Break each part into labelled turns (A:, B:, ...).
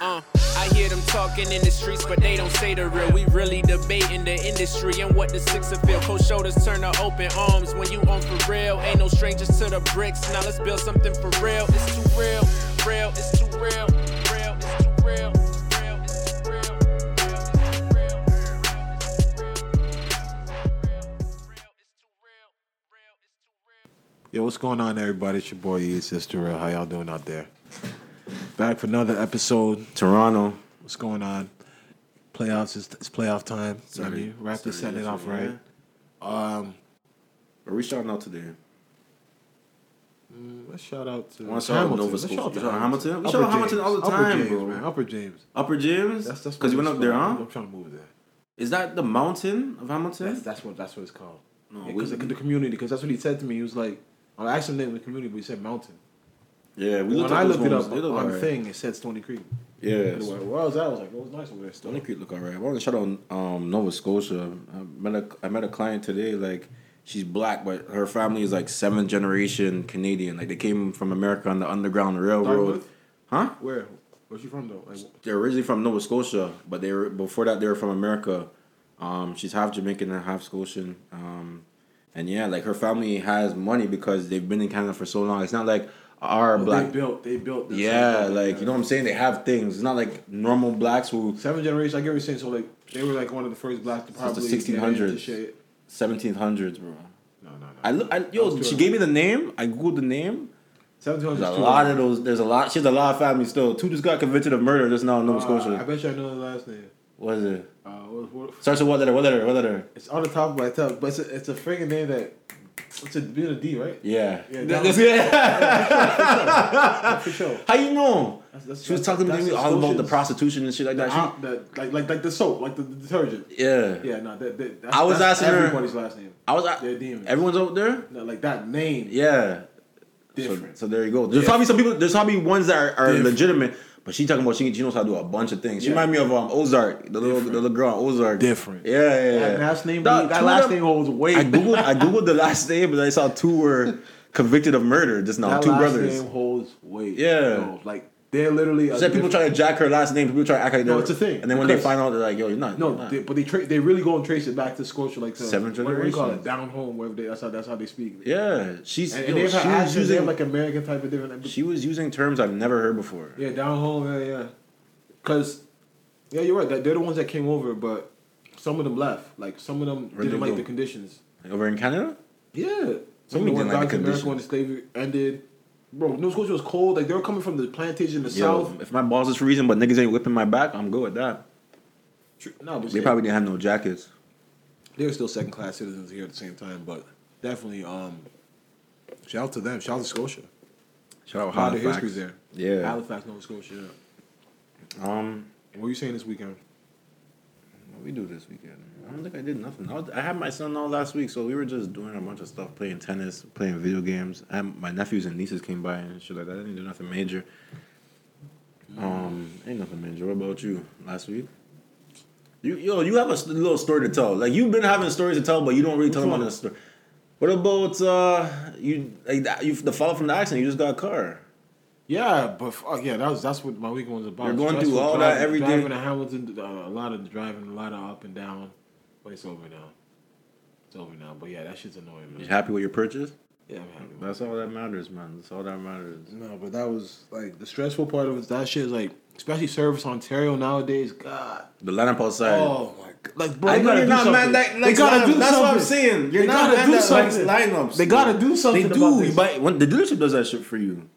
A: Uh, I hear them talking in the streets, but they don't say the real. We really debating the industry and what the sixer feel. Cold shoulders turn to open arms when you on for real. Ain't no strangers to the bricks. Now let's build something for real. It's too real, real, it's too real, real, it's too real. real, it's too real, real, it's too real, real, it's too real, real, it's too real, real, it's too real.
B: Yo, what's going on, everybody? It's your boy E, It's Sister. Real. How y'all doing out there? Back for another episode.
C: Toronto.
B: What's going on? Playoffs is it's playoff time. I
C: Sorry.
B: mean, Raptors
C: Sorry,
B: setting it
C: yes,
B: off
C: yeah.
B: right. Um,
C: Are we shouting out today?
B: let's shout out to
C: Wanna shout out Nova
B: Let's
C: Scotia.
B: shout out to
C: Shout out Hamilton? We
B: Upper
C: shout out Hamilton
B: James.
C: all the
B: Upper
C: time,
B: James,
C: bro.
B: man. Upper James.
C: Upper James?
B: That's that's
C: because you
B: what
C: went
B: it's
C: up there,
B: called.
C: huh?
B: I'm trying to move there.
C: Is that the mountain of Hamilton?
B: That's that's what that's what it's called.
C: No,
B: because
C: we-
B: the community. Because that's what he said to me. He was like, I asked him the name of the community, but he said mountain.
C: yeah, we
B: when
C: up
B: I
C: those
B: looked it
C: ones.
B: up
C: They look
B: on the
C: alright.
B: thing, it said Stony Creek.
C: Yeah,
B: Where where I was at, I was like, oh, it's nice over there. Stony
C: Stony Creek look alright. I want to shout out um, Nova Scotia. I met a I met a client today. Like she's black, but her family is like seventh generation Canadian. Like they came from America on the Underground Railroad.
B: Dartmouth?
C: Huh?
B: Where? Where's you from though? Like,
C: They're originally from Nova Scotia, but they were before that they were from America. Um, she's half Jamaican and half Scotian. Um, and yeah, like her family has money because they've been in Canada for so long. It's not like our black.
B: They built. They built. This
C: yeah, like you know what I'm saying. They have things. It's not like normal blacks who
B: Seven generation. I get what you're saying. So like they were like one of the first blacks to probably get into
C: 1600s.
B: shit.
C: 1700s, bro.
B: No, no, no.
C: I look. I, yo, she gave me the name. I googled the name.
B: Seventeen hundreds.
C: There's a lot of those. There's a lot. She has a lot of families still. Two just got convicted of murder just now in
B: Uh,
C: Nova
B: I
C: Scotia.
B: bet you I know the last name.
C: What is it?
B: Uh, what, what,
C: Starts with what letter? What letter? What letter?
B: it's on the top of my tongue, but it's a, it's a freaking name that it's a being a D, right?
C: Yeah.
B: Yeah,
C: Th-
B: that
C: that's-
B: For sure.
C: How you know?
B: That's- that's-
C: she was talking to
B: that's
C: me all about the
B: Scotians.
C: prostitution and shit like that. She-
B: Ah, the- like like like the soap, like the, the detergent.
C: yeah.
B: Yeah, no, that, that that's,
C: I was
B: that's
C: asking her-
B: everybody's last name.
C: I was. I,
B: They're demons.
C: everyone's out there.
B: No, like that name,
C: Yeah. So,
B: different.
C: so there you go. There's
B: Yeah.
C: probably some people. There's probably ones that are, are
B: Different.
C: legitimate, but she talking about she, she knows how to do a bunch of things. She
B: Yeah.
C: remind me of um, Ozark, the little the
B: Different.
C: little girl on Ozark.
B: Different.
C: Yeah, yeah. yeah.
B: that last name,
C: Dog,
B: that
C: two of
B: last
C: them-
B: name holds weight.
C: I googled I googled the last name, but I saw two were convicted of murder just now.
B: that
C: two
B: last
C: brothers.
B: name holds weight.
C: Yeah.
B: No, like they're literally.
C: She
B: a
C: said people
B: different-
C: try to jack her last name. People try to act like
B: No,
C: they're-
B: it's a thing,
C: And then when they
B: because-
C: find out, they're like, "Yo, you're not." you're
B: No,
C: not.
B: they, but they tra- they really go and trace it back to Scotia, like to,
C: Seventh
B: what- What do you call it?
C: generation.
B: Down home, wherever they that's how that's how they speak.
C: yeah, she's.
B: And,
C: yo,
B: and they have
C: she
B: her
C: was
B: accents, they have
C: using
B: like American type of different.
C: she was using terms I've never heard before.
B: yeah, down home, yeah, yeah. Cause, yeah, you're right. that- They're the ones that came over, but some of them left. Like some of them
C: Where'd
B: didn't
C: they
B: like
C: go?
B: the conditions.
C: Over in Canada,
B: Yeah.
C: do you
B: Some of
C: mean
B: them
C: didn't
B: went
C: like
B: back to America
C: the conditions?
B: when the slavery ended. Bro, Nova Scotia was cold. Like they were coming from the plantation in the
C: yo,
B: south.
C: if my balls is freezing, but niggas ain't whipping my back, I'm good with that.
B: Tr- No, but
C: They probably didn't have no jackets.
B: they're still second class citizens here at the same time. But definitely, um, shout out to them. Shout out to Scotia.
C: Shout out
B: A lot of
C: Halifax.
B: history there.
C: Yeah.
B: Halifax, Nova Scotia. Yeah.
C: Um,
B: What were you saying this weekend?
C: what we do this weekend? I don't think I did nothing. I, was, I had my son all last week, so we were just doing a bunch of stuff, playing tennis, playing video games. And my nephews and nieces came by and shit like that. I didn't do nothing major. Um, ain't nothing major. What about you? Last week. You yo, you have a s- little story to tell. Like you've been having stories to tell, but you don't really tell them
B: one?
C: on the story. What about uh you like that, you the follow from the accident? You just got a car.
B: Yeah, but fuck yeah, that was that's what my weekend was about.
C: You're going
B: Stressful
C: through all that
B: driving-
C: every day.
B: Driving to Hamilton, uh, a lot of driving, a lot of up and down. But it's over now. It's over now. But yeah, that shit's annoying, man.
C: You
B: Yeah,
C: happy with your purchase?
B: I'm happy.
C: That's all that matters, man. That's all that matters.
B: No, but that was like the stressful part of it. That shit is like, especially Service Ontario nowadays. God,
C: The lineup outside.
B: oh my god, like bro,
C: I
B: they
C: know
B: gotta
C: you're
B: do
C: not
B: something.
C: mad that
B: they
C: like
B: gotta
C: lineup.
B: do
C: That's
B: something.
C: what I'm saying. You're
B: they
C: not
B: gotta
C: mad
B: do
C: that likes
B: something.
C: lineups.
B: They gotta do something.
C: They
B: About
C: do.
B: this.
C: But when the dealership does that shit for you.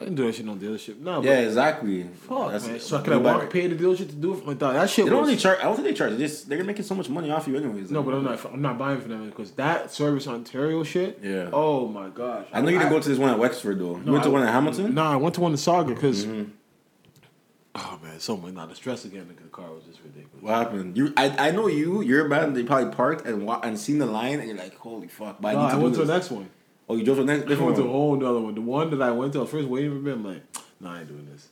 B: I can do that shit on the dealership. No, but
C: Yeah, exactly.
B: Fuck,
C: That's-
B: man. So can I walk, pay the dealership to do it? Like, dog, that shit
C: They don't
B: was...
C: really charge. I don't think they charge. They just, they're making so much money off you, anyways.
B: No, but I'm not. I'm not buying for them because that Service Ontario shit.
C: Yeah.
B: Oh my gosh.
C: I know you didn't go to this one at Wexford though. you
B: No,
C: went to
B: I-
C: one at Hamilton.
B: Nah, I went to one in Saga because. Oh man, so much. Nah, the stress again. The car was just ridiculous.
C: What happened? You, I, I know you. You're a man. They probably parked and wa- and seen the line, and you're like, holy fuck! But I
B: Nah,
C: need to
B: I
C: do
B: went to
C: this.
B: the next one.
C: Oh, you drove to the next.
B: I went
C: Different
B: to a
C: one.
B: whole nother one. The one that I went to, I was first waiting for me. I'm like, nah, I ain't doing this.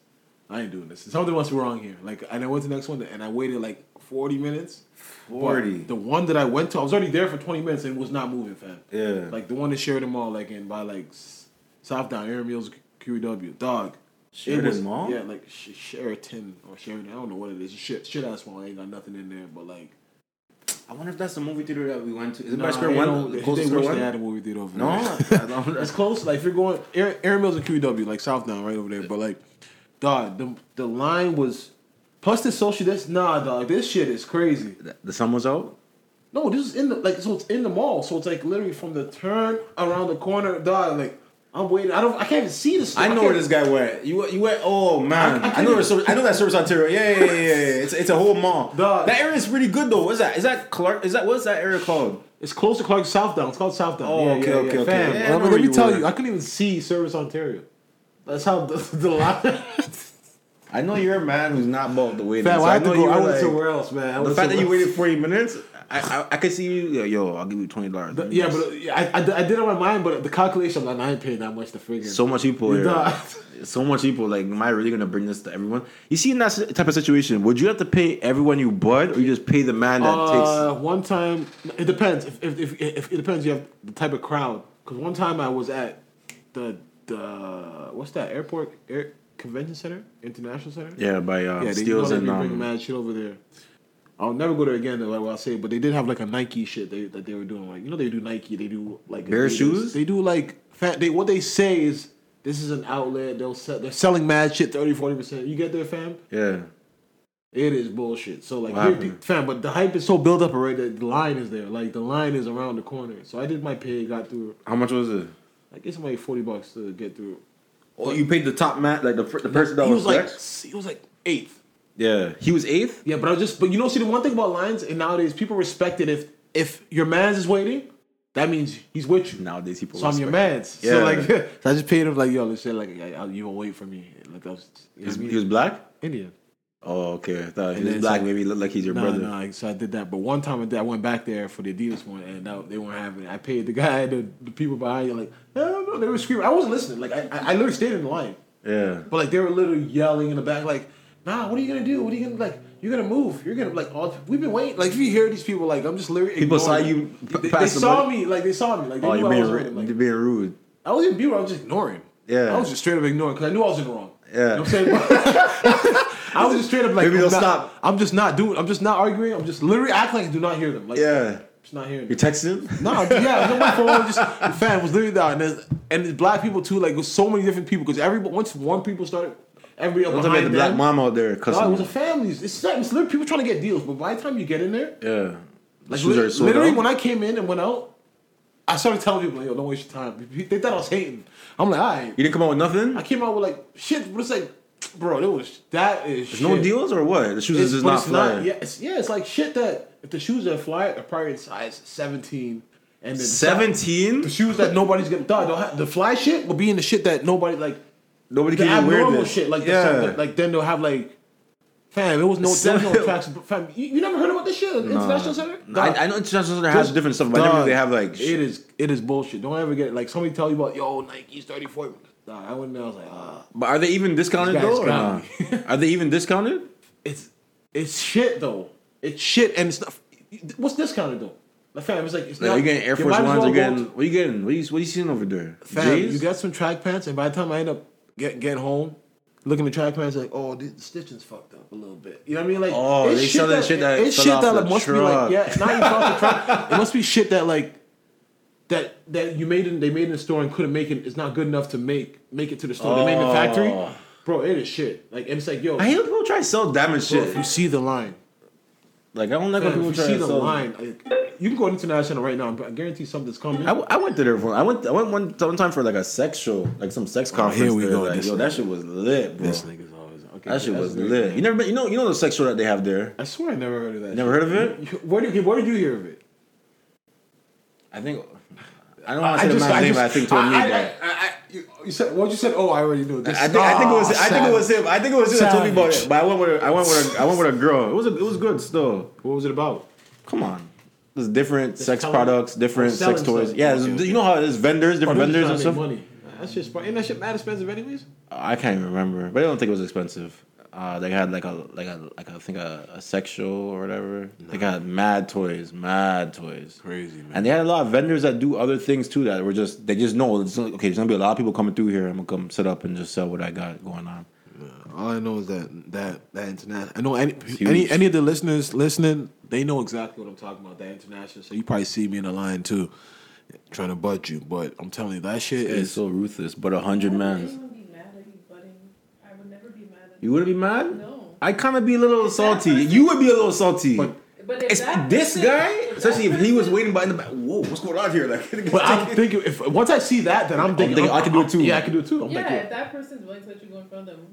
B: I ain't doing this. Something was wrong here. Like, and I went to the next one, and I waited like 40 minutes. But
C: Forty.
B: The one that I went to, I was already there for 20 minutes and was not moving, fam.
C: Yeah.
B: Like the one that shared them all, like in by like S- South Down Air Mills QEW. Dog, It was-
C: Sheridan Mall?
B: Yeah, like Sh- Sheraton or Sheridan. I don't know what it is. Shit, shit ass mall. Ain't got nothing in there, but like.
C: I wonder if that's the movie theater that we went to. Is it
B: Nah,
C: by Square
B: they
C: One?
B: don't-
C: The
B: They,
C: closest
B: they
C: Square
B: wish they
C: One?
B: had a movie theater over
C: No.
B: there.
C: I don't-
B: it's close. Like if you're going Air, Air Mills and QEW, like Southdown, right over there. But like, dog, the the line was. Plus the social. That's nah, dog. This shit is crazy.
C: the sun was out?
B: No, this is in the like so it's in the mall. So it's like literally from the turn around the corner, dog. Like I'm waiting. I don't. I can't even see this.
C: I know where
B: can't-
C: this guy went. You you went. Oh man,
B: I- I
C: I,
B: can't
C: know.
B: even-
C: Where Service, I know that Service Ontario. Yeah, yeah, yeah, yeah. yeah. It's, it's a whole mall.
B: Dog.
C: That area is really good though. What's that? Is that Clark? Is that what's that area called?
B: It's close to Clark Southdown. It's called Southdown.
C: Oh, okay, okay, okay.
B: Fam,
C: Yeah, I
B: let
C: know
B: me-
C: where
B: let me
C: you
B: tell
C: were.
B: you, I couldn't even see Service Ontario. That's how the, the line.
C: I know you're a man who's not about the waiting.
B: Fam,
C: so
B: I had to
C: know
B: go.
C: you
B: I
C: were
B: went
C: like-
B: somewhere else, man. I
C: The
B: went
C: fact that you
B: somewhere-
C: waited 40 minutes, I I, I could see you. Yo, I'll give you twenty dollars.
B: Yeah, but uh, yeah, I, I, I did it on my mind, but the calculation, I'm like, I ain't paying that much to figure.
C: so much people here.
B: Dog.
C: So much people. Like, am I really gonna bring this to everyone? You see, in that s- type of situation, would you have to pay everyone you bud, or you just pay the man that
B: Uh, one time, it depends. If, if, if, if it depends, you have the type of crowd. Because one time I was at the the what's that airport air convention center international center.
C: takes? Yeah, by
B: yeah.
C: uh,
B: They
C: steals
B: know
C: and
B: they bring
C: um,
B: mad shit over there. I'll never go there again. Though, like what I'll say, but they did have like a Nike shit they, that they were doing. Like you know they do Nike, they do like
C: Bare
B: Adidas.
C: shoes?
B: They do like fat. They what they say is this is an outlet. They'll sell. They're selling mad shit 30 40 percent. You get there, fam.
C: yeah.
B: It is bullshit. So like,
C: What
B: here-
C: happened?
B: fam, but the hype is so built up already. That the line is there. Like the line is around the corner. So I did my pay, got through.
C: How much was it?
B: I guess somebody forty bucks to get through.
C: Oh, you paid the top man, like the, fir- the person that
B: he
C: was,
B: was like,
C: next?
B: he was like eighth.
C: Yeah, he was eighth.
B: Yeah, but I just, but you know, see the one thing about lines, and nowadays people respect it. If if your man's is waiting, that means he's with you.
C: Nowadays, people.
B: So I'm your
C: respect-
B: man's.
C: Yeah.
B: So like, so I just paid him like, yo, listen, like, I, I, you gonna wait for me? Like, I was, you know
C: He's-
B: what I mean?
C: he was black.
B: Indian.
C: Oh, okay. I thought he
B: And
C: was
B: then
C: black.
B: some-
C: Maybe he looked like he's your
B: No,
C: brother.
B: no. I- So I did that, but one time I, did, I went back there for the Adidas one, and that, they weren't having it. I paid the guy, the, the people behind you, like no, no, no, they were screaming. I wasn't listening. Like I, I, I literally stayed in the line,
C: Yeah.
B: but like they were literally yelling in the back, like, nah, what are you gonna do? What are you gonna like? You're gonna move. You're gonna like all. We've been waiting. Like if you hear these people, like I'm just literally.
C: People saw
B: ignoring
C: you
B: them.
C: p-
B: They, they
C: pass the
B: saw
C: money.
B: me. Like they saw me. Like they
C: Oh,
B: knew
C: you're
B: I
C: being
B: was waiting.
C: rude. You're
B: Like,
C: being rude.
B: I wasn't being rude. I was just ignoring.
C: Yeah.
B: I was just straight up ignoring because I knew I was in the wrong.
C: Yeah.
B: You know what I'm saying? I was just straight up like,
C: Maybe
B: I'm
C: they'll
B: not-
C: stop.
B: I'm just not doing. I'm just not arguing. I'm just literally acting like I do not hear them. Like,
C: Yeah.
B: just not hearing.
C: You
B: Them.
C: texted him?
B: No, yeah, I was on my phone. Just fam was literally down, and there's, and there's black people too. Like, it was so many different people because every once one people started, everybody
C: I'm
B: behind
C: talking about the
B: them.
C: black mom out there
B: no, it
C: cussing.
B: was a family. It's, it's literally people trying to get deals, but by the time you get in there,
C: yeah.
B: like
C: Shoes
B: li-
C: are sold
B: literally,
C: out?
B: when I came in and went out, I started telling people, like, "Yo, don't waste your time." They thought I was hating. I'm like, all right.
C: You didn't come out with nothing?
B: I came out with like shit, but it's like, bro, it was that is
C: There's no deals or what? The shoes
B: It's,
C: is just
B: but
C: not
B: it's not
C: flying.
B: yeah, it's, yeah, it's like shit that if the shoes that fly are probably in size seventeen, and then
C: Seventeen.
B: the shoes that nobody's gonna dog, don't have, the fly shit will be in the shit that nobody like
C: Nobody
B: the
C: can even wear
B: abnormal
C: this.
B: shit like
C: yeah.
B: the, like then they'll have like. Fam, it was no, there was no
C: Seven-
B: attraction. Fam, you, you never heard about this shit? International Center?
C: No, I, I know international center has
B: Just-
C: different stuff, but I never knew
B: dog,
C: they have like.
B: it
C: sh-
B: is it is bullshit. Don't ever get it. like somebody tell you about yo Nike's thirty four. Nah, I went there. I was like, ah,
C: But are they even discounted
B: This guy's
C: though? Or
B: got
C: not? are they even discounted?
B: it's it's shit though. It's shit, and it's not. What's discounted though? Like fam, it's like it's
C: Like,
B: not.
C: you're getting Air
B: you
C: Force
B: might as
C: Ones.
B: well
C: You're
B: go
C: getting
B: to-
C: what are you getting? What are you, what are you seeing over there?
B: fam,
C: Jays?
B: you got some track pants, and by the time I end up get getting home. Looking at track pants like, oh, the the stitching's fucked up a little bit. You know what I mean? Like,
C: Oh,
B: it's
C: they sell that shit that
B: it's
C: fell
B: shit
C: off
B: that
C: the
B: like, must be
C: truck.
B: like, yeah, not even off the track. It must be shit that like, that that you made in they made in the store and couldn't make it. It's not good enough to make make it to the store. They made it in the
C: Oh.
B: factory, bro. It is shit. Like, and it's like, yo,
C: I hate when people try to sell damaged
B: bro, if you
C: shit.
B: see the line.
C: Like I don't like when
B: Man,
C: people
B: if you see
C: try to
B: the
C: sell.
B: line, like, you can go international right now. but I guarantee something's coming.
C: I, w- I went to their phone. I went I went one, one time for like a sex show, like some sex conference.
B: Oh, here we
C: there.
B: go,
C: Like,
B: this
C: yo, that shit was lit, bro.
B: this nigga's always okay.
C: That shit
B: that's
C: was
B: great.
C: lit. You never been, you know you know the sex show that they have there.
B: I swear I never heard of that.
C: Never heard of it?
B: You- Where did you, where did you hear of it?
C: I think I don't want to say the man's name. but I think told me
B: I,
C: that.
B: I, I, you, you said what you said. Oh, I already knew. This
C: I think, I think it was I think it was him. I think it was him that told me about it.
B: Savage.
C: But I went with a, I went with a, I went with a girl. It was a, it was good still.
B: What was it about?
C: Come on. There's different sex
B: selling-
C: products, different
B: they're
C: sex
B: selling
C: toys.
B: stuff.
C: Yeah, there's-
B: Okay, okay.
C: you know how it is vendors, different vendors and
B: Producers trying
C: stuff.
B: to make Money. That's just ain't that shit mad expensive anyways.
C: I can't even remember, but I don't think it was expensive. Uh, they had like a like a like a, I think a, a sexual or whatever. They got mad toys, mad toys.
B: Crazy, man.
C: And they had a lot of vendors that do other things too that were just they just know it's okay. There's gonna be a lot of people coming through here. I'm gonna come set up and just sell what I got going on.
B: All I know is that that that international. I know any
C: huge.
B: any any of the listeners listening, they know exactly what I'm talking about. That international. So you probably see me in the line too, trying to butt you. But I'm telling you, that shit
C: It's
B: is.
C: so ruthless, but a hundred
D: I
C: mans.
D: wouldn't be mad at you butting. I would never be mad at
C: You wouldn't be mad?
D: No.
C: I kind of be a little salty. You would be a little salty.
D: But if
C: It's
D: that
C: this
D: person-
C: guy,
D: if that
C: especially if he was
D: person-
C: waiting by in the back. Whoa, what's going on here? Like,
B: But I'm thinking if once I see that, then I'm thinking,
C: thinking, I can do it too.
B: Yeah, I can do it too. I'm
D: Yeah,
B: thinking,
D: if that person's willing to let you go in front of them,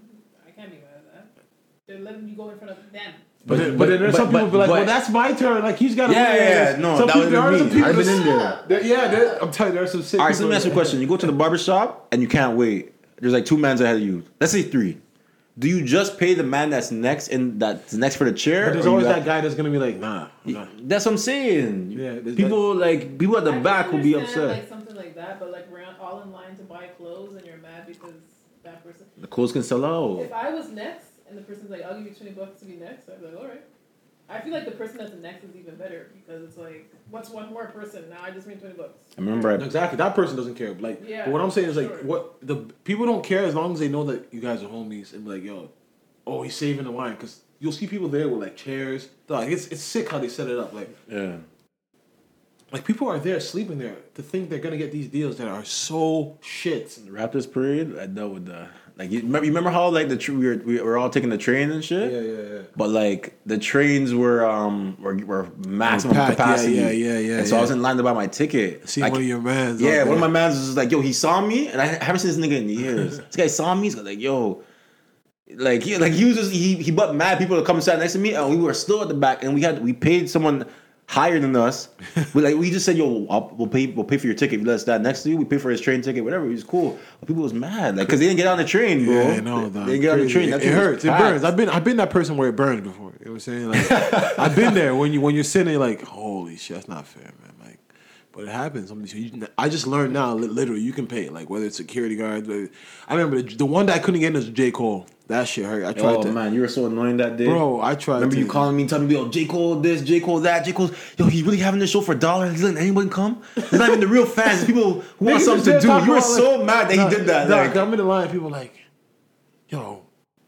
D: I can't be mad at that. They're letting you go in front of them.
B: But, then- but, then there's
C: but-
B: some people
C: but-
B: be like,
C: but-
B: well, that's my turn. Like he's got.
C: Yeah, yeah, yeah. No,
B: some
C: that
B: people, there
C: would've
B: are some
C: been me.
B: people.
C: I've been
B: that's-
C: in there.
B: there- yeah, there, I'm telling you, there's some sick.
C: All right, so
B: people
C: let me ask you a
B: that-
C: question. You go to the barber shop and you can't wait. There's like two mans ahead of you. Let's say three. Do you just pay the man that's next in that's next for the chair?
B: But there's
C: or you
B: always
C: got-
B: that guy that's gonna be like, nah. I'm not.
C: That's what I'm saying.
B: Yeah, there's
C: people like people at the
D: I can
C: back will be
D: understand,
C: upset.
D: Like something like that, but like we're all in line to buy clothes and you're mad because that person.
C: the clothes can sell out.
D: If I was next and the person's like, "I'll give you twenty bucks to be next," I'd be like, "All right." I feel like the person that's next is even better because it's like, what's one more person? Now I just made twenty bucks.
C: I remember I,
B: Exactly. That person doesn't care. Like,
D: Yeah,
B: but what I'm saying is like,
D: sure.
B: what the people don't care as long as they know that you guys are homies and be like, yo, oh, he's saving the wine because you'll see people there with like chairs. Like, it's it's sick how they set it up. Like,
C: yeah.
B: like people are there sleeping there to think they're gonna get these deals that are so shit.
C: The Raptors parade. I dealt with the like. You remember, you remember how like the tr- we were we were all taking the train and shit.
B: yeah.
C: But like the trains were um were, were maximum
B: Were packed, yeah,
C: capacity.
B: yeah, yeah, yeah,
C: And so I was
B: yeah.
C: in line to buy my ticket.
B: See
C: Like,
B: one of your mans.
C: Yeah,
B: out
C: one of my
B: there.
C: mans was just like, yo, he saw me, and I haven't seen this nigga in years. this guy saw me, he's like, yo, like he like he was just he he but mad people to come and sat next to me, and we were still at the back, and we had we paid someone higher than us. we like we just said, yo, I'll, we'll pay we'll pay for your ticket. If you let us stand next to you, we pay for his train ticket, whatever. He was cool. But people was mad, like, cause they didn't get on the train, bro.
B: Yeah, I know.
C: They,
B: dog.
C: they didn't get on the
B: Crazy.
C: train.
B: It,
C: That
B: it
C: train was
B: hurts. It
C: packed.
B: burns. I've been I've been that person where it burned before. You know what I'm saying? Like I've been there when you when you're sitting there like, holy shit, that's not fair, man. Like, but it happens. I'm just- you- I just learned now, li- literally, you can pay. Like whether it's security guards. Like, I remember the, the one that I couldn't get in was J Cole. That shit hurt. I tried
C: Oh
B: to,
C: man, you were so annoying that day,
B: bro. I tried.
C: Remember
B: to,
C: you calling me, telling me, "Yo, J Cole this, J Cole that, J Cole's, yo, he really having this show for a dollar? He's letting anyone come? He's not even the real fans, it's people who
B: Niggas
C: want
B: was
C: something to
B: there
C: do."
B: talking
C: You were
B: about,
C: so
B: like-
C: mad that he
B: Nah,
C: did that.
B: nah,
C: like,
B: I'm in the line. People like, yo,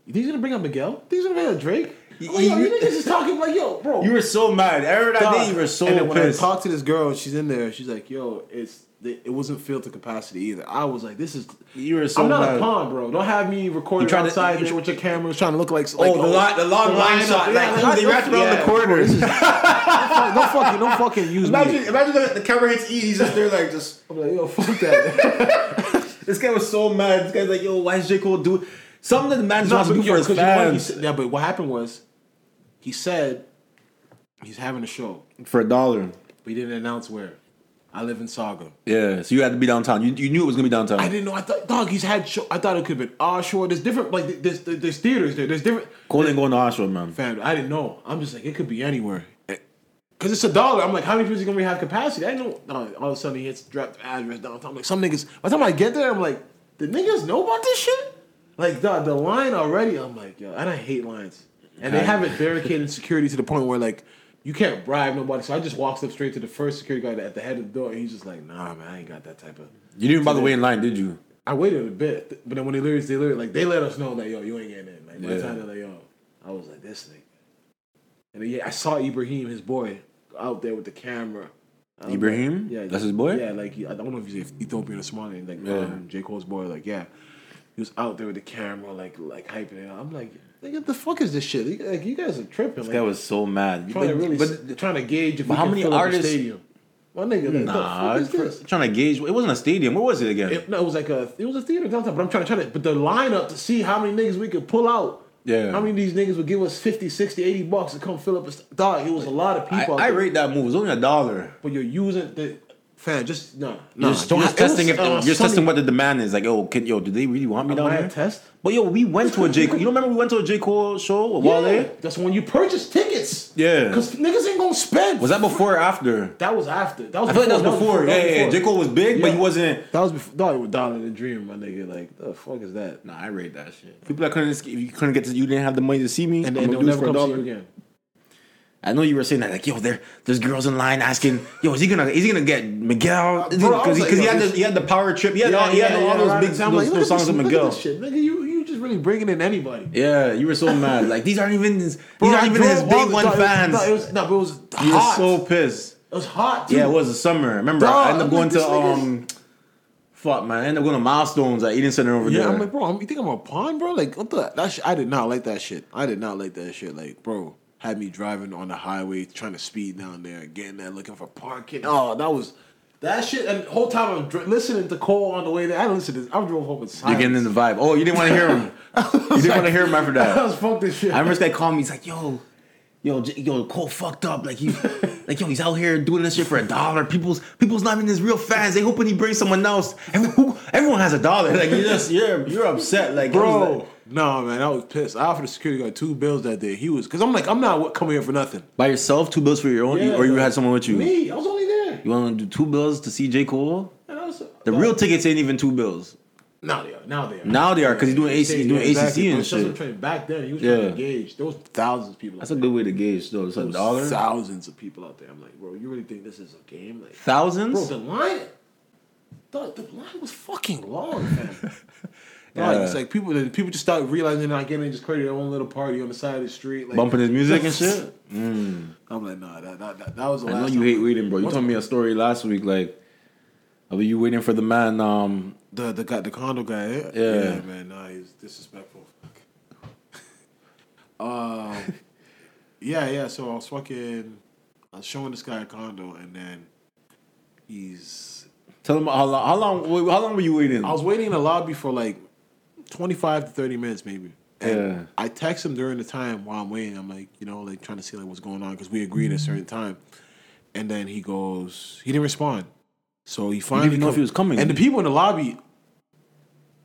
B: these gonna bring up Miguel? These gonna bring up Drake? I'm like, Oh, yo,
C: You-
B: you niggas is talking like, yo, bro.
C: you were so mad. Every that
B: Dog.
C: day, you were so
B: and then when I
C: pissed.
B: talked to this girl, she's in there. She's like, "Yo, it's it wasn't filled to capacity either." I was like, "This is
C: You were so
B: I'm not
C: mad.
B: a pawn, bro. Don't have me recorded
C: trying to-
B: outside
C: you-
B: with your- with your cameras trying to look like
C: Oh, the li- the long line shot, like, ooh, they wrapped around the corner.
B: Don't fucking don't fucking use
C: Imagine,
B: me.
C: imagine that the camera hits E. He's just there, like just.
B: I'm like, yo, fuck that.
C: This guy was so mad. This guy's like, "Yo, why is J Cole do something that the man's
B: No,
C: supposed
B: but
C: to do
B: yo,
C: for his
B: 'cause you know what he
C: fans
B: said- yeah, but what happened was, he said he's having a show,
C: for a dollar?"
B: but he didn't announce where. I live in Saga.
C: Yeah, so you had to be downtown. You, you knew it was gonna be downtown.
B: I didn't know. I thought, dog, he's had show. I thought it could have been offshore. There's different, like, there's, there's, there's theaters there. There's different.
C: Cole ain't going to Oshawa, man.
B: Fam, I didn't know. I'm just like, it could be anywhere. Because it's a dollar. I'm like, how many people is going to have capacity? I didn't know. No, all of a sudden, he hits dropped the address downtown. I'm like, some niggas, by the time I get there, I'm like, the niggas know about this shit? Like, the, the line already, I'm like, yo, and I hate lines. And they have it barricaded security to the point where, like, you can't bribe nobody. So I just walked up straight to the first security guard at the head of the door, and he's just like, nah, man, I ain't got that type of.
C: You didn't bother waiting in line, did you?
B: I waited a bit, but then when they lyrics, they lyrics, like they let us know like yo, you ain't getting in. Like by
C: Yeah.
B: the time they're like yo, I was like this nigga. And then, yeah, I saw Ibrahim, his boy, out there with the camera. Um,
C: Ibrahim?
B: yeah,
C: That's his boy?
B: Yeah, like he- I don't know if he's Ethiopian or Somali, like
C: Yeah.
B: um, J Cole's boy. Like yeah, he was out there with the camera, like like hyping it. up. I'm like, nigga, the fuck is this shit? You- Like you guys are tripping.
C: This
B: Like,
C: guy was so mad.
B: trying to
C: But-
B: really
C: but-
B: s- trying to gauge if
C: but
B: we
C: how
B: can
C: many
B: fill up the
C: artists-
B: stadium. My nigga, like,
C: Nah,
B: the fuck is this?
C: trying to gauge. It wasn't a stadium. Where was it again?
B: It, no, it was like a it was a theater downtown, but I'm trying to try to but the lineup to see how many niggas we could pull out.
C: Yeah.
B: How many of these niggas would give us 50, 60, 80 bucks to come fill up a st- dog? It was a lot of
C: I,
B: people. out
C: I
B: there.
C: rate that move. It was only a dollar.
B: but you're using the
E: Fan, just no, no.
C: You're, just, you're just
E: It was,
C: testing if,
E: uh,
C: you're
E: Sunday-
C: testing what the demand is. Like, yo, kid, yo, do they really want me
E: Am
C: down
E: I a
C: here?
E: test?
C: But yo, we went to a J. Cole. You remember we went to a J. Cole show with
E: Yeah,
C: Wale?
E: that's when you purchase tickets.
C: Yeah.
E: because niggas ain't gonna spend.
C: Was that before or after?
E: That was after. That was
C: I feel like that was before. Yeah, yeah, yeah. J. Cole was big, but
E: Yeah.
C: he wasn't.
E: That was before. No, it was Dollar the Dream, my nigga. Like, the fuck is that?
C: Nah, I rate that shit. People that couldn't, if you couldn't get to, you didn't have the money to see me,
E: And
C: I'ma
E: then they'll
C: do this
E: never
C: for a
E: come see
C: dollar.
E: you again.
C: I know you were saying that, like, yo, there, there's girls in line asking, yo, is he gonna, is he gonna get Miguel?
E: Bro, I
C: Because
E: was
C: he,
E: like,
C: 'cause he
E: yo,
C: had the,
E: this-
C: he had the power trip. He had, all, he had all those
E: right.
C: big
E: So I'm
C: those,
E: like,
C: those
E: look at
C: songs
E: this-
C: of
E: look at
C: Miguel.
E: this Shit, nigga, you you just really bringing in anybody.
C: Yeah, you were so mad. Like these aren't even his,
E: Bro,
C: these
E: I
C: aren't even
E: drove
C: his
E: all
C: big
E: the-
C: one
E: no, it was-
C: fans.
E: No, it was no, but it was
C: You were
E: hot.
C: so pissed.
E: it was hot. Too.
C: Yeah, it was the summer. I remember
E: Dog,
C: I ended
E: I'm
C: up going
E: like, this
C: to
E: nigga's-
C: um, fuck man, I ended up going to Milestones at Eden Center over
E: Yeah,
C: there.
E: I'm like, bro, I'm, you think I'm a pawn, bro? Like, what the? That shit, I did not like that shit. I did not like that shit. Like, bro, had me driving on the highway, trying to speed down there, getting there, looking for parking. Oh, that was that shit. And the whole time I'm dr- listening to Cole on the way there. I listened to this. I drove home in
C: You're
E: silence.
C: getting in the vibe. Oh, you didn't want to hear him. you didn't want to hear him after
E: I
C: that.
E: was fucked this shit.
C: I remember this guy called me. He's like, yo, yo, J- yo, Cole fucked up. Like he, like yo, he's out here doing this shit for a dollar. People's people's not even his real fans. They hoping he brings someone else. Everyone, who- everyone has a dollar. Like you just you're you're upset. Like it was
E: bro.
C: like-
E: no, man, I was pissed. I offered the security guard two bills that day. He was because I'm like, I'm not coming here for nothing.
C: by yourself, two bills for your own,
E: Yeah,
C: or you
E: like,
C: had someone with you.
E: Me, I was only there.
C: You want to do two bills to see J Cole?
E: And I was,
C: The real tickets ain't even two bills.
E: Now they are. Now they are.
C: Now they are, 'cause he's doing AC he's doing ACC and
E: But Shelton
C: shit.
E: Train, back then, he was
C: Yeah.
E: trying to engage. There was thousands of people. out
C: That's a
E: there.
C: good way to gauge, though. It's
E: There
C: like
E: was
C: dollar,
E: Thousands of people out there. I'm like, bro, you really think this is a game? Like, bro,
C: thousands.
E: the line, the, the line was fucking long, man.
C: Yeah.
E: Like, it's like people, the people just started realizing they're not getting it, just created their own little party on the side of the street, like,
C: Bumping his music and shit.
E: I'm like, nah, that, that, that, that was. The
C: I
E: last
C: know you
E: time.
C: hate waiting, bro. You
E: Once-
C: told me a story last week, like, about you waiting for the man. Um,
E: the the guy, the condo guy. eh? Yeah,
C: Yeah.
E: man, nah, he's disrespectful. um, yeah, yeah. So I was fucking, I was showing this guy a condo, and then he's.
C: tell him how long. How long? wait, How long were you waiting?
E: I was waiting in the lobby for like twenty five to thirty minutes, maybe. And
C: Yeah.
E: I text him during the time while I'm waiting. I'm like, you know, like trying to see like what's going on because we agreed at a certain time. And then he goes, he didn't respond. So he finally
C: even know
E: come-
C: if he was coming.
E: And the people in the lobby,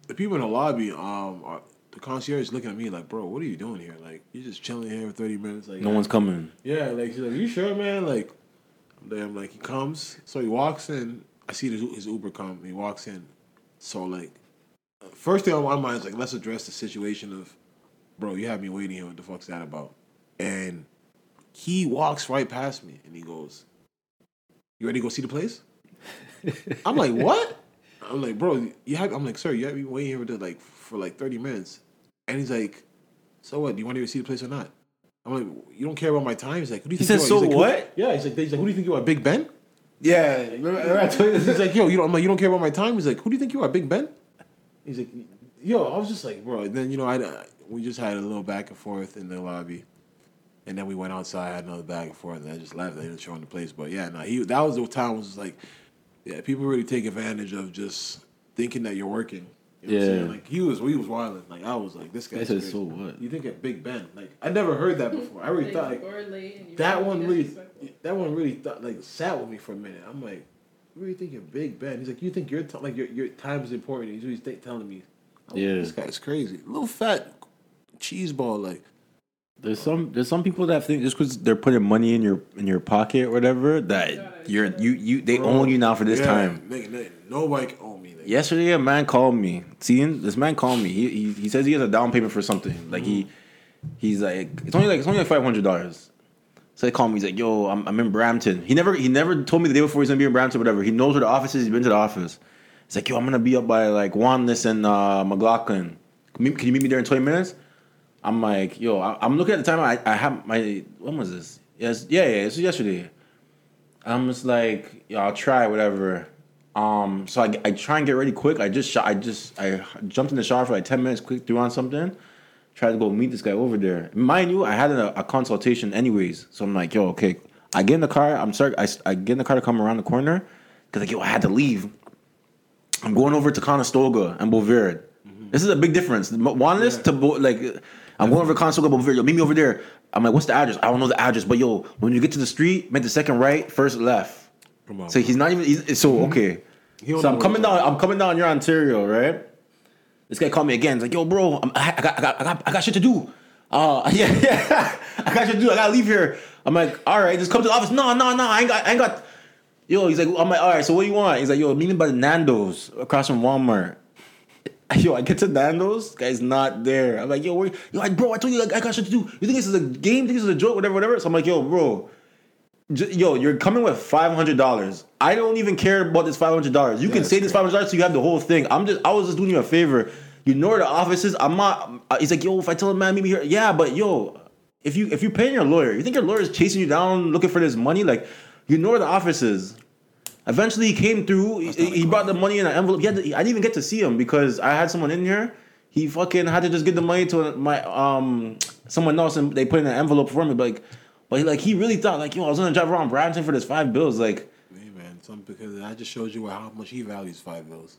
E: the people in the lobby, um, are, the concierge is looking at me like, bro, what are you doing here? Like, you're just chilling here for thirty minutes. Like,
C: no one's coming.
E: yeah, like he's like, "You sure, man?" Like, I'm there, I'm like, he comes, so he walks in. I see his, his Uber come. He walks in, so like, first thing on my mind is like, let's address the situation of, bro, you have me waiting here. What the fuck's that about? And he walks right past me, and he goes, "You ready to go see the place?" I'm like, "What?" I'm like, "Bro, you have?" I'm like, "Sir, you have me waiting here for like for like 30 minutes," and he's like, "So what? Do you want to see the place or not?" I'm like, you don't care about my time. He's like, who do you
C: He
E: think
C: said,
E: you are? He's
C: "So
E: like, who-
C: what?"
E: yeah, he's like, he's like, who do you think you are, Big Ben?
C: Yeah, I told you
E: He's like, yo, you don't. I'm like, you don't care about my time. He's like, who do you think you are, Big Ben? He's like, yo, I was just like, bro. And then you know, I I- we just had a little back and forth in the lobby, and then we went outside, had another back and forth, and I just left. I didn't show him the place, but yeah, no, he that was the time. I was just like, yeah, people really take advantage of just thinking that you're working. You know what I'm
C: Yeah.
E: saying? like he was, we was wilding. Like I was like, this guy's
C: said,
E: crazy.
C: "So what?"
E: You think of Big Ben? Like I never heard that before. I already thought like, that one really, that one really thought, like sat with me for a minute. I'm like, what do you think you're Big Ben? He's like, you think your t- like your your time is important. He's always th- telling me, I'm like,
C: Yeah.
E: this guy's crazy, little fat cheese ball. Like,
C: There's some there's some people that think just because they're putting money in your in your pocket or whatever that you're you you they own you now for this
E: yeah,
C: time.
E: nigga, nigga, nobody can own me. Nigga.
C: Yesterday, a man called me. Seeing this man called me. He, he he says he has a down payment for something. Like he he's like it's only like it's only like five hundred dollars. So they called me. He's like, "Yo, I'm, I'm in Brampton." He never he never told me the day before he's gonna be in Brampton. Whatever. He knows where the office is. He's been to the office. He's like, "Yo, I'm gonna be up by like Wanless and uh, McLaughlin. Can you, can you meet me there in twenty minutes?" I'm like, "Yo, I, I'm looking at the time. I, I have my when was this? Yes, yeah, yeah. This was yesterday." I'm just like, yeah, I'll try whatever. Um, so I, I try and get ready quick. I just shot, I just I jumped in the shower for like ten minutes, quick threw on something, tried to go meet this guy over there. Mind you, I had a, a consultation anyways, so I'm like, yo, okay. I get in the car. I'm sorry. I, I get in the car to come around the corner because like yo, I had to leave. I'm going over to Conestoga and Boulevard. This is a big difference. M- Juanes to Bo- like, I'm going over to Conestoga Boulevard. Yo, meet me over there. I'm like, what's the address? I don't know the address, but yo, when you get to the street, make the second right, first left.
B: Come on. Mm-hmm.
C: So he's not even. He's, so okay.
B: He don't know
C: So I'm
B: what
C: coming
B: he's
C: down. I'm coming down. You're Ontario, right? This guy called me again. He's like, "Yo, bro, I'm, I, I got, I got, I got, I got shit to do. Uh, yeah, yeah, I got shit to do. I gotta leave here." I'm like, "All right, just come to the office." No, no, no. I ain't got, I ain't got. Yo, he's like, "I'm like, all right. So what do you want?" He's like, "Yo, meeting by the Nando's across from Walmart." Yo, I get to Nando's, guy's not there. I'm like, yo, where, yo, like, bro, I told you, like, I got shit to do. You think this is a game? Think this is a joke? Whatever, whatever. So I'm like, yo, bro, J- yo, you're coming with five hundred dollars. I don't even care about this five hundred dollars. You can
B: that's
C: save this
B: great.
C: five hundred dollars so you have the whole thing. I'm just, I was just doing you a favor. You know where the office is. I'm not. uh, He's like, yo, if I tell him, man, meet me here. Yeah, but yo, if you if you paying your lawyer, you think your lawyer is chasing you down looking for this money? Like, you know where the office is. Eventually, he came through. He, he brought the money in an envelope. He had to, I didn't even get to see him because I had someone in here. He fucking had to just give the money to my um someone else, and they put it in an envelope for me. But like, but he, like he really thought like yo, I was gonna drive around Brampton for this five bills. Like,
B: Hey man, some because I just showed you how much he values five bills.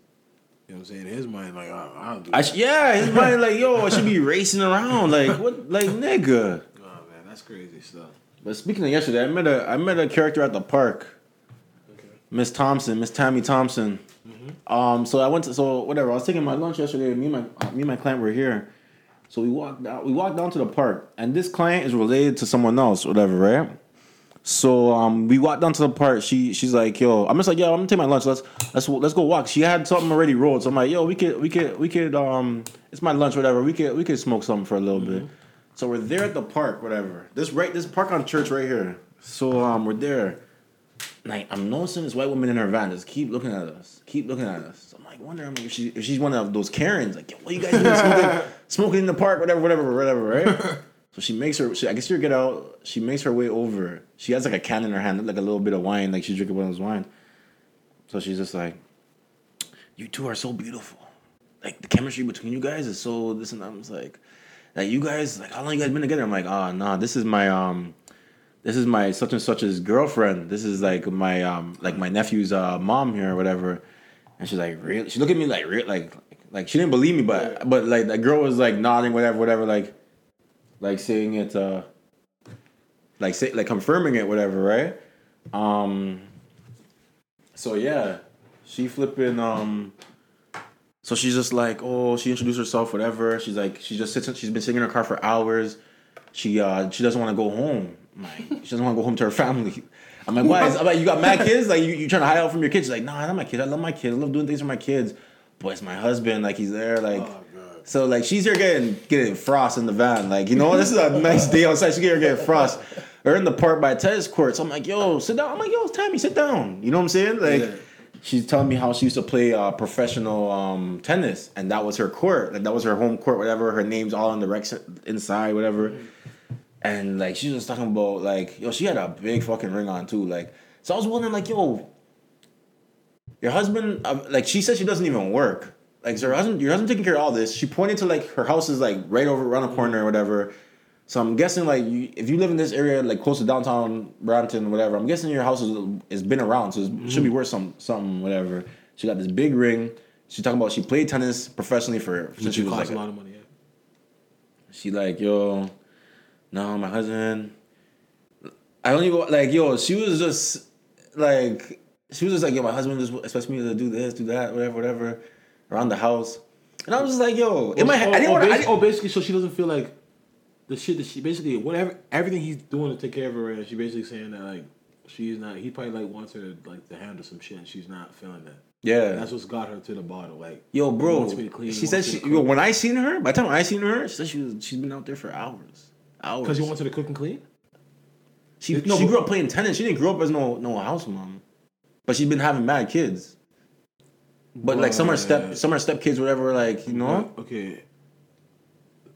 B: You know what I'm saying? His mind, like I, I don't do
C: I
B: that.
C: sh- yeah, his mind like yo, I should be racing around. Like what, like nigga.
B: Nah, man, that's crazy stuff.
C: But speaking of yesterday, I met a I met a character at the park. Miss Thompson, Miss Tammy Thompson. Um, so I went to so whatever. I was taking my lunch yesterday. Me and my uh, me and my client were here, so we walked out. We walked down to the park, and this client is related to someone else, whatever, right? So um, we walked down to the park. She she's like, "Yo," I'm just like, "Yo, I'm gonna take my lunch. Let's let's let's go walk." She had something already rolled, so I'm like, "Yo, we could we could we could um, it's my lunch, whatever. We could we could smoke something for a little bit." So we're there at the park, whatever. This right this park on Church right here. So um, we're there. Like I'm noticing this white woman in her van just keep looking at us, keep looking at us. I'm like wondering if, she, if she's one of those Karens. Like, yo, what you guys doing smoking, smoking in the park, whatever, whatever, whatever, right? So she makes her. She, I guess you get out. She makes her way over. She has like a can in her hand, like a little bit of wine, like she's drinking one of those wine. So she's just like, "You two are so beautiful. Like the chemistry between you guys is so this and that." I'm just like, "Like you guys, like how long you guys been together?" I'm like, "Ah, nah, this is my um, this is my such and such's girlfriend. This is like my um, like my nephew's uh mom here or whatever." And she's like, "Really?" She looked at me like, "Real?" Like, like she didn't believe me, but but like that girl was like nodding, whatever, whatever, like, like saying it, uh, like say like confirming it, whatever, right? Um. So yeah, she flipping. Um. So she's just like, oh, she introduced herself, whatever. She's like, she just sits. She's been sitting in her car for hours. She uh, she doesn't want to go home. I'm like, she doesn't want to go home to her family. I'm like, why? Is, I'm like, you got mad kids? Like, you, you trying to hide out from your kids? She's like, nah, not my kid. I love my kids. I love doing things for my kids. But it's my husband. Like, he's there. Like, so like she's here getting getting frost in the van. Like, you know, this is a nice day outside. She's here getting frost. Or in the park by a tennis court. So I'm like, yo, sit down. I'm like, yo, Tammy, sit down. You know what I'm saying? Like
B: Yeah.
C: she's telling me how she used to play uh, professional um, tennis and that was her court. Like that was her home court, whatever. Her name's all on the rec inside, whatever. And like she was just talking about like, yo, she had a big fucking ring on too. Like, so I was wondering, like, yo, your husband uh, like she said she doesn't even work like so her husband your husband taking care of all this she pointed to like her house is like right over around the corner or whatever so i'm guessing like you, if you live in this area like close to downtown brampton whatever i'm guessing your house is, has been around so it's- it should be worth some something whatever she got this big ring she's talking about she played tennis professionally for
B: Which
C: since she was
B: costs
C: like
B: a lot of money. Yeah.
C: she like, yo, no, my husband. I don't even like, yo. She was just like, she was just like, yo, my husband just expects me to do this, do that, whatever, whatever, around the house. And I was just like, yo, in my head, I didn't want
B: basi-
C: to.
B: oh, basically, so she doesn't feel like the shit that she basically whatever everything he's doing to take care of her, and she basically saying that like she's not. He probably like wants her to like to handle some shit, and she's not feeling that.
C: Yeah,
B: That's what's got her to the bottle. Like
C: yo,
B: he
C: bro.
B: wants me to clean,
C: She
B: he
C: said
B: wants me
C: she.
B: to
C: Yo,
B: cook.
C: when I seen her, by the time I seen her, she said she was. She's been out there for hours, hours.
B: because you want her to cook and clean.
C: She
B: No,
C: she
B: but-
C: grew up playing tennis. She didn't grow up as no no house mom, but she's been having mad kids. But like some are step
B: Right.
C: some are step kids, whatever. Like you know,
B: Okay.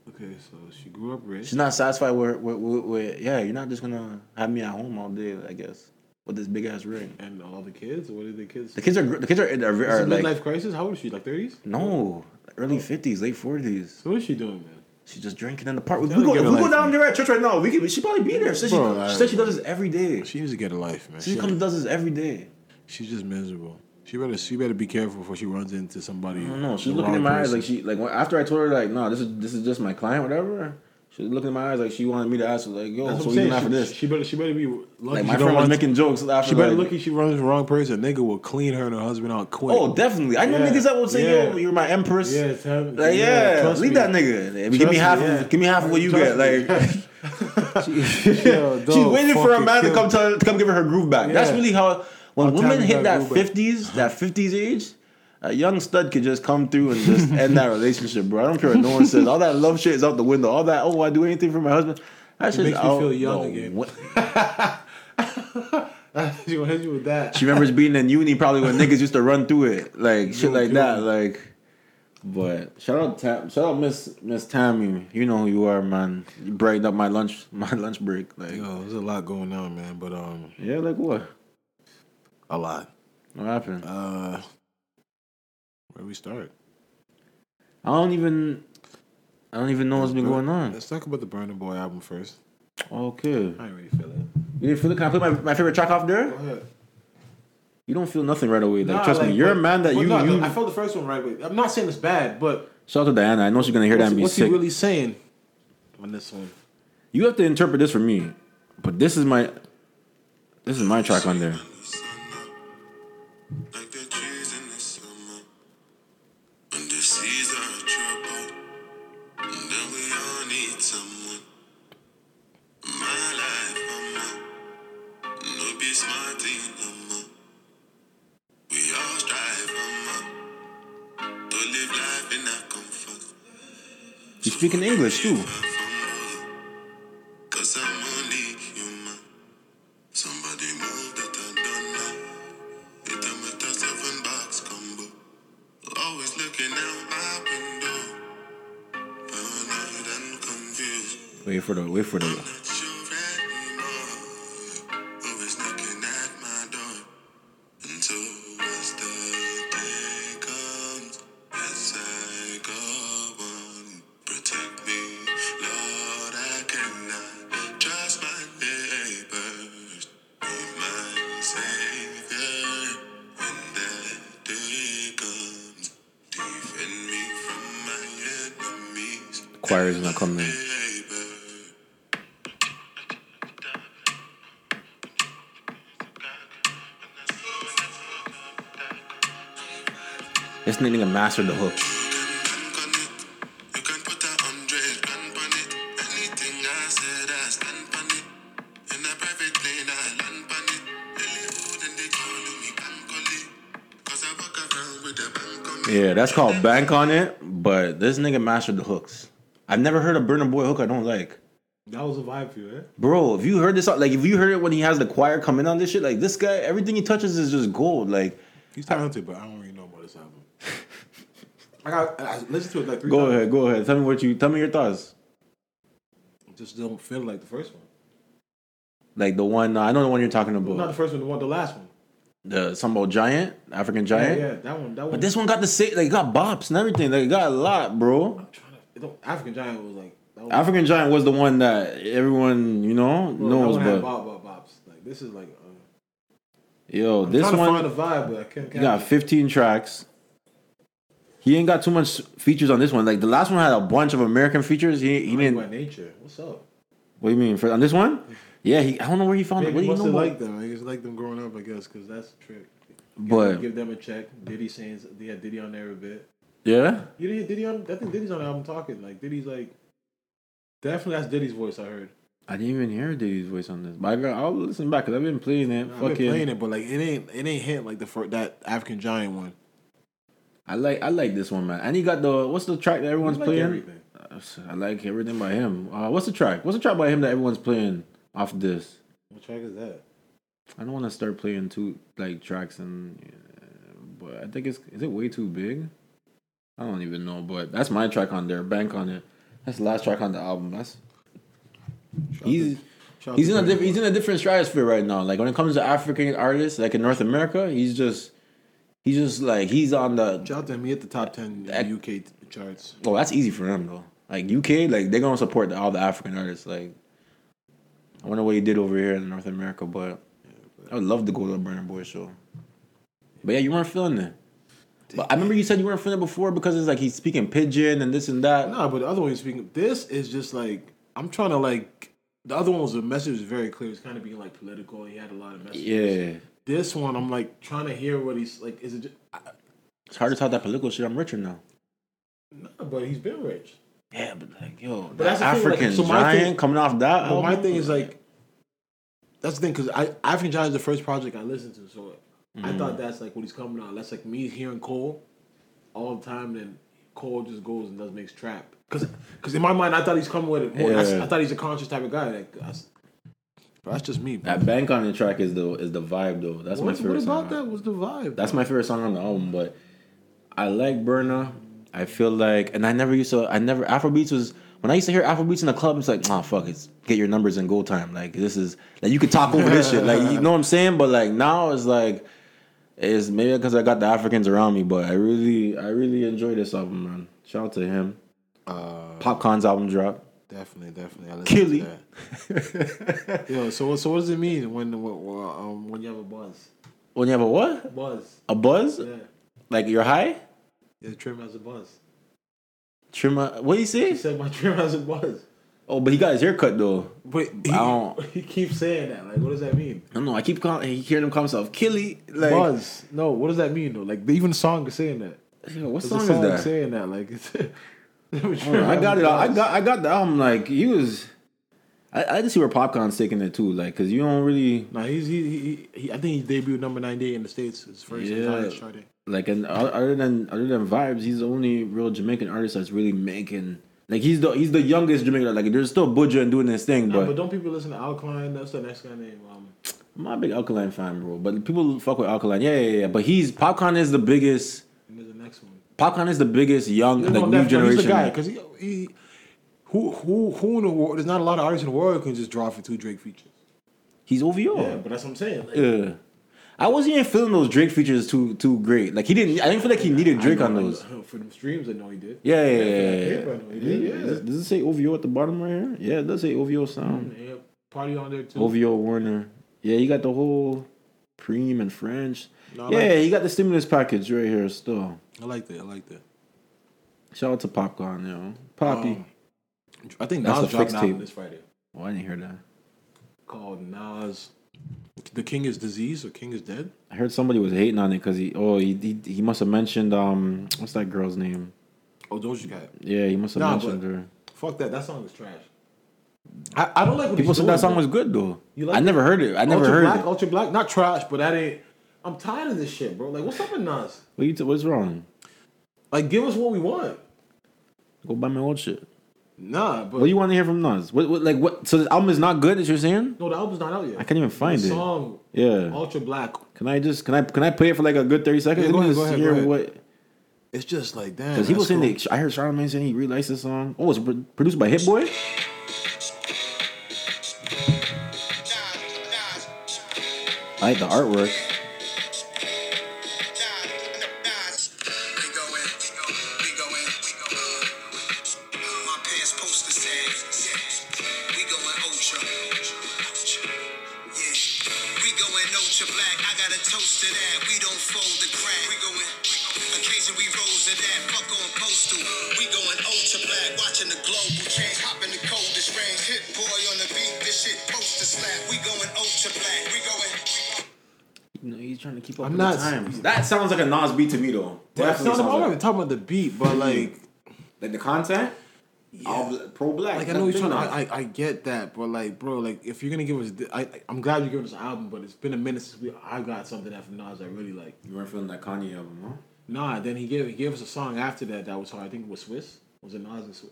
B: Okay, so she grew up rich.
C: she's not satisfied with, with, with, with yeah. You're not just gonna have me at home all day. I guess with this big ass ring.
B: And all the kids? What are the kids?
C: The kids are gr- the kids are, are,
B: It's a
C: are
B: midlife Oh.
C: like
B: crisis? How old is she? Like 30s?
C: no early fifties, late forties.
B: So what is she doing, man?
C: She's just drinking in the park. If
B: Tell her
C: we go,
B: to
C: if
B: get
C: we
B: her
C: go
B: life, man.
C: down there at church right now. We could, she probably be there. She said she,
B: Bro,
C: she said she
B: I-
C: does this every day. She,
B: She needs to get a life, man.
C: comes and does this every day.
B: she's just miserable. She better she better be careful before she runs into somebody.
C: I don't know. She's looking in my eyes like she like when, after I told her like, no, this is this is just my client, whatever. She was looking in my eyes like she wanted me to ask her, like, yo,
B: That's
C: so
B: what
C: even
B: I'm
C: after
B: saying. She,
C: this.
B: she better she better be lucky.
C: like,
B: she
C: my
B: don't
C: friend was
B: run-
C: making jokes after
B: She better
C: like,
B: lucky she runs the wrong person. Nigga will clean her in her husband out quick.
C: Oh, definitely. I know
B: Yeah.
C: niggas that will say, yo,
B: Yeah.
C: you're my empress.
B: yeah, it's him.
C: Like, yeah,
B: trust
C: leave
B: me.
C: that nigga. give
B: Trust
C: me
B: me,
C: half.
B: yeah.
C: Give me half of what you
B: Trust me.
C: get. Like,
B: Yo,
C: She's
B: dog,
C: waiting for a
B: fucking
C: man to
B: kill
C: come
B: me.
C: tell, to come give her her groove back. That's
B: Yeah.
C: really how when
B: I'll tell
C: women
B: you that
C: hit that
B: groove back.
C: fifties, that fifties age, a young stud could just come through and just end that relationship, bro. I don't care what no one says. All that love shit is out the window. All that oh I do anything for my husband. That shit
B: makes me
C: out
B: feel young
C: the
B: again.
C: win-
B: she gonna hit you with that.
C: She remembers being in uni probably when niggas used to run through it, like shit
B: Yo,
C: like
B: yo.
C: that, like. But shout out Tam, shout out Miss Miss Tammy. You know who you are, man. You brightened up my lunch my lunch break, like
B: Yo, there's a lot going on, man. But um,
C: yeah, like what?
B: a lot.
C: What happened?
B: Uh, where do we start?
C: I don't even. I don't even know what's been going on.
B: Let's talk about the Burner Boy album first.
C: Okay. You
B: I ain't really feel it.
C: didn't feel it? Can I play my, my favorite track off there? You don't feel nothing right away. Like,
B: Nah,
C: trust me,
B: like,
C: you're a
B: but-
C: man that
B: but
C: you.
B: no,
C: you
B: I felt the first one right away. I'm not saying it's bad, but
C: shout out to Diana. I know she's gonna hear that
B: what's,
C: and be
B: what's he
C: sick.
B: really saying on this one?
C: you have to interpret this for me, but this is my. This is my track on there.
F: Like the trees in the summer. And the seas are a trouble. And then we all need someone. My life, mama. No be smart in mama. We all strive, mama. To live life in our comfort.
C: He's speaking English too.
F: Far from home. Cause I'm only human. Somebody move that I don't know. It a matter seven box combo. Always looking out my window. Paranoid and confused.
C: Wait for the. Wait for the.
F: Not sure anymore. Always knocking at my door. Until as the day comes, as I go on, protect me, Lord. I cannot trust my neighbors. Be my savior when that day comes. Defend me from my enemies.
C: Choir is not coming in.
F: Neighbor.
C: This nigga mastered the hook.
F: You can put a hundred grand on it. Anything I said, I stand on it. In a private plane, I land on it. Hollywood and they call me Bankole. Cause I walk around with a bank on me.
C: Yeah, that's called bank on it. But this nigga mastered the hooks. I've never heard a burner boy hook I don't like.
B: That was a vibe for you, eh?
C: Bro, if you heard this, like if you heard it when he has the choir come in on this shit, like this guy, everything he touches is just gold. Like,
B: He's talented, but I don't really know about this album. I got I listened to it like three
C: go
B: times.
C: ahead, go ahead. Tell me what you, tell me your thoughts.
B: Just don't feel like the first one.
C: Like the one, I know the one you're talking
B: Not the
C: about.
B: first one, the one, the last one.
C: The something about giant, African
B: Yeah,
C: giant.
B: yeah, that one. That one.
C: But this one got the same, like it got bops and everything. Like it got a lot, bro.
B: I'm trying to, it don't- African Giant was like that one,
C: African giant was the one that everyone, you know,
B: bro,
C: knows.
B: That one had
C: But
B: bop, bop, bops. Like this is like uh,
C: yo,
B: I'm
C: this
B: trying
C: one,
B: to find a vibe, but I can't.
C: he got 15 tracks. He ain't got too much features on this one. Like the last one had a bunch of American features. He, he didn't.
B: by nature. What's up?
C: What do you mean for on this one? Yeah, he, I don't know where he found
B: Maybe
C: it. What
B: must
C: do you know?
B: have
C: about-
B: liked them. I guess like them growing up. I guess because that's the trick. Give-
C: But-
B: give them a check. Diddy sings. They had Diddy on there a bit.
C: yeah,
B: You didn't hear Diddy on. I think Diddy's on the album talking. Like Diddy's like definitely that's Diddy's voice. I heard.
C: I didn't even hear Diddy's voice on this. But I got, I'll listen back because I've been playing it.
B: I've been
C: Fucking,
B: playing it, but like it ain't it ain't hit like the fir- that African Giant one.
C: I like I like this one, man. And he got the what's the track that everyone's
B: Like
C: playing?
B: everything.
C: I like everything by him. Uh, what's the track? What's the track by him that everyone's playing off this?
B: What track is that?
C: I don't want to start playing two like tracks and, uh, but I think it's is it way too big. I don't even know, but that's my track on there. Bank on it. That's the last track on the album. That's he's
B: Shout out
C: he's
B: to
C: in a
B: Burna
C: diff- he's in a different stratosphere right now. Like when it comes to African artists, like in North America, he's just he's just like he's on the
B: Shout out to him. He hit the top ten
C: That-
B: UK t- charts.
C: oh that's easy for them though. Like UK, like they're gonna support all the African artists. Like I wonder what he did over here in North America, but I would love to go to a Burner Boy show. But yeah, you weren't feeling it. But I remember you said you weren't feeling it before because it's like he's speaking pigeon and this and that.
B: No, but the other one he's speaking. This is just like I'm trying to like. The other one was the message was very clear. It's kind of being like political. He had a lot of messages.
C: Yeah.
B: This one, I'm like trying to hear what he's like. Is it? Just,
C: It's hard to talk that political shit. I'm richer now.
B: no, but he's been rich.
C: Yeah, but like, yo,
B: But that's the thing, like,
C: African
B: so my
C: giant
B: thing-
C: coming off that.
B: But my
C: album?
B: thing is like, that's the thing because I African Giant is the first project I listened to, so I thought
C: Mm.
B: that's like what he's coming on. That's like me hearing Cole all the time, then Cole just goes and does makes trap. Cause, Cause in my mind I thought he's coming with it. More. I s- I,
C: Yeah.
B: thought he's a conscious type of guy. Like, I s- bro, that's just me. Bro.
C: that bank on the track is the is the vibe though. That's my
B: What,
C: favorite
B: what
C: song.
B: about that was the vibe?
C: That's my favorite song on the album, but I like Burna. I feel like, and I never used to. I never Afrobeats was when I used to hear Afrobeats in the club. It's like, ah, fuck, it's get your numbers in go time. Like this is like you could talk over this shit. Like you know what I'm saying. But like now it's like it's maybe because I got the Africans around me. But I really, I really enjoy this album, man. Shout out to him. Popcorn's album drop.
B: definitely, definitely. I listened
C: Killy.
B: Yo, so what- so what does it mean when when, um, when you have a buzz?
C: When you have a what?
B: Buzz,
C: A buzz?
B: yeah.
C: Like you're high?
B: Yeah, trim has a buzz.
C: Trimmer? What do you
B: He
C: say?
B: said my trim has a buzz.
C: Oh, but he got his haircut though.
B: But he,
C: I don't-
B: he keeps saying that. Like, what does that mean?
C: I don't know. I keep calling, he hearing him call himself Killy. Like,
B: Buzz. No, what does that mean though? Like, even the song is saying that.
C: Yo, what
B: There's
C: song
B: a
C: is
B: song
C: that?
B: saying that. Like, it's.
C: I don't know. I got it. I got. I got the album. Like he was. I, I just see where Popcorn's taking it too. Like, cause you don't really
B: No, he's he, he, he. I think he debuted number ninety eight in the states. His first his
C: Yeah.
B: highest charting.
C: like, and o- other than other than vibes, he's the only real Jamaican artist that's really making. Like he's the he's the youngest Jamaican. Like there's still Budja and doing his thing,
B: Nah,
C: but,
B: but don't people listen to Alkaline? That's the next guy name. Um,
C: I'm not a big Alkaline fan, bro. But people fuck with Alkaline. Yeah, yeah, yeah. But he's Popcorn is the biggest.
B: and there's the next one.
C: Popcorn is the biggest young like
B: No,
C: new
B: that's- no,
C: generation.
B: He's the guy because he, he. Who who who in the world? There's not a lot of artists in the world who can just draw for two Drake features.
C: He's OVO.
B: Yeah, but that's what I'm saying. Like,
C: Yeah. I wasn't even feeling those Drake features too too great. Like he didn't. I didn't feel like he needed Drake
B: I
C: on
B: know-
C: those.
B: for the streams. I know he did.
C: Yeah, yeah,
B: for
C: yeah.
B: that
C: yeah,
B: paper, I know he
C: yeah.
B: did, yeah.
C: Does, does it say OVO at the bottom right here? Yeah, it does say OVO sound.
B: Yeah, party on there too.
C: OVO Warner. Yeah, you got the whole Preem and French.
B: No, I
C: yeah,
B: like-
C: you got the stimulus package right here still.
B: I like that. I like that.
C: Shout out to Popcorn, yo. Poppy.
B: Um, I think
C: That's
B: Nas
C: a
B: dropped an
C: fixtape.
B: album this Friday
C: oh, I didn't hear that.
B: called Nas. The King is Disease or King is Dead.
C: I heard somebody was hating on it because he. Oh, he he, he must have mentioned um. What's that girl's name?
B: Oh, Doja Cat.
C: Yeah, he must have
B: Nah,
C: mentioned
B: but-
C: her.
B: Fuck that. That song is trash. I, I don't like what
C: People
B: he's
C: said
B: doing,
C: that song
B: bro.
C: was good though.
B: You like
C: I
B: it?
C: never heard it. I never
B: Ultra
C: heard
B: Black,
C: it.
B: Ultra Black, not trash, but that ain't. I'm tired of this shit, bro. Like, what's up with Nas?
C: What you t- what's wrong?
B: Like, give us what we want.
C: Go buy my old shit.
B: Nah, but
C: What do you want to hear from Nas? What, what like what? So the album is not good. That you're saying?
B: no, the album's not out yet.
C: I can't even find
B: the
C: it.
B: Song
C: Yeah.
B: Ultra Black.
C: Can I just can I can I play it for like a good thirty seconds?
B: Yeah, go
C: Let me
B: ahead, go
C: just
B: ahead,
C: hear
B: go ahead.
C: what.
B: It's just like damn.
C: Because he was
B: that's
C: saying
B: cool.
C: that I heard Charlamagne saying he realized this song. Oh, it's pro- produced by Hit Boy. I like the artwork.
G: Hit boy on the beat, this shit poster slap. We going ultra black. We going.
C: You know, he's trying to keep up
B: I'm
C: with
B: not-
C: the times. That sounds like a Nas beat to me though.
B: That's not.
C: Definitely
B: I'm
C: sounds
B: not
C: like,
B: even talking about the beat, but like.
C: like the content. all pro black.
B: Like I know you're trying. To, I, I I get that, but like, bro, like if you're gonna give us, th- I I- I'm glad you're giving us an album, but it's been a minute since we I got something that from Nas I really like.
C: You weren't feeling that Kanye album, huh?
B: Nah, then he gave he gave us a song after that that was hard. I think it was Swiss. Was it Nas and Swiss?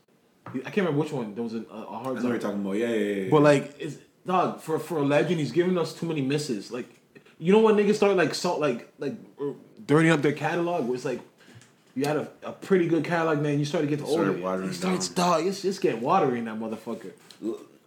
B: I can't remember which one. There was a, a a hard.
C: That's what you're talking about. Yeah, yeah, yeah.
B: But like, it's dog for for a legend. He's giving us too many misses. Like, you know when niggas start like salt like like er, dirtying up their catalog. Where it's like you had a, a pretty good catalog, then you start to get the
C: started
B: older.
C: watering
B: It starts dog. It's it's getting watery in that motherfucker.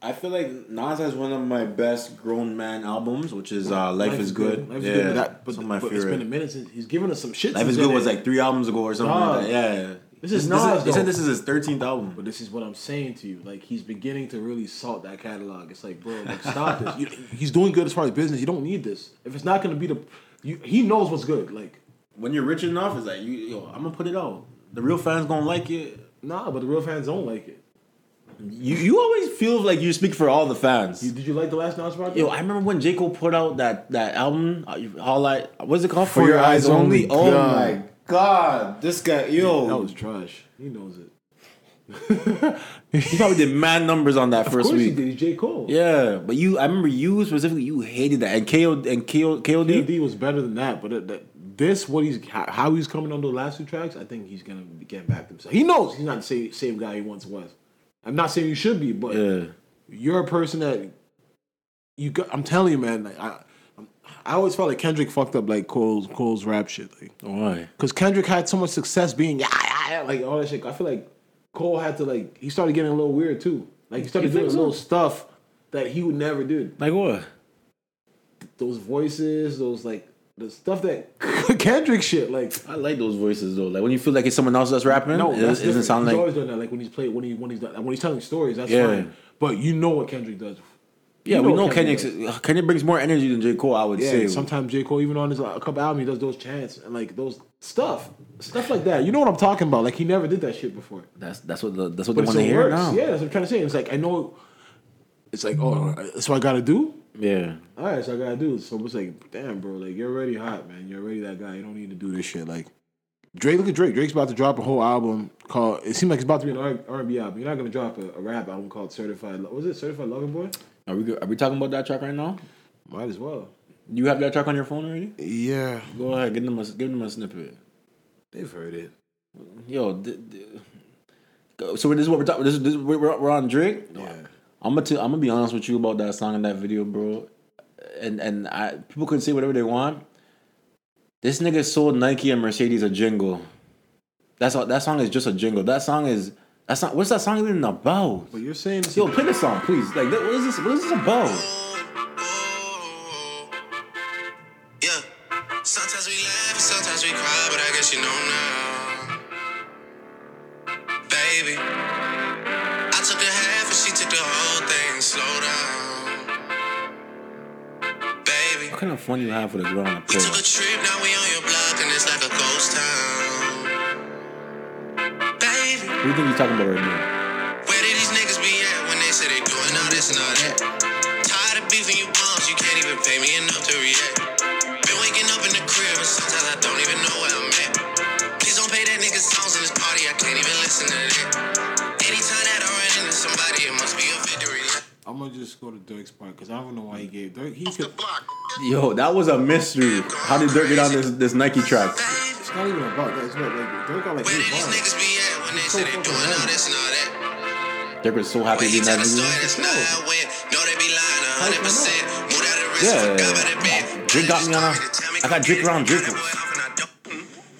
C: I feel like Nas has one of my best grown man albums, which is uh, Life, is Good.
B: Life
C: yeah,
B: is good. But, that, but,
C: some of my
B: but it's
C: favorite.
B: been a minute since he's given us some shit.
C: Life
B: since
C: is Good
B: then.
C: was like three albums ago or something like that.
B: Dog.
C: Yeah.
B: This is
C: this
B: Nas,
C: They said
B: though.
C: this is his thirteenth album.
B: But this is what I'm saying to you. Like he's beginning to really salt that catalog. It's like, bro, like, stop this. You, he's doing good as far as business. You don't need this. If it's not gonna be the, you, he knows what's good. Like
C: when you're rich enough, it's like you, yo, I'm gonna put it out. The real fans gonna like it.
B: Nah, but the real fans don't like it.
C: You you always feel like you speak for all the fans.
B: Did you like the last Nas project?
C: Yo, I remember when J. Cole put out that that album, uh, all I what's it called? For, Your Eyes, Only. Oh
B: God.
C: my god, this guy, yo,
B: that was trash. He knows it.
C: he probably did mad numbers on that
B: Of
C: first
B: course
C: week.
B: he did. He's J Cole.
C: Yeah, but you, I remember you specifically, you hated that, and KO and KO, KOD.
B: KD was better than that, but it- that- this what he's how how he's coming on the last two tracks. I think he's gonna get back to himself. He knows he's not the same, same guy he once was. I'm not saying you should be, but
C: Yeah,
B: you're a person that you. Got, I'm telling you, man. Like I, I'm- I always felt like Kendrick fucked up like Cole's Cole's rap shit. Like
C: why?
B: Because Kendrick had so much success being yeah, yeah, yeah, like all that shit. I feel like Cole had to like he started getting a little weird too. Like he started
C: You
B: doing
C: think so?
B: little stuff that he would never do.
C: Like what?
B: Those voices, those like the stuff that Kendrick shit. Like
C: I like those voices though. Like when you feel like it's someone else that's rapping,
B: no,
C: it
B: that's
C: doesn't
B: different.
C: sound
B: he's
C: like
B: always doing that. Like when he's playing, when he when he's when he's telling stories, that's
C: Yeah.
B: fine. But you know what Kendrick does.
C: yeah.
B: you
C: we
B: know
C: know
B: what
C: Kendrick. Kendrick brings more energy than J Cole. I would
B: Yeah,
C: say.
B: sometimes J. Cole, even on his uh, couple album, he does those chants and like those stuff, stuff like that. You know what I'm talking about? Like he never did that shit before.
C: that's that's what the, that's what
B: But
C: they
B: it
C: want to
B: still
C: hear
B: works.
C: now.
B: Yeah, that's what I'm trying to say. It's like I know. It's like oh, that's what I gotta do.
C: yeah.
B: All right, so I gotta do. So it's like, damn, bro, like you're already hot, man. You're already that guy. You don't need to do this shit. Like Drake, look at Drake. Drake's about to drop a whole album called. It seems like it's about to be an R and B album. You're not gonna drop a, a rap album called Certified. Lo- Was it Certified Lover Boy?
C: Are we are we talking about that track right now?
B: Might as well.
C: You have that track on your phone already?
B: Yeah,
C: Go ahead, give them a give them a snippet.
B: they've heard it.
C: Yo, d- d- go- so this is what we're talking. This, is- this is- we're, we're on Drake.
B: Yeah.
C: I'm gonna t- I'm gonna be honest with you about that song and that video, bro. And and I people can say whatever they want. This nigga sold Nike and Mercedes a jingle. That's all. That song is just a jingle. That song is that's not. What's that song even about?
B: But you're saying this
C: Yo, play the song, please. Like, that- what is this? What is this about?
F: Oh, Yeah. Sometimes we laugh, and sometimes we cry, but I guess you know now. Baby, I took the half and she took the whole thing. Slow down. Baby,
C: What kind of fun you have with a girl on a
F: we took
C: pillow?
F: a trip, now we on your block, and it's like a ghost town. Baby.
C: What do you think he's talking about right now?
F: Where did these niggas be at when they say they doing all this and all that? Tired of beefing you bums, you can't even pay me enough to react. Been waking up in the crib and sometimes I don't even know where I'm at. Please don't pay that nigga songs in this party, I can't even listen to that. Anytime that I run into somebody, it must be a victory lap.
B: I'm gonna just go to Drake's part because I don't know why he gave Dirk. He's good.
C: Yo, that was a mystery. How did Dirk get on this this Nike track?
F: Baby,
B: It's not even about that. It's not like Dirk got like
F: Where
B: eight
F: did these
B: bars.
F: niggas be at when they say they doing all this and all that?
C: Dirk was so happy
F: When
C: to be in
F: he tell
C: that
F: the
C: video.
F: story, that's not how it went. No, they be lying a hundred percent. Moved out of risk,
C: Yeah.
F: forgot about it, man.
C: Drake got me on a- I got Drake around Drake.
F: What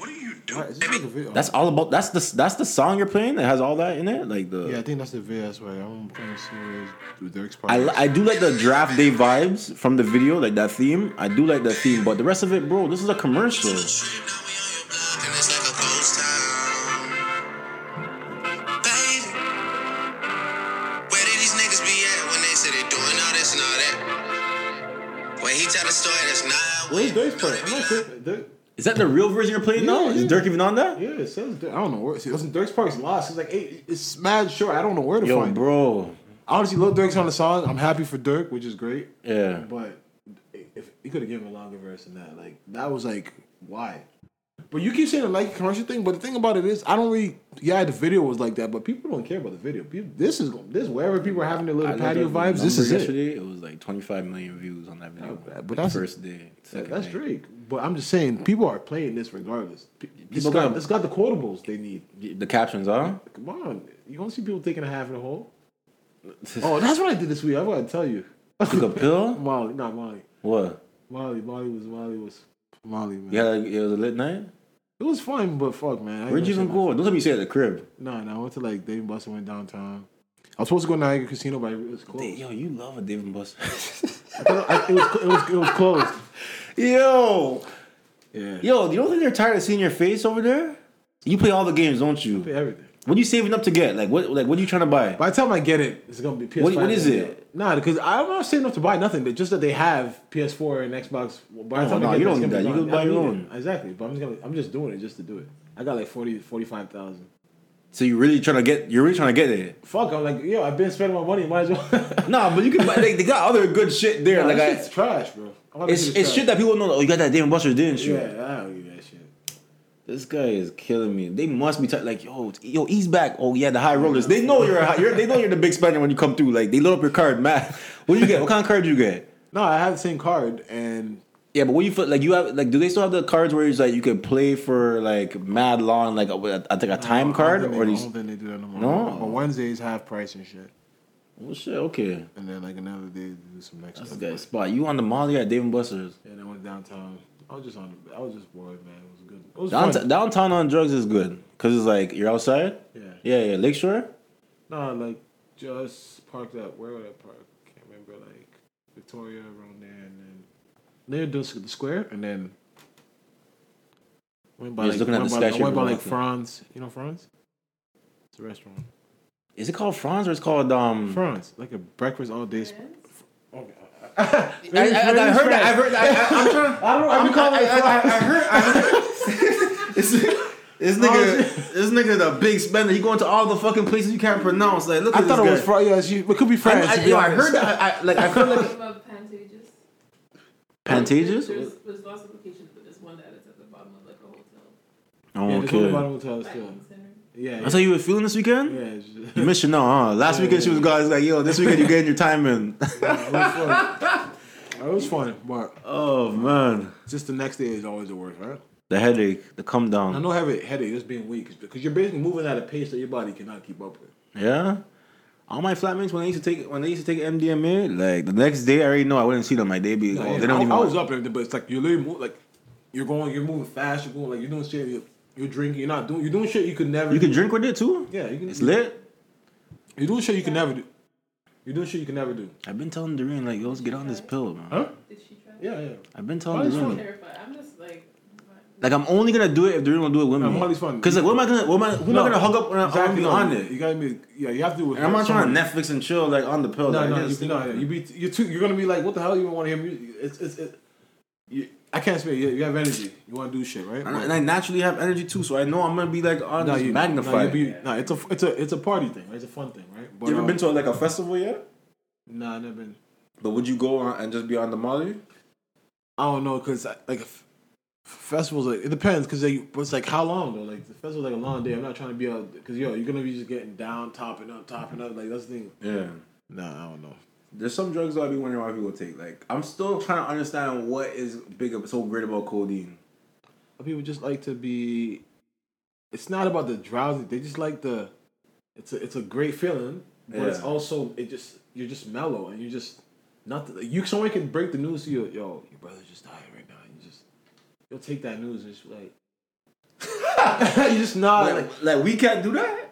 F: are you
B: All
F: doing?
B: right, is this oh, like a video?
C: That's all about. That's the that's the song you're playing that has all that in it. Like the
B: Yeah, I think that's the video. That's right. I'm trying to see where it's- with Dirk's part.
C: I,
B: is.
C: li- I do like the draft day vibes from the video, like that theme. I do like that theme, but the rest of it, bro, this is a commercial.
F: Trip, now we on your block, and it's like a ghost town. Baby, where did these niggas be at when they say they doing all this and all that? When he tell the story, that's not how it
B: Where's
F: went.
B: Dirk's
F: No,
B: part?
F: they
B: I'm
F: be
B: not
F: lying.
B: sure. Dirk.
C: Is that the real version you're playing now?
B: Yeah,
C: Is
B: yeah.
C: Dirk even on that?
B: Yeah, it says Dirk. I don't know where it says. Dirk's part's lost. It's like eight. It's mad short. I don't know where to
C: Yo,
B: find. it.
C: bro.
B: Honestly, Lil Dirk's on the song. I'm happy for Dirk, which is great.
C: Yeah.
B: But if he could have given a longer verse than that, like that was like why. But you keep saying the Nike commercial thing, but the thing about it is, I don't really. Yeah, the video was like that, but people don't care about the video. People, this is this wherever people are having their
C: I
B: little
C: looked
B: patio
C: at the
B: vibes. This is
C: number
B: it.
C: yesterday, it. was like 25 million views on that video.
B: bad, but
C: The
B: that's-
C: first day.
B: That-
C: second
B: That's
C: day.
B: Drake. But I'm just saying, people are playing this regardless. Pe- It's
C: People
B: got,
C: gonna-
B: it's got the quotables they need.
C: The captions, huh?
B: Come on, you don't see people taking a half and a whole. Oh, that's what I did this week. I gotta tell you,
C: Took a pill?
B: Molly, not Molly.
C: What?
B: Molly, Molly was Molly was Molly man.
C: Yeah, like, it was a lit night?
B: it was fun, but fuck man. I
C: Where'd you even go? Don't let me say at the crib.
B: No, no, I went to like Dave and Buster went downtown. I was supposed to go to Niagara Casino, but it was closed.
C: Yo, you love a Dave and Buster.
B: I thought I- it, was, it was it was closed.
C: Yo,
B: Yeah,
C: yo, you don't think they're tired of seeing your face over there? You play all the games, don't you?
B: Pay everything.
C: What are you saving up to get? Like what? Like what are you trying to buy?
B: By the time I get it, it's gonna be PS5.
C: What- what is
B: and-
C: it?
B: Nah, because I'm not saving up to buy nothing. But just that they have PS4 and Xbox. By the
C: No,
B: time I
C: no,
B: get
C: Oh, you
B: it, it's
C: don't need
B: gonna be
C: that. You
B: gone.
C: can buy
B: I don't
C: your
B: need it. Exactly, but I'm just gonna, I'm just doing it just to do it. I got like 40, 45,000.
C: So you really trying to get you're really trying to get it.
B: Fuck, I'm like, yo, I've been spending my money. Might as well.
C: No, but you can. buy- like, they got other good shit there.
B: Yeah,
C: like
B: that
C: I,
B: shit's trash, bro. I'm not
C: it's
B: making it
C: it's shit
B: trash.
C: that people know. Like, oh, you got that damn Buster, didn't you?
B: yeah, I don't give that shit.
C: This guy is killing me. They must be t- like, yo, t- yo, he's back. Oh yeah, the high rollers. They know you're, a high, you're they know you're the big spender when you come through. Like they load up your card, Matt. What do you get? What kind of card do you get?
B: No, I have the same card, and
C: Yeah, but what you feel like you have like do they still have the cards where it's like you could play for like mad long like a- I think a time card or
B: do
C: these
B: Then they do that no more.
C: No.
B: but Wednesdays half price and shit,
C: oh shit okay
B: and then like another day they do some next.
C: that's a
B: stuff.
C: good spot you on the mall you at Dave and Buster's
B: And I went downtown. I was just on. I was just bored, man. It was good. It was
C: Downt-
B: fun.
C: downtown on drugs is good because it's like you're outside
B: Yeah.
C: yeah yeah Lakeshore
B: No, like just parked up. Where would I park? Can't remember. Like Victoria around there, and then near the the square, and then went by
C: You're just
B: like,
C: looking at
B: went
C: the
B: by, I
C: statue
B: went by
C: of
B: like
C: Malaki.
B: Franz. You know Franz? It's a restaurant.
C: is it called Franz or it's called um
B: Franz, like a breakfast all day. Sp-
C: I, I, I, I heard that I heard that I, I'm trying
B: I don't know. I've been calling it Franz.
C: This, this
B: Oh,
C: nigga, this nigga, the big spender. He going to all the fucking places you can't pronounce. Like, look
B: I
C: at this
B: thought it was
C: guy.
B: Franz. Yeah, it's you- it could be Franz.
C: I, I,
B: to be
C: yo, I
B: honest.
C: heard that. I, I, like, I feel like
D: Of Pantages.
C: Pantages.
D: There's, there's lots of locations, but there's one that is at the bottom of like a hotel.
B: Yeah,
C: Oh,
B: there's one
C: okay.
B: about hotels
D: Like,
B: too.
D: in the center.
B: Yeah.
C: That's how you were feeling this weekend.
B: Yeah. it's just-
C: You missed your no, huh? Last weekend she was gone. It's like, yo, this weekend you getting your time in.
B: It was fun. It was fun, but
C: oh man,
B: just the next day is always the worst, right?
C: the headache, the come
B: I
C: down.
B: know having a headache just being weak is because you're basically moving at a pace that your body cannot keep up with.
C: Yeah. All my flatmates when they used to take when they used to take MDMA, like the next day I already know I wouldn't see them. My day be, oh,
B: Like,
C: they don't
B: I,
C: even.
B: I was up and everything, but it's like you're literally move, like you're going, you're moving fast, you're going like you're doing shit, you're, you're drinking, you're not doing, you're doing shit you could never.
C: you
B: do.
C: can drink with it too.
B: Yeah, you can.
C: It's lit.
B: You're doing shit you can never do. You're doing shit you can never do.
C: I've been telling Doreen like, yo, let's get on this pill, man.
B: Huh?
D: Did she try?
B: Yeah, yeah.
C: I've been
B: Why
C: telling
B: is
C: Doreen.
B: one-
D: Terrified. I'm just like.
C: Like I'm only gonna do it if Doreen will do it with
B: Yeah,
C: me.
B: Molly's fun.
C: Cause like, what am I gonna? What am I? Who am I
B: No.
C: gonna hug up when I'm
B: Exactly.
C: exactly on it?
B: You gotta be. Yeah, you have to. do it
C: And I'm not trying
B: someone-
C: to Netflix and chill like on the pill.
B: No,
C: like,
B: no,
C: I
B: you,
C: just-
B: no, you be you're too. You're gonna be like, what the hell? You want to hear music? It's it's. It, you, I can't speak. You, you have energy. You want to do shit, right?
C: And I, and I naturally have energy too, so I know I'm gonna be like on
B: no,
C: this
B: you No,
C: magnified.
B: you be, no, it's a it's a it's a party thing. Right? It's a fun thing, right? But,
C: you ever
B: um,
C: been to like a festival yet?
B: No, nah, I never been.
C: But would you go on and just be on the Molly?
B: I don't know, cause I- like f- festivals, like it depends, cause they but it's like how long though? Like the festival's like a long day. I'm not trying to be out, cause yo, you're gonna be just getting down, topping up, topping up. Like that's the thing.
C: Yeah.
B: Nah, I don't know.
C: There's some drugs that I'd be wondering why people take. Like I'm still trying to understand what is big up so great about codeine.
B: People just like to be. It's not about the drowsy. They just like the. It's a it's a great feeling, but it's
C: Yeah.
B: also it just you're just mellow and you're just nothing. You someone can break the news to you. Yo, your brother just died right now. You just you'll take that news and just be like. you just not like,
C: Like, like we can't do that.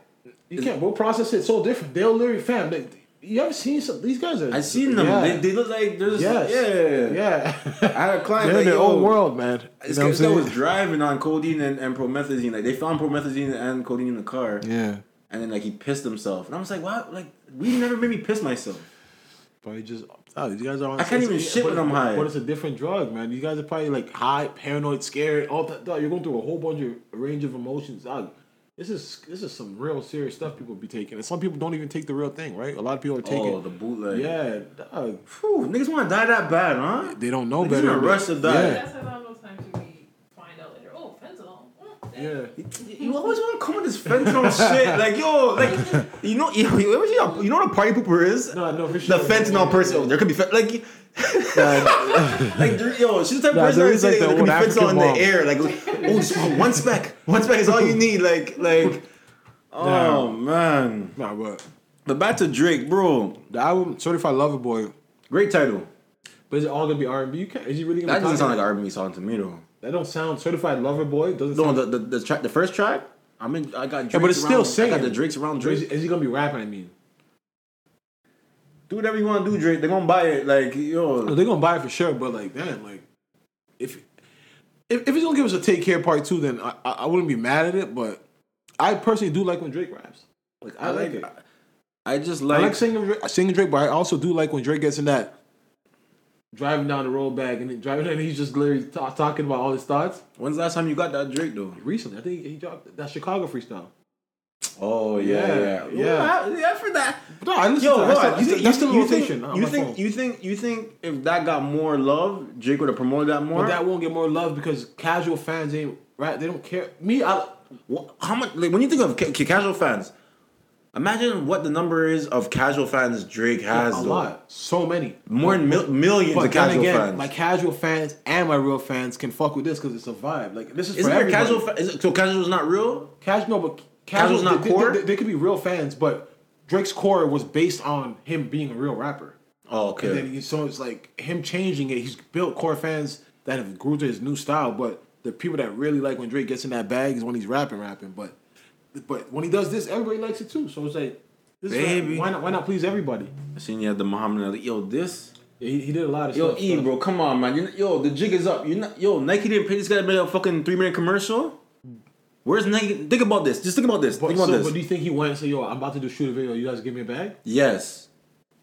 B: you can't. We'll process it so different. They'll literally fam. They, you ever seen some? These guys are.
C: I seen them.
B: Yeah.
C: They, they look like there's
B: yes.
C: yeah
B: Yeah.
C: I had a client
B: They're
C: like,
B: in their
C: yo,
B: own world, man. You
C: This
B: know what
C: guy
B: I'm saying?
C: was driving on codeine and, and promethazine. Like they found promethazine and codeine in the car,
B: yeah.
C: and then like he pissed himself. And I was like, "Why? Like we never made me piss myself."
B: Probably just oh, these guys are. On,
C: I can't even
B: it's-
C: shit
B: but-
C: when I'm high.
B: But it's a different drug, man. You guys are probably like high, paranoid, scared. All that. dog, You're going through a whole bunch of range of emotions. Dog, this is this is some real serious stuff people be taking, and some people don't even take the real thing, right? A lot of people are taking.
C: Oh, the bootleg.
B: yeah, dog,
C: Phew, niggas want to die that bad, huh?
B: they don't know
C: Niggas
B: better.
C: in a
B: but-
C: rush to die.
B: Yeah.
D: That's how long those times we find out later. Oh, fentanyl. Mm, eh.
B: Yeah.
C: You always want to come with this fentanyl shit. Like yo, like you know, you, you, ever see a- you know what a party pooper is?
B: No, no, for
C: The
B: sure.
C: fentanyl person. Oh, there could be fent- like. like there- yo, she's the type of
B: Nah,
C: person
B: there
C: that
B: is, like,
C: say like,
B: the
C: there could
B: old
C: be fentanyl
B: African
C: in the air. Like, oh, just want one speck, one speck is all you need. Like, like. Oh man!
B: Nah, but
C: But back to Drake, bro.
B: the album Certified Lover Boy,
C: Great title.
B: but is it all gonna be R and B? You can't. Is he really gonna?
C: That
B: be
C: doesn't sound like
B: talking-
C: an R&B song to me though.
B: That don't sound Certified Lover Boy. Doesn't.
C: No,
B: sound,
C: the the, the, track, the first track. I mean, I got Drake's
B: yeah, but it's
C: around,
B: still singing.
C: I got the Drake's around
B: Is,
C: Drake.
B: is he gonna be rapping? I mean.
C: Do whatever you want to do, Drake. They're gonna buy it. Like
B: No,
C: yo,
B: they're gonna buy it for sure, but like, damn, like, if if, if it's gonna give us a Take Care Part Two, then I, I I wouldn't be mad at it. But I personally do like when Drake raps. Like, I, like, it.
C: I just
B: I
C: like,
B: like singing Dra- singing Drake, but I also do like when Drake gets in that driving down the road bag and then driving and he's just literally ta talking about all his thoughts.
C: When's the last time you got that Drake though?
B: Recently, I think he dropped that Chicago freestyle.
C: Oh yeah,
B: Yeah,
C: yeah.
B: yeah.
C: Wow, yeah, for that.
B: No, I listen
C: Yo,
B: to that.
C: bro,
B: That's
C: you
B: the-
C: think,
B: that's the
C: you
B: rotation
C: think
B: on
C: you
B: my
C: think
B: phone.
C: you think you think if that got more love, Drake would have promoted that more.
B: But that won't get more love because casual fans ain't right. They don't care. Me, I
C: Wha- how much? Like, when you think of ca- ca- casual fans, imagine what the number is of casual fans Drake has.
B: a
C: though.
B: lot, so many.
C: More than mil- millions
B: But
C: of
B: then
C: casual
B: again,
C: fans.
B: my casual fans and my real fans can fuck with this because it's a vibe. Like this is
C: Isn't
B: for
C: there
B: everybody.
C: casual? Fa- is it, so casual's not real.
B: Casual, but
C: Casual's
B: casual,
C: not
B: they,
C: core?
B: They, they- they could be real fans, but Drake's core was based on him being a real rapper.
C: Oh,
B: And
C: okay.
B: then he, so it's like him changing it. He's built core fans that have grew to his new style, but the people that really like when Drake gets in that bag is when he's rapping, rapping. But but when he does this, everybody likes it too. So it's like, this is-
C: Baby.
B: why not? Why not please everybody?
C: I seen you had the Muhammad Ali. Yo, this.
B: Yeah, he, he did a lot of
C: Yo,
B: stuff.
C: E,
B: so-
C: bro, come on, man. You, yo, the jig is up. You not, yo, Nike didn't pay this guy to make a fucking three minute commercial. Where's Nike? Think about this. Just think about this.
B: But,
C: think about
B: so,
C: this.
B: but do you think he went and said, "Yo, I'm about to do shoot a video. You guys give me a bag"?
C: yes,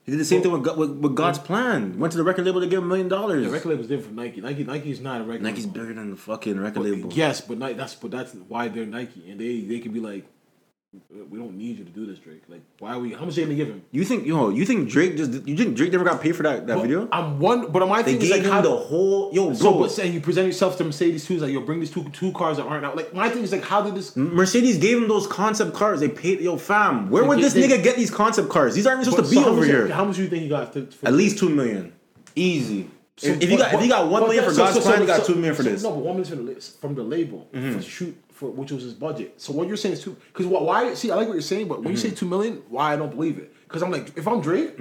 C: he did the same thing with, God, with, with God's plan. Went to the record label to give him a million dollars.
B: The record label's different from Nike. Nike, Nike's not a record.
C: Nike's
B: label.
C: bigger than the fucking
B: But-
C: record label.
B: Yes, but Nike, that's but that's why they're Nike, and they they could be like, "We don't need you to do this, Drake. Like, why are we? How much they gonna give him?"
C: You think yo? You think Drake just? You think Drake never got paid for that, that
B: But
C: video?
B: I'm one, but my
C: They
B: thing is
C: gave
B: like
C: him
B: how
C: the whole yo, bro.
B: So, but saying you present yourself to Mercedes too, is like yo, bring these two two cars that aren't out. Like my thing is like, how did this?
C: Mm-hmm. Mercedes gave him those concept cars. They paid yo fam. Where
B: They
C: would
B: get-
C: this
B: they-
C: nigga get these concept cars? These aren't even
B: but
C: supposed
B: so
C: to be
B: how
C: over
B: much-
C: here.
B: How much do you think he got? To, for
C: At least two million, easy.
B: So,
C: if, if you
B: but-
C: got if you got one
B: but
C: million
B: that-
C: for
B: so-
C: God's
B: so- so-
C: plan, you got
B: so-
C: two million for
B: so-
C: this. Mm-hmm.
B: No, but one million from the, la- from the label for shoot for which was his budget. So what you're saying is two. Because why, See, I like what you're saying, but when you say
C: Mm-hmm.
B: two million, why I don't believe it? Because I'm like, if I'm Drake,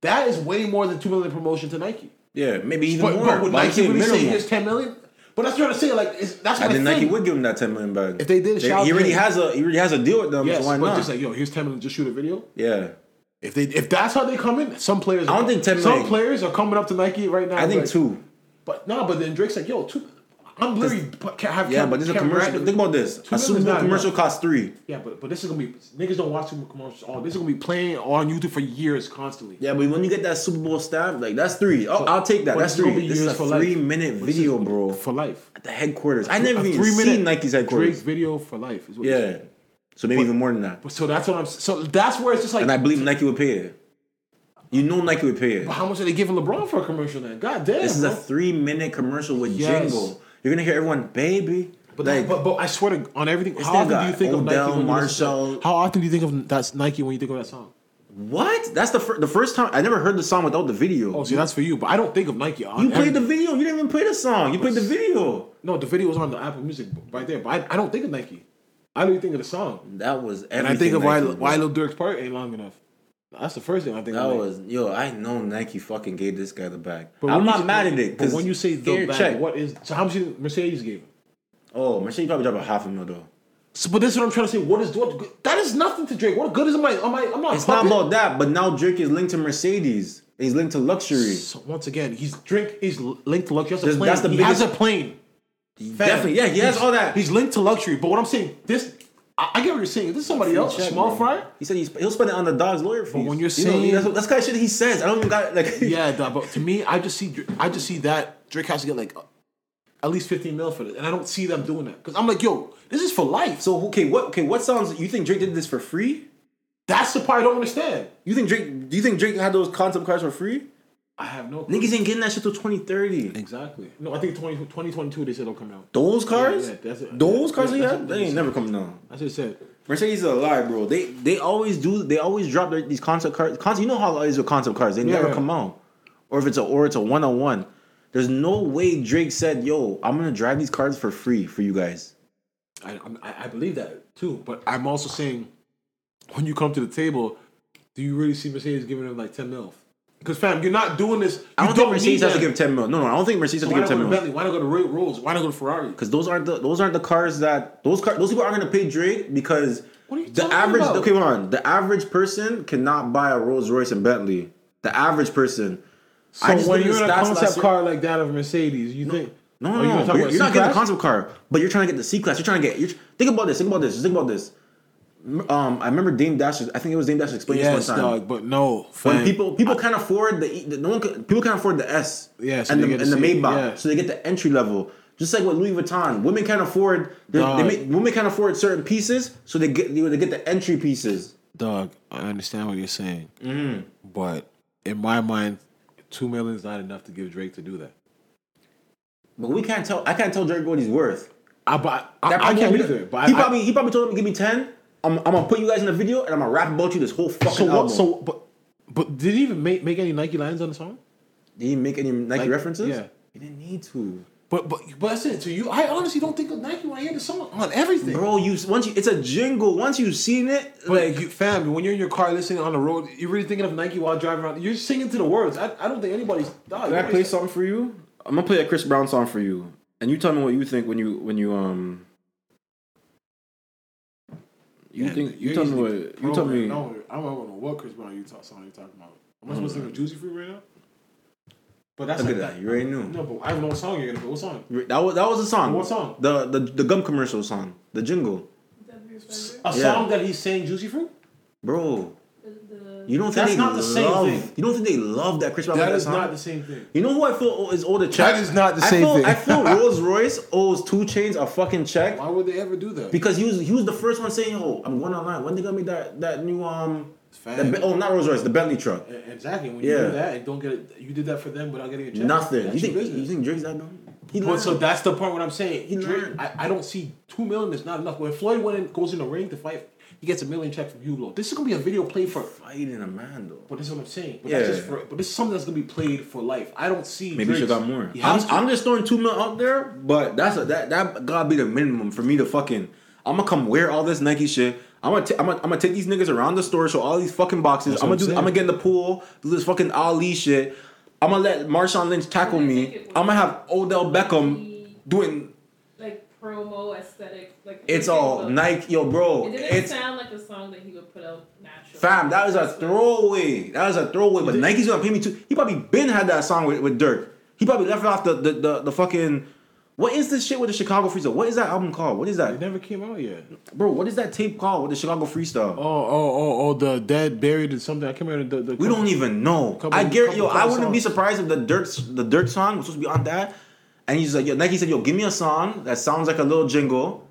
B: that is way more than two million promotion to Nike.
C: Yeah, maybe even
B: But,
C: more.
B: but would
C: But I'm
B: Nike
C: saying
B: really say
C: minimum.
B: here's ten million? But that's trying to say like it's, that's
C: I
B: my thing.
C: think Nike would give him that ten million bag.
B: If they did, shout
C: he already
B: out.
C: has a he already has a deal with them.
B: Yes,
C: so why
B: but
C: not?
B: just like yo, here's ten million, just shoot a video.
C: yeah,
B: If they if that's how they come in, some players.
C: I don't think 10
B: Some
C: million.
B: players are coming up to Nike right now.
C: I think
B: like-
C: two.
B: But no, but then Drake's like, yo, two. I'm literally but can't have.
C: Yeah,
B: Cam-
C: but this is a
B: Cam
C: commercial.
B: Bradley-
C: Think about this.
B: Two
C: A
B: million
C: Super
B: is
C: Bowl
B: not
C: commercial
B: enough.
C: costs three.
B: Yeah, but but this is gonna be niggas don't watch Super Bowl commercials. All this is gonna be playing on YouTube for years constantly.
C: Yeah, but when you get that Super Bowl stamp, like that's three. I'll, I'll take that.
B: But
C: That's
B: this is gonna
C: three.
B: be
C: This is a
B: years for life.
C: three minute
B: This is
C: video, bro.
B: for life.
C: At the headquarters. I never
B: A
C: even
B: three-minute
C: seen Nike's
B: Drake
C: headquarters.
B: video for life. Is what yeah.
C: Yeah, so maybe even more than that.
B: So that's what I'm. So that's where it's just like.
C: And I believe Nike would pay it. You know Nike would pay it.
B: but how much are they giving LeBron for a commercial then? God damn.
C: This is a
B: bro.
C: three minute commercial with
B: Yes.
C: Jingle. You're gonna hear everyone, baby.
B: But,
C: like,
B: but but I swear to on everything. How
C: still
B: often
C: got
B: do you think
C: Odell,
B: of Nike? When you listen to-
C: Marshall.
B: how often do you think of that's Nike when you think of that song?
C: what? That's the fir- the first time I never heard the song without the video.
B: Oh, see, that's for you. But I don't think of Nike. On
C: you played
B: everything.
C: the video. You didn't even play the song. You played the video.
B: No, the video was on the Apple Music b- right there, but I, I don't think of Nike. I don't even think of the song.
C: That was everything.
B: And I think of why
C: Nike,
B: why
C: bro.
B: Lil Durk's part ain't long enough. That's the first thing I think.
C: That
B: of Nike.
C: was yo. I know Nike fucking gave this guy the bag.
B: But
C: I'm
B: when you
C: not
B: say-
C: mad at it.
B: But
C: 'cause
B: when you say
C: get
B: the
C: your
B: bag, what is so? How much did Mercedes gave him?
C: Oh, Mercedes probably dropped a half a mil though.
B: So, but this is what I'm trying to say. What is what? good- That is nothing to Drake. What good is my? Am I? I'm not. a
C: It's not
B: puppet.
C: about that. But now Drake is linked to Mercedes. He's linked to luxury.
B: So once again, he's drink. He's l- linked to luxury. He has
C: That's-
B: a plane.
C: that's the
B: he
C: biggest-
B: has a plane. Fam,
C: Definitely, yeah. He has
B: he's-
C: all that.
B: He's linked to luxury. But what I'm saying, this I, I get what you're saying. This is somebody else, a
C: Check,
B: small
C: man.
B: fry.
C: He said he's, he'll spend it on the dog's lawyer fees.
B: when you're
C: You know,
B: saying-
C: that's, that's kind of shit he says. I don't even got like.
B: yeah, duh, but to me, I just see I just see that Drake has to get like uh, at least fifteen mil for this, and I don't see them doing that because I'm like, yo, this is for life. So
C: So okay, what okay? What sounds? You think Drake did this for free?
B: that's the part I don't understand.
C: You think Drake? Do you think Drake had those concept cars for free?
B: I have no clue.
C: Niggas ain't getting that shit till twenty thirty.
B: exactly. No, I think 20, 2022 they said they'll come out.
C: Those cars,
B: Yeah, yeah, that's it.
C: those cars
B: Yeah,
C: he
B: that's
C: had,
B: what
C: they
B: they
C: ain't
B: said.
C: never coming down.
B: That's what it said.
C: Mercedes is a lie, bro. They they always do. They always drop their, these concept cars. Concept, you know how it is with concept cars. They never
B: yeah.
C: come out. Or if it's a or it's a one on one. There's no way Drake said, "Yo, I'm gonna drive these cars for free for you guys."
B: I, I'm- I I believe that too, but I'm also saying when you come to the table, do you really see Mercedes giving him like ten mil? Because fam, you're not doing this. You
C: I don't, think Mercedes
B: need
C: has to
B: that.
C: give ten mil. No, no, I don't think Mercedes has
B: Why
C: to give
B: not go
C: ten
B: to
C: mil.
B: Bentley? Why not go to Ro- Rolls? Why not go to Ferrari?
C: Because those aren't the those aren't the cars that those car those people aren't gonna pay Drake because
B: What are you
C: the
B: talking
C: average
B: about?
C: okay hold on the average person cannot buy a Rolls Royce and Bentley. The average person.
B: So
C: I just
B: when
C: looked at
B: you're in a
C: the stats last
B: concept
C: year-
B: car like that of Mercedes, you think?
C: No,
B: Are
C: no,
B: you
C: no.
B: gonna talk
C: You're,
B: about
C: you're not getting the
B: C-Class?
C: concept car, but you're trying to get the C class. You're trying to get. You're, think about this. Think about this. Just think about this. Um, I remember Dame Dash. I think it was Dame Dash explaining
B: Yes,
C: this one time.
B: dog, but no.
C: When
B: fam.
C: people people can't afford the, E- the no one can, people can't afford the S
B: Yeah, so
C: and
B: they
C: the,
B: get
C: and the
B: the C,
C: Maybach,
B: yeah.
C: so they get the entry level. Just like with Louis Vuitton, women can't afford. They, they
B: Dog.
C: make, women can't afford certain pieces, so they get they get the entry pieces.
B: Dog, I understand what you're saying,
C: Mm-hmm.
B: but in my mind, two million is not enough to give Drake to do that.
C: But we can't tell. I can't tell Drake what he's worth.
B: I, but I,
C: That
B: I
C: probably
B: can't
C: would've-
B: either. But
C: he
B: I, I-
C: probably he probably told him give me ten. I'm, I'm gonna put you guys in a video and I'm gonna rap about you this whole fucking
B: so
C: album.
B: what? So but but did he even make, make any Nike lines on the song?
C: Did he make any Nike
B: Like,
C: references?
B: yeah.
C: He didn't need to.
B: But but but that's it. To you, I honestly don't think of Nike when I hear the song on everything.
C: Bro, you once you, it's a jingle. Once you've seen it,
B: But
C: like
B: you, fam, when you're in your car listening on the road, you're really thinking of Nike while driving around. You're singing to the words. I, I don't think anybody's. Dog,
C: Can I
B: nobody's-
C: play something for you? I'm gonna play a Chris Brown song for you, and you tell me what you think when you when you um. You
B: Yeah,
C: think you
B: you're
C: tell me what
B: easily
C: you tell me?
B: programmed. I don't, I don't know what Chris Brown you talk, song you talking about. Am I supposed to sing a Juicy Fruit right now? But that's
C: Mm. Look at
B: like
C: that. You already knew.
B: No, but I don't know what song you're gonna put. What song?
C: That was that was a song.
B: What song?
C: The the the gum commercial song. The jingle,
B: A
C: Yeah.
B: song that he's saying Juicy Fruit?
C: bro. You don't think
B: That's
C: they
B: not the
C: love,
B: same thing.
C: You don't think they love that Chris Brown?
B: That
C: made
B: is
C: song?
B: not the same thing.
C: You know who I feel is owed a check?
B: That is not the
C: I
B: same
C: feel,
B: thing.
C: I feel Rolls Royce owes Two Chains a fucking check
B: Why would they ever do that?
C: because he was he was the first one saying, "Yo, I'm going online. When they gonna make that that new um,
B: Fam.
C: that, Be- oh not Rolls Royce, the Bentley truck."
B: E- Exactly. When
C: Yeah.
B: you do that and don't get it, you did that for them without getting a check.
C: Nothing.
B: That's your
C: You think
B: business.
C: you think Drake's that dumb? He
B: But so
C: learned.
B: that's the part what I'm saying.
C: He
B: Drake,
C: learned.
B: I, I don't see two million is not enough. When Floyd went and goes in the ring to fight, he gets a million check from Hugo. This is gonna be a video played for.
C: fighting a man though.
B: But this is what I'm saying. But
C: Yeah.
B: that's just for. But this is something that's gonna be played for life. I don't see.
C: Maybe she
B: Drake's-
C: got more.
B: He
C: I'm,
B: has to.
C: I'm just throwing two mil out there, but that's a, that that gotta be the minimum for me to fucking. I'm gonna come wear all this Nike shit. I'm gonna, t- I'm, gonna, I'm gonna take these niggas around the store, show all these fucking boxes.
B: That's
C: I'm
B: what
C: gonna
B: I'm
C: do.
B: saying.
C: I'm gonna get in the pool, do this fucking Ali shit. I'm gonna let Marshawn Lynch tackle me. I'm gonna have Odell Beckham doing.
D: Like promo aesthetic, like
C: It's
D: everything
C: all
D: was-
C: Nike, yo, bro.
D: It didn't
C: It's
D: sound like a song that he would put out naturally.
C: Fam, that was a throwaway. That was a throwaway. But Nike's gonna pay me too. He probably been had that song with, with Dirk. He probably left off the, the the the fucking. What is this shit with the Chicago Freestyle? What is that album called? What is
B: It
C: that,
B: never came out yet.
C: bro? What is that tape called with the Chicago Freestyle?
B: Oh, oh, oh, oh! The dead buried in something. I can't remember the. the
C: We don't even know.
B: Couple-
C: I guarantee yo,
B: couple-
C: I wouldn't
B: couple
C: be
B: songs.
C: surprised if the dirt the dirt song was supposed to be on that. And he's like, yo, Nike said, yo, give me a song that sounds like a little jingle,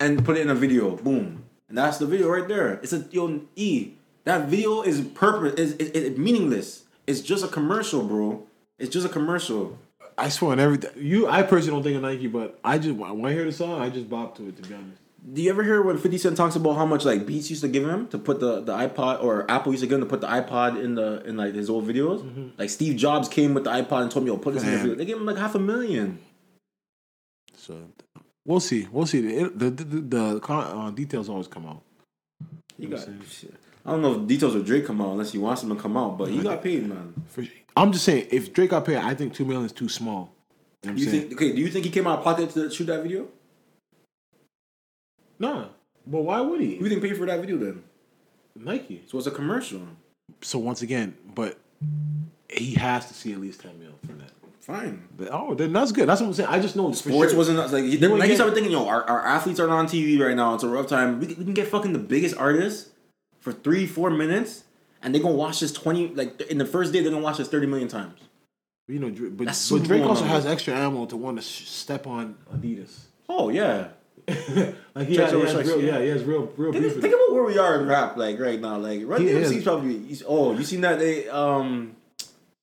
C: and put it in a video. Boom, and that's the video right there. It's a yo e. That video is purpose is is, is meaningless. It's just a commercial, bro. It's just a commercial.
B: I swear on everything. You, I personally don't think of Nike, but I just when I hear the song, I just bop to it. To be honest,
C: Do you ever hear when Fifty Cent talks about how much like Beats used to give him to put the, the iPod or Apple used to give him to put the iPod in the in like his old videos? Like Steve Jobs came with the iPod and told me, "Yo, put this in the
B: Man.
C: video." They gave him like half a million.
B: so we'll see. We'll see. It, the the, the, the con, uh, details always come out.
C: You
B: know
C: got.
B: what I'm
C: I don't know if details of Drake come out unless he wants them to come out, but he got paid, man.
B: For, I'm just saying, if Drake got paid, I think two million is too small. You know what I'm
C: You
B: saying?
C: think? Okay, do you think he came out of pocket to shoot that video?
B: nah, but why would he?
C: Who you think paid for that video then?
B: Nike.
C: So it's a commercial.
B: So once again, but he has to see at least ten mil for that.
C: Fine.
B: But, oh, then that's good. That's what I'm saying. I just know for
C: Sports
B: sure.
C: wasn't like he-
B: Then
C: Nike
B: again-
C: started thinking, yo, our, our athletes aren't on TV right now. It's a rough time. We, can- we can get fucking the biggest artists for three, four minutes, and they're gonna watch this twenty like in the first day they're gonna watch this thirty million times.
B: You know, Dra- but,
C: That's
B: but
C: Super
B: Drake
C: Bowl
B: also
C: number.
B: has extra ammo to want to sh- step on Adidas.
C: Oh yeah.
B: Like he
C: Check
B: has,
C: your
B: he has
C: respects,
B: real,
C: yeah.
B: yeah, he has real, real
C: Think,
B: beef with
C: think
B: him.
C: about where we are in rap, like right now. Like Run
B: Yeah,
C: DMC's
B: yeah.
C: probably. you- Oh, you seen that they um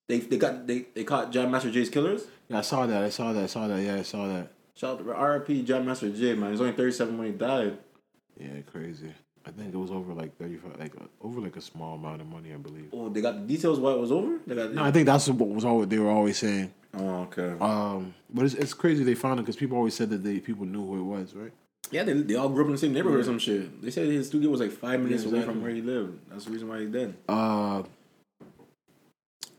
C: they they got they they caught Jam Master J's killers.
B: Yeah, I saw that. I saw that. I saw that. Yeah, I saw that.
C: Shout out to RIP Jam Master J man. He's only thirty seven when he died.
B: Yeah, crazy. I think it was over like thirty-five, like uh, over like a small amount of money, I believe.
C: Oh, they got the details why it was over. They got.
B: No, I think that's what was always they were always saying.
C: oh okay.
B: Um, but it's, it's crazy they found it because people always said that they people knew who it was, right?
C: Yeah, they, they all grew up in the same neighborhood or some shit. They said his studio was like five minutes away
B: exactly.
C: from where he lived. That's the reason why he dead.
B: Uh,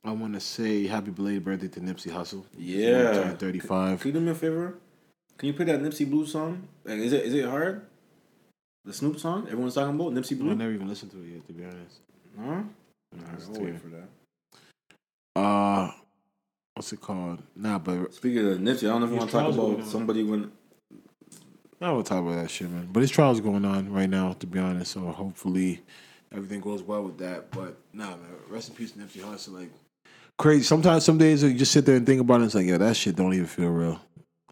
B: I want to say happy belated birthday to Nipsey Hussle.
C: Yeah.
B: thirty-five.
C: Can you do me a favor? Can you play that Nipsey Blue song? Like, is it is it hard? The Snoop song everyone's talking about Nipsey
B: I
C: Blue.
B: never even listened to it yet, to be honest.
C: Huh? Alright,
B: That's
C: I'll wait
B: weird.
C: for that.
B: Uh, what's it called? Nah, but
C: Speaking of Nipsey, I don't know if
B: His
C: you want to talk
B: trial's going
C: about
B: on.
C: somebody when
B: I don't talk about that shit, man. But his trial's going on right now, to be honest. So hopefully everything goes well with that. But nah, man, rest in peace, Nipsey Hussle. Like crazy. Sometimes, some days you just sit there and think about it. It's like, yeah, that shit don't even feel real.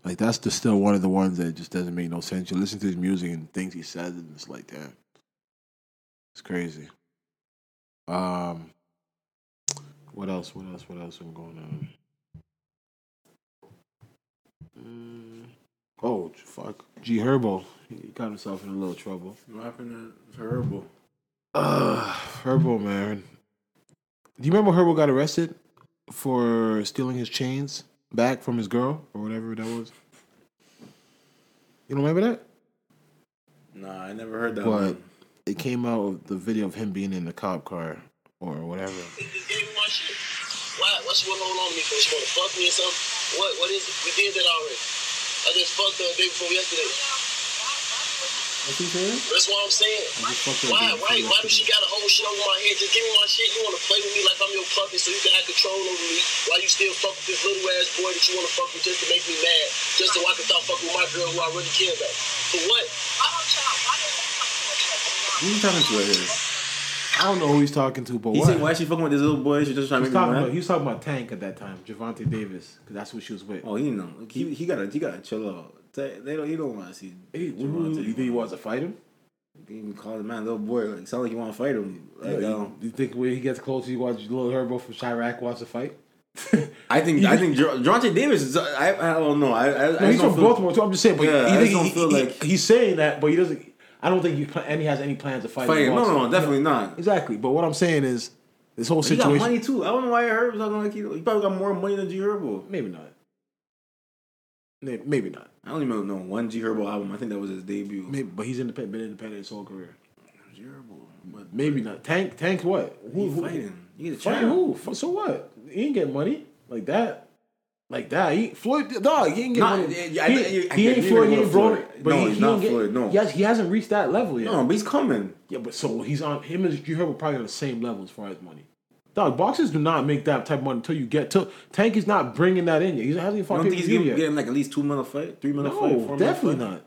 B: Like that's the, still one of the ones that just doesn't make no sense. You listen to his music and things he says, and it's like, damn, it's crazy. Um, what else? What else? What else? What's going on? Mm, oh fuck, G Herbo, he got himself in a little trouble.
C: What happened to Herbal?
B: Uh, Herbo, man. Do you remember Herbo got arrested for stealing his chains back from his girl or whatever that was? You don't remember that?
C: Nah, I never heard that
B: But
C: one.
B: it came out of the video of him being in the cop car or whatever.
H: just gave me my shit. Why? What's going on with me for? She want to fuck me or something? What? What is it? We did that already. I just fucked her the day before yesterday.
C: What's he saying?
H: That's what I'm saying.
C: fucked her the
H: Why?
C: day
H: Why?
C: before
H: Why do she got a whole shit over my head? Just give me my shit. You want to play with me like I'm your puppet so you can have control over me? Why you still fuck with this little ass boy that you want to fuck with just to make me mad? Just so I can stop fucking with my girl who I really care about. For what?
C: Who you talking to right here?
B: I don't know who he's talking to, but
C: He
B: what?
C: said, why she fucking with this little boy? She just trying to
B: He's
C: make me
B: talking
C: mad.
B: about, he was talking about Tank at that time, Javante Davis, because that's who she was with.
C: Oh, he know. He he gotta he gotta chill out. They, they don't he don't want to see.
B: Hey, who- who-
C: Javante.
B: you think he wants to fight him?
C: He even call the man little boy. Like sound like you want to fight him. Like,
B: you,
C: um,
B: you think when he gets closer, you watch Lil Herbo from Chirac wants to fight?
C: I think I think Ger- Gervonta Davis. Is, I I don't know. I, I, I
B: No, he's
C: don't
B: from
C: feel-
B: Baltimore too. I'm just saying, but
C: Yeah, I
B: he,
C: just
B: think
C: don't
B: he-
C: feel
B: he-
C: like-
B: he's saying that, but he doesn't. I don't think he pl- and he has any plans to fight.
C: Fight.
B: if he
C: No,
B: wants
C: no,
B: to.
C: no, definitely not.
B: Exactly, but what I'm saying is this whole
C: He got money
B: situation.
C: too. I don't know why Herb was talking like he. He probably got more money than G Herbo.
B: Maybe not. May- Maybe not.
C: I don't even know one G Herbo album. I think that was his debut.
B: Maybe, but he's independent, been independent his whole career.
C: G Herbo. But
B: Maybe not. Tank, Tank, what?
C: he fighting. He get a
B: Fight
C: child.
B: who? F- So what? He ain't get money like that. Like that, he Floyd dog. He ain't get
C: Nah,
B: money.
C: yeah, yeah, I
B: he,
C: think- I
B: he
C: think
B: ain't
C: he
B: Floyd. He
C: didn't
B: ain't
C: go to
B: Broner.
C: Floyd.
B: But
C: No,
B: he,
C: he's
B: he don't
C: not
B: get,
C: Floyd, no.
B: Yes, he hasn't reached that level yet.
C: No, but he's coming.
B: Yeah, but so he's on him and you heard were probably on the same level as far as money. Dog, boxers do not make that type of money until you get to Tank is not bringing that in yet. He hasn't even
C: I
B: fought
C: don't think he's
B: pay-per-view
C: getting,
B: yet.
C: getting like at least two minute fight, three minute fight,
B: no,
C: four minute
B: definitely
C: fight.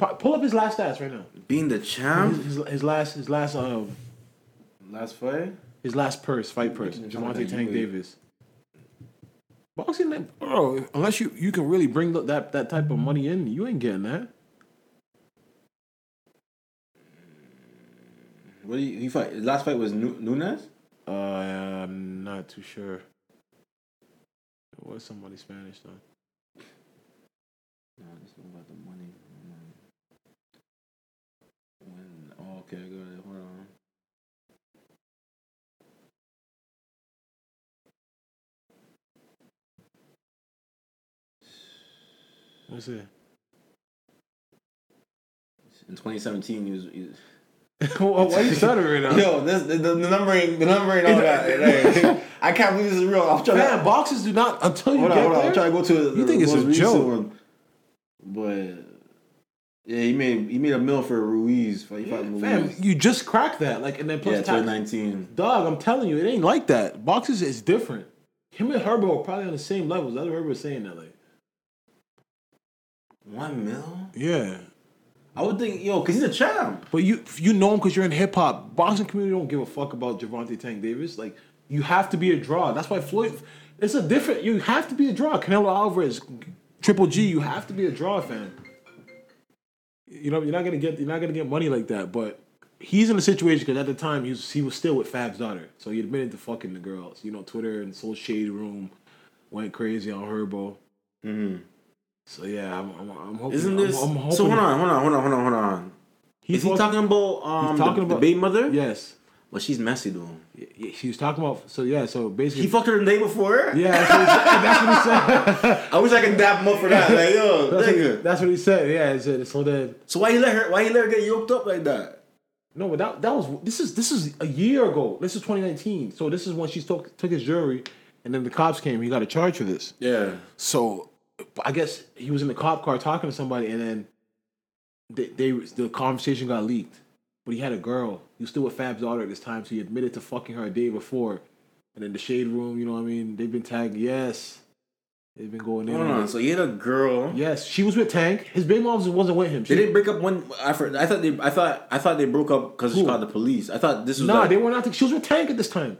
B: not. Pu- pull up his last stats right now.
C: Being the
B: His,
C: champ,
B: his, his last, his last, um,
C: last fight.
B: his last purse, fight purse, Javante Tank
C: Yeah.
B: Davis. Boxing, like, bro, unless you you can really bring th- that that type of money in, you ain't getting that.
C: What did he, he fight? His last fight was Nu- Nunes.
B: Uh, I'm not too sure. It was somebody Spanish though.
C: No, this is about the money. When oh, okay, I got it. Hold on.
B: What's it?
C: In 2017, he was. He was
B: Why are you stuttering? now?
C: Yo, this the, the numbering, the numbering, all that. like, I can't believe this is real. I'm trying to.
B: Man, boxes do not until you
C: Hold on,
B: get
C: hold on. I'm
B: there.
C: trying to go to. The,
B: You think it's a
C: most recent
B: joke.
C: one. But yeah, he made he made a mill for Ruiz. He fought Ruiz.
B: Fam, you just crack that, like, and then plus
C: yeah,
B: tax.
C: 2019.
B: Dog, I'm telling you, it ain't like that. Boxes is different. Him and Herbo are probably on the same levels. That's what Herbo's saying that, like.
C: One mil?
B: Yeah,
C: I would think, yo, because he's a champ.
B: but you you know him because you're in hip hop. Boxing community don't give a fuck about Javante Tank Davis. Like, you have to be a draw. That's why Floyd. It's a different. You have to be a draw. Canelo Alvarez, Triple G. You have to be a draw fan. you know you're not gonna get you're not gonna get money like that. But he's in a situation because at the time he was he was still with Fab's daughter, so he admitted to fucking the girls. You know, Twitter and Soul Shade Room went crazy on Herbo.
C: Mm-hmm.
B: So yeah, I'm I'm, I'm hoping.
C: Isn't
B: I'm-
C: this?
B: I'm, hoping
C: so hold on, hold on, hold on, hold on, hold on.
B: He's
C: Is he
B: also-
C: talking about um
B: he's
C: talking
B: talking
C: the,
B: about-
C: the baby mother?
B: Yes,
C: Well, she's messy though.
B: Y- y- he was talking about. So yeah, so basically.
C: He fucked her the day before.
B: yeah, that's what he said. That's what he said.
C: I wish I could dap him up for that. Like yo,
B: That's what-
C: nigga.
B: that's what he said. Yeah, he said, so then
C: So why he let her? Why he let her get yoked up like that?
B: No, but that, that was this is this is a year ago. This is 2019. So this is when she took took his jury, and then the cops came. He got a charge for this.
C: Yeah.
B: So I guess he was in the cop car talking to somebody, and then they, they the conversation got leaked. But he had a girl. He was still with Fab's daughter at this time, so he admitted to fucking her a day before. And in the shade room, you know what I mean? They've been tagged. Yes, they've been going in.
C: Hold
B: on
C: on.
B: it.
C: So he had a girl.
B: Yes, she was with Tank. His big mom wasn't with him.
C: They
B: She,
C: didn't break up one. I, for- I thought they. I thought. I thought they broke up because she
B: Who?
C: called the police. I thought this was.
B: nah,
C: like,
B: they were not. She was with Tank at this time.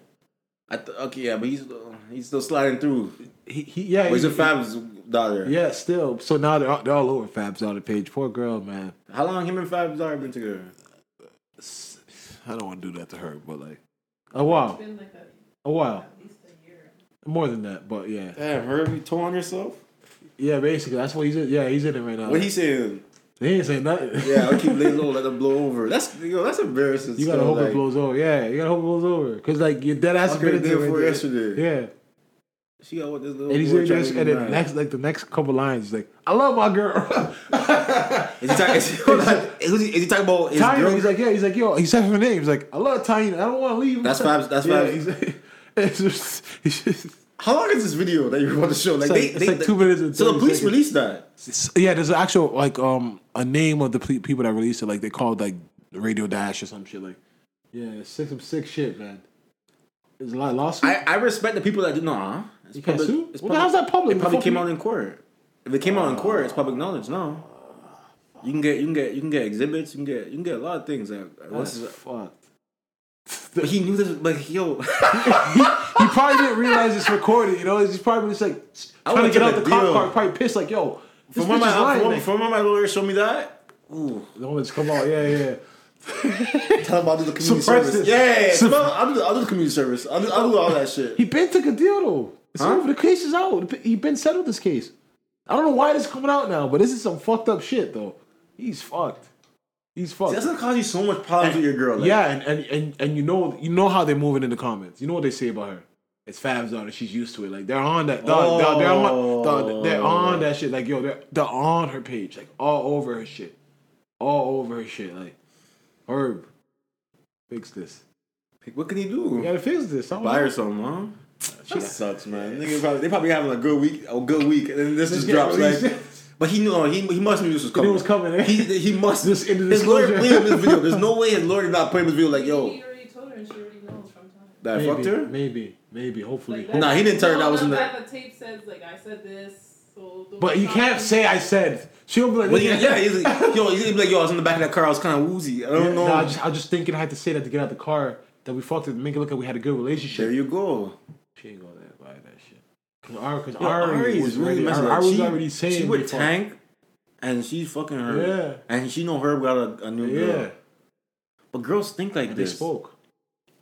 C: I th- okay, yeah, but he's uh, he's still sliding through.
B: He, he yeah.
C: Where's
B: he-
C: the Fab's daughter?
B: Yeah, still. So now they're all, they're all over Fab's on the page. Poor girl, man.
C: How long him and Fab's daughter been together?
B: I don't want to do that to her, but like a while,
D: Been like that
B: a while,
D: at least a year.
B: more than that. But yeah,
C: Damn, her you told on yourself.
B: yeah. Basically, that's what he's in. Yeah, he's in it right now.
C: What he saying?
B: he ain't saying nothing.
C: Yeah, I keep laying low, let them blow over. That's yo, that's embarrassing.
B: You gotta
C: still,
B: hope
C: like,
B: it blows over. Yeah, you gotta hope it blows over. Cause like your dead ass
C: That's what
B: been
C: they
B: into
C: did
B: it.
C: for
B: right
C: yesterday.
B: there. Yeah,
C: She got what this little.
B: and he's
C: boy
B: in
C: trying
B: this,
C: to
B: and
C: get
B: then
C: mad.
B: next like the next couple lines, he's like, "I love my girl."
C: Is he, talk, is, he, hold on. Is he- is he talking about his
B: Tiny,
C: girl?
B: he's like, yeah, he's like, yo, he said her name. He's like, I love Tiny. I don't want to leave.
C: That's Fabs- that's
B: yeah,
C: Fabs.
B: He's, it's just, he's just,
C: How long is this video that you want to show?
B: It's
C: Like, they,
B: like-
C: they,
B: it's like two minutes and
C: So the
B: 30
C: police
B: seconds.
C: released that.
B: it's- yeah. There's an actual like um a name of the ple- people that released it. Like they called like Radio Dash or some shit. Like, yeah, six of six shit, man. There's a lot of lawsuit.
C: I, I respect the people that do nah. It's
B: You can't sue? Well, how's that public? Ah.
C: It probably
B: Fuck
C: came
B: you.
C: out in court. If it came out in court, it's public knowledge. No, you can get you can get you can get exhibits. You can get you can get a lot of things. Like, what's
B: That's
C: his,
B: fucked.
C: but he knew this. But yo,
B: He probably didn't realize it's recorded. You know, he's probably just like
C: I
B: trying to
C: would've
B: get
C: took
B: out
C: a
B: the cop
C: deal.
B: car. Probably pissed like, yo, this
C: from when
B: bitch
C: my
B: is lying.
C: from,
B: like,
C: from when my lawyer showed me that. Ooh,
B: the woman's come out. Yeah, yeah.
C: tell him I'll do the community
B: Suppress
C: service.
B: this.
C: Yeah, yeah, yeah.
B: Sup-
C: Tell him I'll, do, I'll do the community service. I'll do, I'll do all that shit.
B: He been took a deal though. It's
C: Huh?
B: over. The case is out. He been settled this case. I don't know why this coming out now, but this is some fucked up shit though. He's fucked. He's fucked.
C: That's gonna cause you so much problems with your girl. Like,
B: yeah, and, and, and, and you know you know how they're moving in the comments. You know what they say about her. It's Fab's daughter. She's used to it. Like they're on that. Dog, dog, they're on. dog, they're on that shit. Like yo, they're, they're on her page. Like all over her shit. All over her shit. Like Herb, fix this.
C: What can he do?
B: You gotta fix this. I don't
C: Buy
B: know.
C: her something, huh? She sucks, man. Nigga probably, they probably having a good week, a good week, and then this just
B: get
C: drops.
B: released.
C: Like, but he knew he, he must knew this was
B: knew
C: coming.
B: it was coming, eh?
C: He, he must.
B: This in the
C: his lawyer
B: disclosure.
C: played him this video. There's no way his lawyer did not play him this video. Like,
D: He
C: yo,
D: already told her, and she already knows from time.
C: that I
B: Maybe,
C: fucked her.
B: Maybe, maybe, hopefully.
D: Like,
C: Nah, he didn't tell her
D: no,
C: that was
D: no,
C: in the-
D: that The tape says like I said this. So the
B: But you can't say I said. She'll be like,
C: But yeah, yeah he's like, yo, he's like, yo, I was in the back of that car. I was kind of woozy. I don't know.
B: No, I just, I was just thinking I had to say that to get out the car that we fucked it, make it look like we had a good relationship.
C: there you go.
B: she ain't gonna buy that shit. Cause Ari, cause
C: Yo,
B: Ari,
C: Ari's
B: was really.
C: messing
B: Ari,
C: up.
B: Ari was
C: She-
B: already saying
C: she would
B: before.
C: tank, and she's fucking her.
B: Yeah.
C: and she know her got a, a new
B: Yeah,
C: girl. But girls think like
B: and they
C: this,
B: spoke.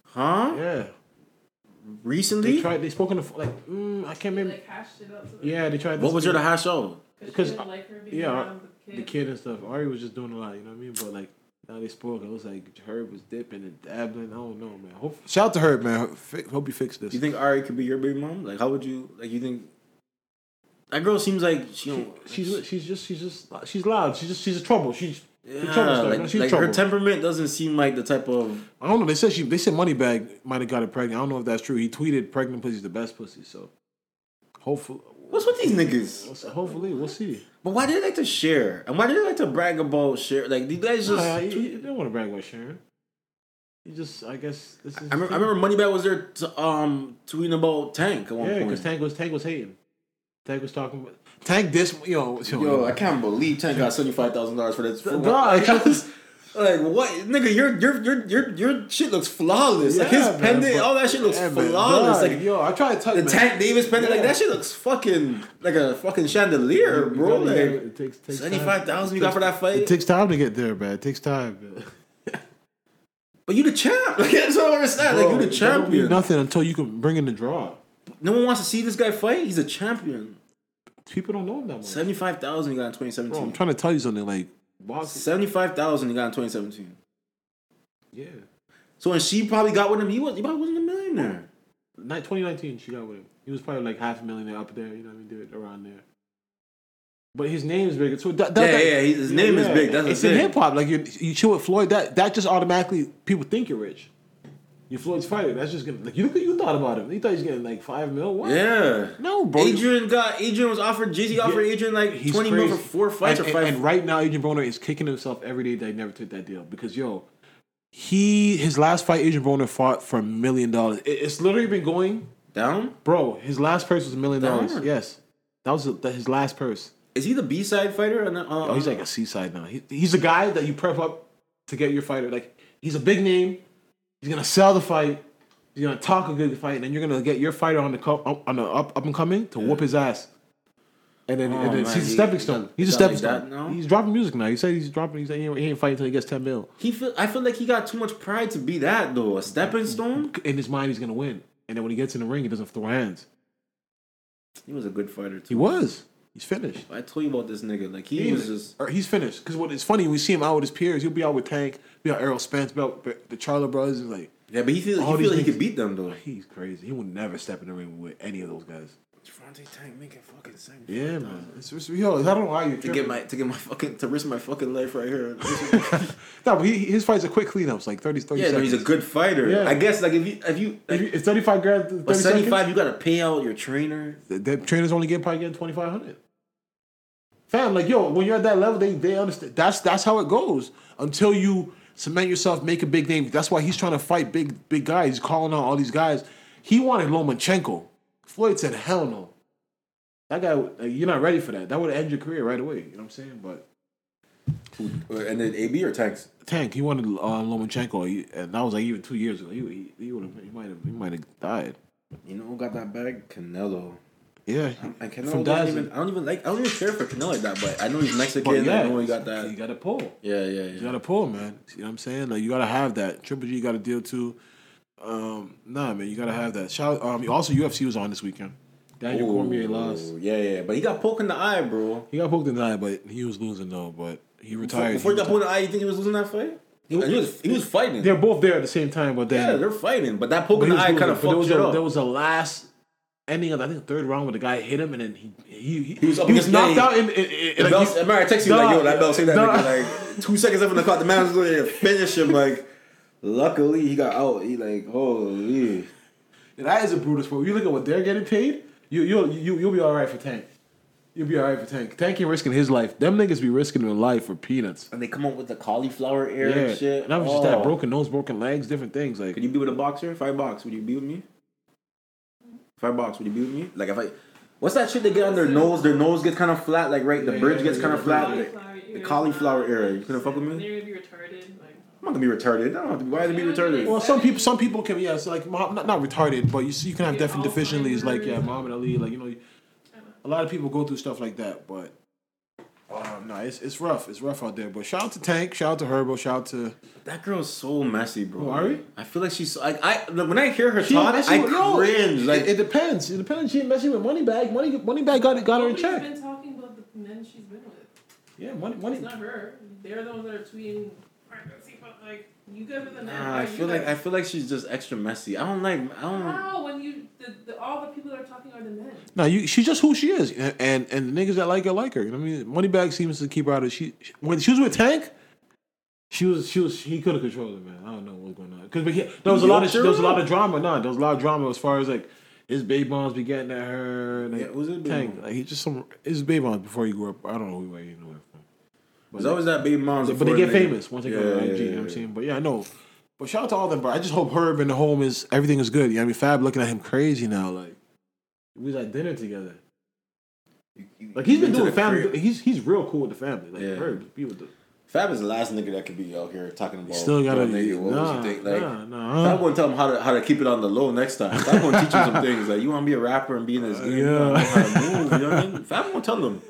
C: huh?
B: Yeah,
C: Recently,
B: they tried. They spoke in the f- like. Mm, I can't remember.
D: Like hashed it out. So
B: Yeah, they tried.
C: what was your
B: the
C: hash out?
D: Because
B: because,
D: she didn't like her being
B: yeah,
D: around the kid.
B: the kid and stuff? Ari was just doing a lot. You know what I mean? But like. Now they spoke. It was like Herb was dipping and dabbling. I don't know, man. Hope, shout out to Herb, man. Fi- Hope you fix this.
C: You think Ari could be your baby mom? Like, how would you? Like, you think that girl seems like she don't.
B: She's she's just she's just she's loud. She's just she's a trouble. She's
C: yeah,
B: she's a trouble. Like,
C: like,
B: she's
C: like
B: trouble.
C: her temperament doesn't seem like the type of.
B: I don't know. They said she they said Moneybag might have got it pregnant. I don't know if that's true. He tweeted pregnant pussy's the best pussy. So hopefully,
C: What's with these niggas?
B: hopefully we'll see.
C: But why do they like to share? And why do they like to brag about share? Like these guys just.
B: Nah, Uh, you, you don't want to brag about Sharon. You just I guess this is.
C: I remember, I remember Moneybag was there t- um tweeting about Tank at one
B: Yeah, because
C: point.
B: Tank was Tank was hating. Tank was talking. About, Tank this yo yo.
C: Yo, I can't believe Tank got seventy five thousand dollars for this.
B: Nah, I
C: like,
B: can't-
C: like what, nigga? Your your your your your shit looks flawless. like his
B: Yeah, man,
C: pendant,
B: but-
C: all that shit looks
B: Yeah, man,
C: flawless.
B: nah,
C: like
B: yo, I tried to touch
C: The
B: man.
C: Tank Davis pendant, like
B: Yeah.
C: that shit looks fucking like a fucking chandelier,
B: You gotta-
C: bro.
B: you gotta-
C: Like
B: it takes- takes time.
C: seventy five thousand you got for that
B: It
C: fight,
B: takes time to get there, man. It takes time. Man.
C: but you the champ. Like that's what I don't understand. Like
B: Bro,
C: you the
B: that don't mean
C: champion.
B: Nothing until you can bring in the draw.
C: No one wants to see this guy fight. He's a champion.
B: People don't know him that much.
C: Seventy five thousand you got in twenty
B: Bro, I'm
C: seventeen.
B: trying to tell you something. Like, boxing.
C: Seventy five thousand you got in twenty seventeen.
B: Yeah.
C: So when she probably got with him, he was he probably wasn't a millionaire.
B: Ni- 2019, she got with him. He was probably like half a millionaire up there. You know what I mean? Do it around there. But his name's bigger. So that, that,
C: Yeah,
B: that-
C: yeah, he- his name is big, that's the
B: it's in
C: thing.
B: hip hop. Like you, you chill with Floyd. That that just automatically people think you're rich. You Floyd's fighter. That's just gonna like you. You thought about him. You thought he's getting like five mil. What?
C: Yeah.
B: No, bro.
C: Adrian got Adrian was offered Jay Z offered
B: Yeah.
C: Adrian like
B: He's
C: twenty mil for
B: crazy.
C: four fights
B: and,
C: or
B: and-
C: five.
B: and right now, Adrian Broner is kicking himself every day that he never took that deal because yo, he his last fight, Adrian Broner fought for a million dollars. It- It's literally been going,
C: down.
B: bro. His last purse was a million dollars.
C: Damn.
B: Yes, that was the- his last purse.
C: Is he the B side fighter? Or not? Uh,
B: Oh, he's like a seaside now. He, he's a guy that you prep up to get your fighter. Like he's a big name. He's gonna sell the fight. You're gonna talk a good fight, and then you're gonna get your fighter on the co- up- on the up up and coming to whoop his ass. And then,
C: Oh,
B: and then
C: man,
B: he's a
C: he-
B: stepping stone.
C: that-
B: He's a
C: that like
B: stepping
C: that
B: stone.
C: now?
B: He's dropping music now. He said he's dropping. He said he ain't, he ain't fighting until he gets ten mil.
C: He feel I feel like he got too much pride to be that though. A
B: Mm-hmm.
C: stepping stone.
B: In his mind, he's gonna win. And then when he gets in the ring, he doesn't throw hands.
C: He was a good fighter too.
B: He was. He's finished.
C: I told you about this nigga. Like he,
B: He
C: was
B: is.
C: just
B: or he's finished. Because what is funny, we see him out with his peers. He'll be out with Tank, be out Errol Spence, be out with the Charlo brothers. and like
C: yeah, but he feel
B: All
C: he
B: these
C: feel like he
B: niggas-
C: could beat them though.
B: he's crazy. He will never step in the ring with any of those guys.
C: Javante Tank making fucking sense.
B: Yeah, man. It's, it's, yo, I don't know why you
C: To get my to get my fucking to risk my fucking life right here.
B: No, but he, his fights are quick cleanups, like 30, 30
C: yeah, no,
B: seconds.
C: he's a good fighter.
B: Yeah.
C: I guess like if you if you
B: If
C: like,
B: you- It's thirty five grand. 30
C: but seventy
B: seconds,
C: five, you gotta pay out your trainer.
B: the, the trainers only get probably getting twenty five hundred. Fam, like yo, when you're at that level, they they understand. That's that's how it goes until you cement yourself, make a big name. That's why he's trying to fight big big guys. He's calling out all these guys. He wanted Lomachenko. Floyd said, "Hell no." That guy, like, you're not ready for that. That would end your career right away. You know what I'm saying? But
C: And then AB or Tanks.
B: Tank, he wanted uh, Lomachenko, he, and that was like even two years ago. He he, he would have he might have he might have died.
C: You know who got that bag? Canelo.
B: Yeah,
C: And
B: From
C: Canelo doesn't
B: Dazzle.
C: even. I don't even like. I don't even care for Canelo like that. But I know he's Mexican.
B: But yeah,
C: I know he got that.
B: You got to pull.
C: Yeah, yeah,
B: You
C: yeah.
B: gotta pull, man. You know what I'm saying? Like you gotta have that. Triple G got a deal too. Um, nah, man, you gotta have that. Shout um also UFC was on this weekend. Daniel
C: Ooh,
B: Cormier lost.
C: Yeah, yeah, but he got poked in the eye, bro.
B: He got poked in the eye, but he was losing though, but he
C: Before,
B: retired.
C: before he got
B: He retired.
C: poked in the eye, you think he was losing that fight? He was, he was, he was fighting.
B: They're both there at the same time, but
C: yeah,
B: then
C: they're fighting, but that poke
B: but
C: in
B: he
C: the
B: was
C: eye
B: losing.
C: kind of
B: But there
C: fucked
B: was
C: it
B: a
C: up.
B: there was a last ending of I think the third round where the guy hit him and then he he he, he was,
C: was up against-
B: knocked
C: yeah,
B: out
C: he-
B: in, in, in,
C: The
B: like,
C: bell,
B: he-
C: Mara texted me like,
B: Nah,
C: "Yo, that bell, say that
B: nah.
C: nigga." Like two seconds after the clock, the man was going to finish him. Like, luckily he got out. He like, holy.
B: That is a brutal sport. When you look at what they're getting paid, you you'll you you'll be all right for Tank. You'll be all right for Tank. Tank ain't risking his life. Them niggas be risking their life for peanuts.
C: And they come up with the cauliflower ear
B: Yeah,
C: and shit.
B: and that was just that
C: Oh.
B: broken nose, broken legs, different things. Like
C: Could you be with a boxer? If I box, would you be with me? If I box, would you be with me? Like if I, what's that shit they get on their nose? Their nose gets kind of flat, like right. The bridge gets kind of flat. like, the cauliflower era. You couldn't fuck with me. I'm
D: They're gonna be retarded. Like,
C: not gonna be retarded. I don't have to be. Why to be retarded?
B: well, some people some people can yeah, so like Mo- not, not retarded, but you see you can have
D: Yeah,
B: different deficiencies like yeah,
D: Alzheimer's.
B: Muhammad Ali, like you know, a lot of people go through stuff like that, but. Um, no, it's, it's rough. It's rough out there. But shout out to Tank, shout out to Herbo, shout out to
C: That girl's so messy, bro.
B: Who, Ari?
C: I feel like she's like I like, when I hear her
B: Oh, She
C: talk,
B: messing
C: I
B: with- no,
C: cringe.
B: it-
C: Like
B: it, it depends. It depends. She ain't messing with Moneybag. Money Moneybag got it got her in
D: nobody's
B: check.
D: been talking about the men she's been with.
B: Yeah, money
D: It's
B: money.
D: not her. They're the ones that are tweeting. "Alright, let's see what, Like you guys are the men.
C: nah, Ah, I feel like I feel like she's just extra messy. I don't like. I don't.
D: How when you the, the all the people that are talking are the men.
B: No, you. She's just who she is, and and, and the niggas that like her like her. You know what I mean? Moneybag seems to keep her out of. She she- when she was with Tank, she was she was he couldn't control it, man. I don't know what's going on because there was a lot of there was a lot of drama. No, there was a lot of drama as far as like his baby moms be getting at her. Like,
C: Yeah, who's his baby
B: Tank?
C: mom?
B: Like he just some his baby moms before he grew up. I don't know who he knew it from.
C: There's always that baby mom's.
B: But they
C: before
B: get
C: a nigga.
B: famous once they go to IG. you know what I'm saying? But yeah, I know. But shout out to all them, bro. I just hope Herb and the home is everything is good. You know what I mean? Fab looking at him crazy now. Like we was at dinner together. Like he's been
C: Into
B: doing
C: the
B: family.
C: crib.
B: He's he's real cool with the family. Like
C: Yeah.
B: Herb, be with the.
C: Fab is the last nigga that could be out here talking about.
B: Still gotta.
C: "Yo, nigga, what
B: nah,
C: was you think? Like,
B: nah, nah.
C: Fab gonna tell him how to how to keep it on the low next time. Fab gonna teach him some things. Like you wanna be a rapper and be in this game. You gotta know
B: Uh, yeah.
C: how to move. You know what I mean? Fab gonna tell him.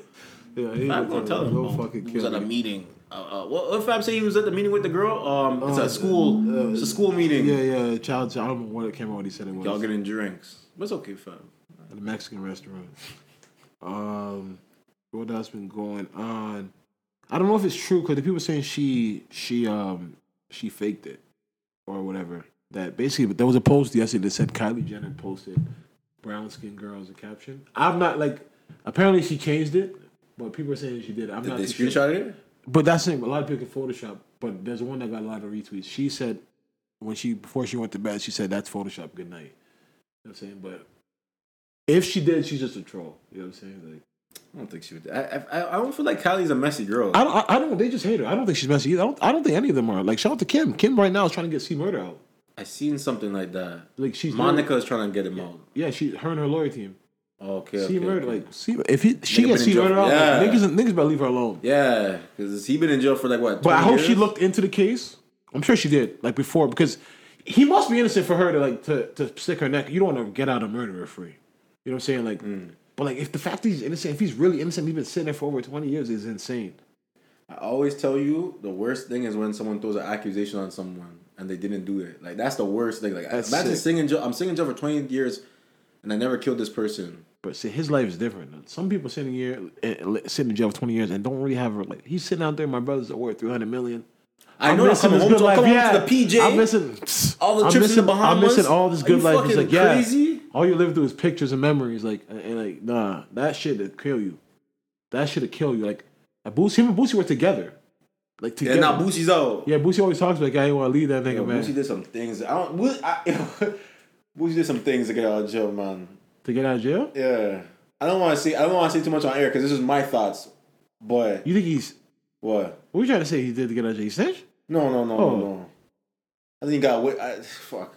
B: Yeah, he
C: Fab
B: was
C: gonna
B: a-
C: tell him.
B: No
C: um,
B: fucking
C: he was at
B: kid.
C: a meeting. Uh, uh, what, what Fab say he was at the meeting with the girl? Um, it's
B: Uh,
C: a school.
B: uh,
C: it's a school meeting.
B: Yeah, yeah. Child, I don't know what I can't remember what he said it was.
C: Y'all getting drinks. But it's okay, fam.
B: at a Mexican restaurant. Um, what else been going on? I don't know if it's true because the people saying she she um she faked it or whatever. That basically, but there was a post yesterday that said Kylie Jenner posted brown skin girl as a caption. I'm not like apparently she changed it, but people are saying she did. it. I'm
C: Did
B: not
C: they
B: too sure.
C: screenshot it?
B: But that's the thing. A lot of people can Photoshop, but there's one that got a lot of retweets. She said when she before she went to bed, she said that's Photoshop. Good night. You know what I'm saying, but if she did, she's just a troll. You know what I'm saying? Like
C: I don't think she would. I, I I don't feel like Callie's a messy girl.
B: I don't. I, I don't. They just hate her. I don't think she's messy either. I don't. I don't think any of them are. Like shout out to Kim. Kim right now is trying to get C Murder out.
C: I seen something like that.
B: Like she's
C: Monica is trying to get him out.
B: Yeah, she her and her lawyer team.
C: Okay.
B: C
C: okay,
B: Murder.
C: okay.
B: Like C. If he, she gets
C: Nigga been in
B: C Murder
C: jail.
B: out, like,
C: Yeah.
B: niggas niggas better leave her alone.
C: Yeah, because he been in jail for like what?
B: But I
C: 20
B: hope she
C: years?
B: looked into the case. I'm sure she did, like before, because he must be innocent for her to like to, to stick her neck. You don't want to get out a murderer free. You know what I'm saying? Like, but like if the fact that he's innocent, if he's really innocent, he's been sitting there for over 20 years, is insane.
C: I always tell you the worst thing is when someone throws an accusation on someone and they didn't do it. Like that's the worst thing. Like
B: That's
C: imagine
B: sick.
C: singing. jail- I'm singing jail for 20 years, and I never killed this person.
B: But see, his life is different. Some people sitting here, eh, sitting in jail for 20 years and don't really have a like. He's sitting out there. My brother's are worth 300 million.
C: I
B: I'm
C: know. I'm
B: missing
C: coming
B: this
C: home,
B: good
C: to, I'm
B: life.
C: coming
B: yeah.
C: home to the PJ.
B: I'm missing
C: all the
B: I'm
C: trips to the
B: missing- I'm
C: Bahamas.
B: missing all this
C: Are
B: good
C: you
B: life. He's
C: fucking
B: like, yeah.
C: crazy?
B: All you live through is pictures and memories. Like, and, and like, nah, that shit would kill you. That shit would kill you. Like, and Boosie, him and Boosie were together. Like
C: and
B: together.
C: now Boosie's out.
B: Yeah, Boosie always talks about, yeah, you want to leave that nigga,
C: Yo,
B: man,
C: Boosie did some things. I don't. Bo- I, Boosie did some things to get out of jail, man.
B: to get out of jail.
C: Yeah. I don't want to say. I don't want to say too much on air because this is my thoughts. But
B: You think he's?
C: what?
B: What are you trying to say? He did to get out of jail? He snitched?
C: No, no, no,
B: Oh.
C: no, no. I think he got. wi- I, fuck.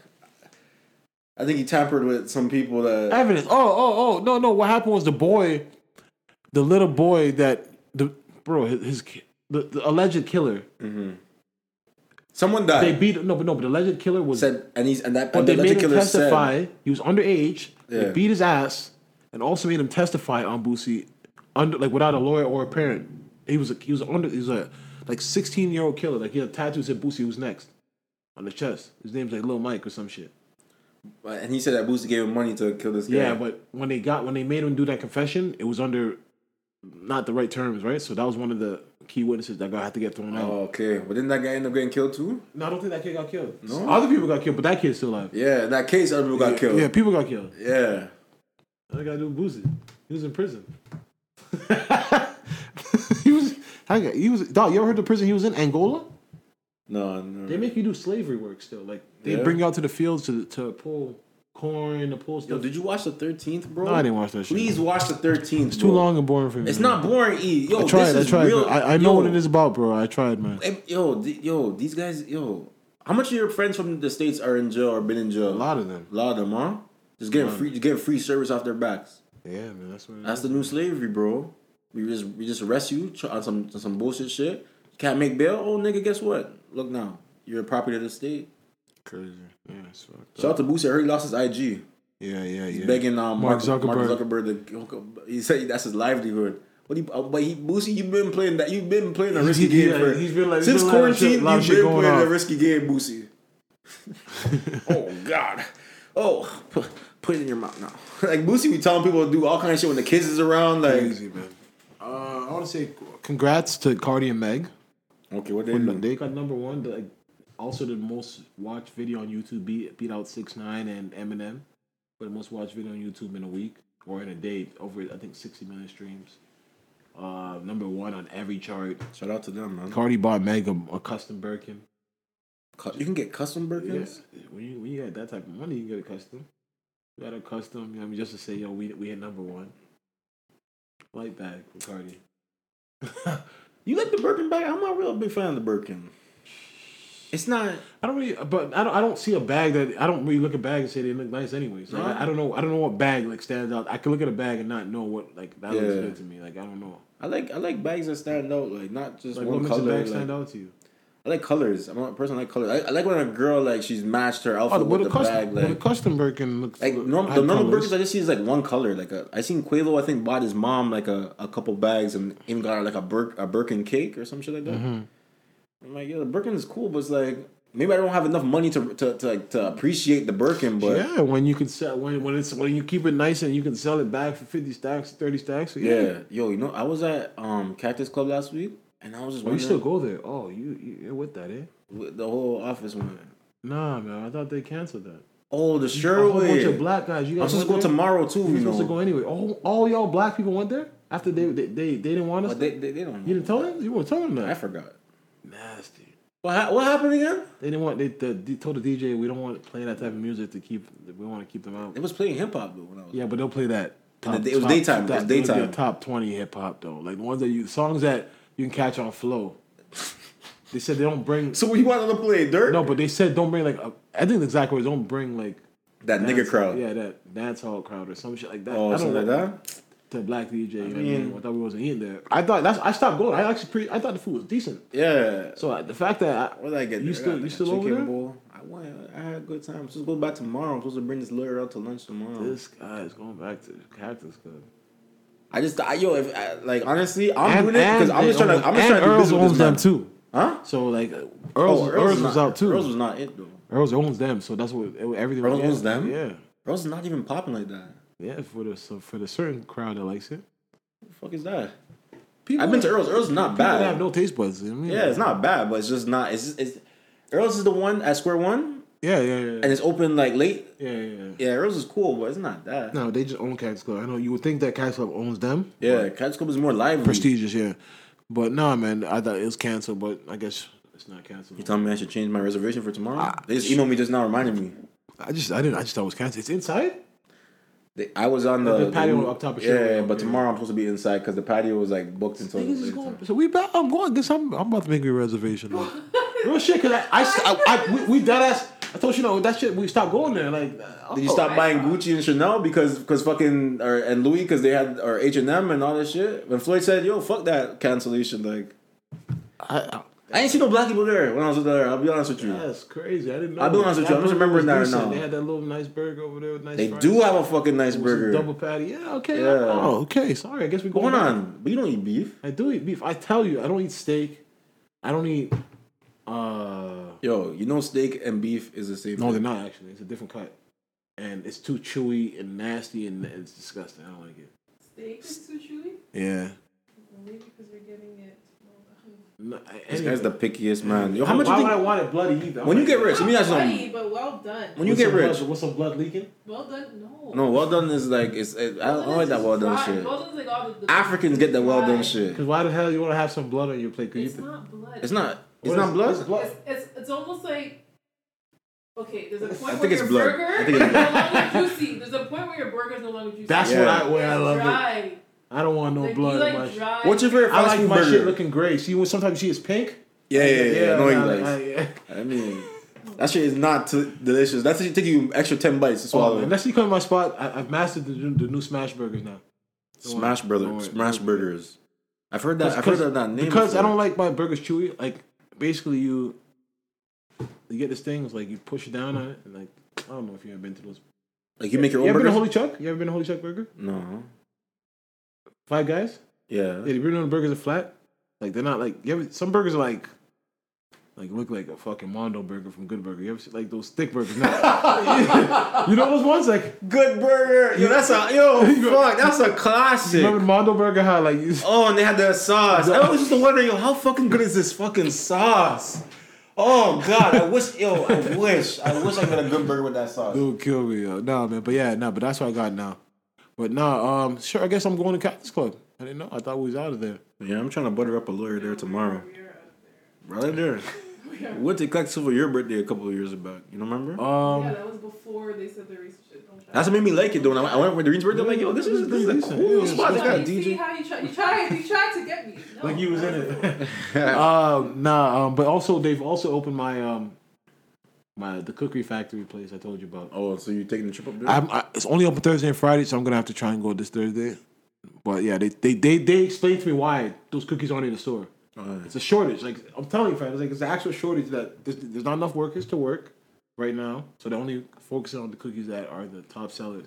C: I think he tampered with some people that.
B: evidence. Oh, oh, oh, no, no. What happened was the boy, the little boy that the bro, his, his ki- the, the alleged killer.
C: Someone died.
B: They beat no, but no, but the alleged killer was.
C: said, and he's and that
B: but
C: and
B: they
C: the
B: made him
C: killer said,
B: testify. he was underage. They
C: Yeah.
B: beat his ass, and also made him testify on Boosie, under like without a lawyer or a parent. He was a, he was under he was a like sixteen year old killer. Like he had tattoos at Boosie was next on the chest. His name's like Lil Mike or some shit.
C: and he said that Boosie gave him money to kill this guy.
B: Yeah, but when they got when they made him do that confession, it was under not the right terms, right? So that was one of the key witnesses that got had to get thrown out.
C: Oh, okay. But didn't that guy end up getting killed too?
B: No, I don't think that kid got killed. No, other people got killed, but that kid's still alive.
C: Yeah, in that case, other people got killed.
B: Yeah, people got killed.
C: yeah.
B: I got to do with Boosie. He was in prison. he was. I got, he was. Dog, you ever heard the prison he was in? Angola.
C: No, no.
B: They make you do slavery work still. Like they
C: Yeah.
B: bring you out to the fields to to pull corn, to pull
C: Yo,
B: stuff.
C: did you watch the Thirteenth, bro?
B: No, I didn't watch that shit.
C: Please watch the Thirteenth.
B: it's too long and boring for me.
C: It's
B: man.
C: not boring. E. Yo,
B: I tried.
C: This
B: I
C: is
B: tried.
C: Real.
B: I, I know
C: yo,
B: what it is about, bro. I tried, man.
C: eh, Yo, th- yo, these guys. Yo, how much of your friends from the states are in jail or been in jail?
B: A lot of them.
C: A lot of them, huh? Just getting free, just getting free service off their backs.
B: Yeah, man, that's what. it
C: That's
B: is.
C: the new slavery, bro. We just we just arrest you tr- on some on some bullshit shit. You can't make bail. Oh nigga, guess what? Look now, you're a property of the state.
B: crazy. Yeah, it's fucked
C: Shout out to Boosie. I heard he lost his IG.
B: Yeah, yeah,
C: He's
B: yeah.
C: begging um, Mark,
B: Mark
C: Zuckerberg. Mark
B: Zuckerberg.
C: Zuckerberg. To, he said that's his livelihood. But he, uh, but he, Boosie, you've been playing that. You've been playing a
B: He's-
C: risky
B: he-
C: game for.
B: yeah, he's been like-
C: since
B: there's been a lot of shit-
C: quarantine.
B: lot of
C: You've
B: shit
C: been
B: going
C: playing a
B: on.
C: risky game, Boosie. oh God. Oh, put, put it in your mouth now. like Boosie, be telling people to do all kind of shit when the kids is around. Like,
B: Crazy, man. Uh, I want to say congrats to Cardi and Meg.
C: okay, what they
B: When
C: do?
B: They got number one. The, like, also, the most watched video on YouTube beat, beat out Six Nine and Eminem for the most watched video on YouTube in a week or in a day. Over I think sixty million streams. Uh, number one on every chart.
C: Shout out to them, man.
B: Cardi bought Meg a, a custom Birkin.
C: Cu- You can get custom burgers.
B: Yes. When you when you got that type of money, you can get a custom. You got a custom. You know, what I mean, just to say, yo, we we hit number one. Light bag, Cardi.
C: You like the Birkin bag? I'm not real big fan of the Birkin. It's not.
B: I don't really, but I don't. I don't see a bag that I don't really look at bags and say they look nice. Anyways, like, I, I don't know. I don't know what bag like stands out. I can look at a bag and not know what like that looks
C: Yeah.
B: good to me. Like I don't know.
C: I like I like bags that stand out, like not just
B: Like what
C: one
B: makes a
C: color.
B: bag
C: like-
B: stand out to you?
C: I like colors. I'm not a person that like colors. I, I like when a girl like she's matched her outfit
B: Oh, with
C: with the
B: a custom,
C: bag.
B: with a
C: Like,
B: custom Birkin looks
C: like
B: look-
C: norm,
B: had
C: the normal
B: colors.
C: burgers I just see is like one color. Like a, I seen Quavo, I think bought his mom like a, a couple bags and even got her like a Birk a Birkin cake or some shit like that.
B: Mm-hmm.
C: I'm like, yeah, the Birkin is cool, but it's like maybe I don't have enough money to to to, like, to appreciate the Birkin, but.
B: yeah, when you can sell when when it's when you keep it nice and you can sell it back for fifty stacks, thirty stacks.
C: Yeah, yo, you know, I was at um Cactus Club last week, and I was just
B: Oh, you
C: wondering
B: still go there? Oh, you, you you're with that, eh?
C: with the whole office went.
B: Nah, man. I thought they canceled that.
C: Oh, the
B: A whole bunch
C: Sherwood.
B: of black guys. You
C: I'm
B: guys
C: supposed to go
B: went there?
C: tomorrow too.
B: You
C: You
B: were supposed to
C: know,
B: go anyway. All, all y'all black people went there after they they they, they didn't want us.
C: but they, they, they don't.
B: you
C: Know.
B: didn't tell them. You weren't telling them.
C: I
B: That.
C: forgot.
B: Nasty.
C: What ha- what happened again?
B: They didn't want. They, the, they told the DJ we don't want to play that type of music to keep. We want to keep them out.
C: It was playing hip hop though when I was.
B: Yeah, but they'll play that.
C: And the- it was daytime, it
B: top-
C: was
B: those would be
C: daytime.
B: a top twenty hip hop though, like the ones that you songs that you can catch on flow. they said they don't bring.
C: So you wanted to play dirt?
B: No, but they said don't bring like. A, I think the exact words don't bring like.
C: That nigga
B: dance-
C: crowd.
B: Yeah, that dance hall crowd or some shit like that.
C: Oh,
B: I don't
C: something like
B: know.
C: that.
B: to black DJ. I,
C: mean-
B: I thought we wasn't eating there. I thought that's I stopped going. I actually pre, I thought the food was decent.
C: Yeah.
B: So uh, the fact that I,
C: What did I get?
B: you
C: there?
B: still
C: I got, like,
B: you
C: a
B: still over
C: chicken
B: there?
C: Bowl. I went. I had a good time. I'm supposed to go back tomorrow. I'm supposed to bring this lawyer out to lunch tomorrow.
B: This guy is going back to the Cactus Club.
C: I just I, yo, if I, like honestly, I'm
B: And-
C: doing it because
B: and
C: I'm just
B: they
C: trying
B: own-
C: to. I'm just
B: and
C: trying to do
B: Earls
C: business with
B: owns
C: this
B: them
C: man.
B: too.
C: Huh?
B: So like uh, Earls, Earls, was
C: not-
B: out too.
C: Earls was
B: Earls,
C: not it though.
B: owns them, so that's what it, everything.
C: Earls
B: yeah,
C: owns them?
B: Yeah,
C: Earls is not even popping like that.
B: yeah. For the so for the certain crowd that likes it,
C: What the fuck is that?
B: people
C: I've been to Earls. Earls is not
B: people
C: bad.
B: that have no taste buds. you know what I mean?
C: yeah, it's not bad, but it's just not. It's, just, it's Earls is the one at Square One,
B: Yeah, yeah, yeah.
C: and it's open like late.
B: yeah, yeah, yeah.
C: Yeah, Earls is cool, but it's not that.
B: No, they just own Cactus Club. I know you would think that Cactus Club owns them.
C: Yeah, Cats Club is more lively.
B: prestigious, yeah. But nah, man, I thought it was canceled, but I guess it's not canceled.
C: You telling me I should change my reservation for tomorrow?
B: Ah,
C: they just emailed me just now, reminding me.
B: I just, I didn't, I just thought it was canceled. It's inside.
C: They, I was on the,
B: The patio up top of
C: Yeah,
B: Sherwood,
C: but
B: yeah.
C: tomorrow I'm supposed to be inside because the patio was like booked until.
B: Niggas is
C: later
B: going-
C: time.
B: so we, about, I'm going. I guess I'm, I'm about to make me a reservation. man. Real shit, cause I, I, I, I we, we dead ass. I told you, no, that shit. We stopped going there. Like, uh,
C: Did you stop buying Gucci and Chanel because because fucking or and Louis because they had or H and M and all that shit? When Floyd said, "Yo, fuck that cancellation," like
B: I, I,
C: I ain't see no black people there when I was there. I'll be honest with you.
B: that's crazy. I didn't know.
C: I'll be honest with you, I'm just
B: burger was
C: remembering that right
B: decent.
C: now.
B: They had that little nice burger over there with nice.
C: They
B: fries.
C: do have a fucking nice
B: It was a
C: burger.
B: double patty. Yeah. Okay.
C: Yeah.
B: Oh, okay. Sorry. I guess we
C: Going
B: back.
C: on, but you don't eat beef.
B: I do eat beef. I tell you, I don't eat steak. I don't eat. Uh,
C: Yo, you know steak and beef is the same.
B: no,
C: thing.
B: they're not actually. It's a different cut, and it's too chewy and nasty, and it's disgusting. I don't like it.
D: Steak and sushi?
B: Yeah.
D: Maybe because you're getting it.
B: No,
C: This guy's the pickiest man. Yo,
B: Yo,
C: how much
B: Why
C: you
B: would I
C: think?
B: want it bloody either? I'm
C: When you
B: like,
C: get rich, let me ask you
D: Bloody,
C: something.
D: but well done.
C: When you
B: with
C: get
B: some
C: rich,
B: blood, with some blood leaking.
D: well done, no.
C: no, well done is like it's. It, I don't I don't like that well done
D: Fried-
C: shit.
D: Well done's like all the, the
C: Africans get that well done
D: fried.
C: shit.
B: Because why the hell you want to have some blood on your plate? 'Cause you
D: It's
B: think-
D: not blood.
C: It's not. It's
B: What
C: not
B: is-
C: blood.
B: it's blood.
D: It's, it's, it's almost like. Okay, there's a point
C: think
D: where
C: it's
D: your
C: blood.
D: burger
C: I think it's
D: is no longer juicy. There's a point where your burger is no longer juicy.
B: That's
C: Yeah.
B: what I where I
D: It's
B: love it.
D: dry.
B: I don't want no
D: Like,
B: blood.
D: you
B: in my
D: like
B: shit.
D: dry.
C: What's your favorite
B: I
C: fast
B: like
C: food
B: my
C: burger?
B: shit looking gray. See, when sometimes she is pink.
C: yeah, yeah, yeah, yeah. Annoying
B: nah,
C: legs.
B: nah, yeah.
C: I mean, that shit is not t- delicious. That shit take you extra ten bites to
B: Oh,
C: swallow.
B: man, unless you come to my spot, I, I've mastered the, new- the new Smash Burgers now. Don't
C: Smash
B: worry,
C: Brother,
B: don't worry,
C: Smash
B: don't worry.
C: Burgers. I've heard that. I've heard
B: Because-
C: of that name
B: because I
C: before.
B: don't like my burgers chewy. Like basically, you you get this thing. It's like you push down on it, and like I don't know if you ever been to those.
C: like you make your
B: you
C: own
B: ever been to
C: burgers.
B: Holy Chuck? You ever been to Holy Chuck Burger?
C: no.
B: Five Guys.
C: Yeah.
B: Yeah, they bring on the burgers are flat. Like they're not like you ever, some burgers are like. Like look like a fucking Mondo burger from Good Burger. You ever see like those thick burgers? No. you know those ones like
C: Good Burger. Yo, that's a yo. fuck, that's a classic.
B: remember the Mondo burger? How like you,
C: Oh, and they had that sauce. I was just wondering, yo, how fucking good is this fucking sauce? Oh God, I wish, yo, I wish, I wish I got a good burger with that sauce.
B: Dude, kill me, yo. Nah, man. But yeah, nah. But that's what I got now. But nah, um, sure. I guess I'm going to Cactus Club. I didn't know. I thought we was out of there.
C: Yeah, I'm trying to butter up a lawyer there tomorrow. Right there. We went to Cactus for your birthday a couple of years back. You don't remember?
D: Yeah,
B: Um,
D: that was before they said the racist shit. Don't try.
C: Oh, That's what made me like it though. When I I went with the Reed's birthday. I'm like, yo, this is this is a cool spot. They got a
D: you see
C: DJ.
D: how you tried? You tried. You tried to get me. No,
B: it. um, nah. Um, but also they've also opened my um, my the cookery factory place I told you about.
C: Oh, so you taking the trip up there?
B: I'm, I, it's only open Thursday and Friday, so I'm gonna have to try and go this Thursday. But yeah, they they they, they explained to me why those cookies aren't in the store.
C: Oh,
B: It's a shortage. Like I'm telling you, fam, it's like it's an actual shortage that there's, there's not enough workers to work right now, so they're only focusing on the cookies that are the top sellers.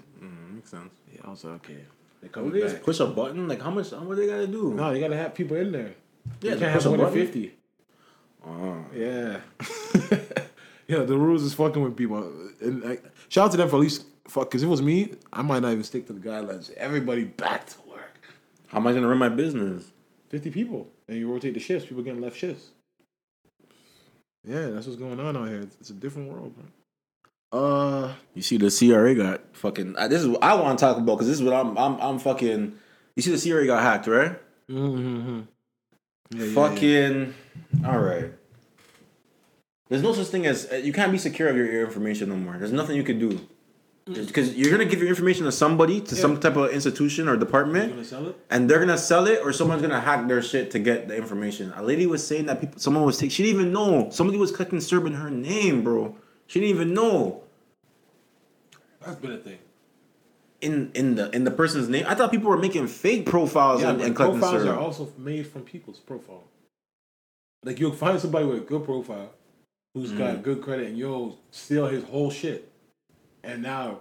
C: makes sense.
B: Yeah, I was like, okay.
C: They come back. Push a button. Like, how much? How much they gotta do?
B: No, you gotta have people in there.
C: Yeah,
B: you
C: they
B: can't
C: push
B: have
C: a
B: more than
C: button?
B: fifty.
C: Oh.
B: Yeah. Uh-huh. yeah, the rules is fucking with people. And like, shout out to them for at least fuck. Cause if it was me, I might not even stick to the guidelines. Everybody back to work.
C: How am I gonna run my business?
B: Fifty people, and you rotate the shifts. People getting left shifts. Yeah, that's what's going on out here. It's, it's a different world, bro. Uh,
C: You see the CRA got fucking. I, this is what I want to talk about because this is what I'm. I'm. I'm fucking. You see the CRA got hacked, right?
B: Mm-hmm.
C: fucking. All right. There's no such thing as uh, you can't be secure of your, your information no more. There's nothing you can do because you're gonna give your information to somebody to some type of institution or department,
B: sell it?
C: and they're gonna sell it or someone's gonna hack their shit to get the information. A lady was saying that people, someone was taking. She didn't even know somebody was clicking serb in her name, bro. She didn't even know.
B: That's been a thing.
C: in in the in the person's name. I thought people were making fake profiles
B: Yeah,
C: and,
B: but
C: and collecting
B: profiles
C: syrup.
B: are also made from people's profile. Like you'll find somebody with a good profile who's
C: Mm.
B: got good credit, and you'll steal his whole shit. And now,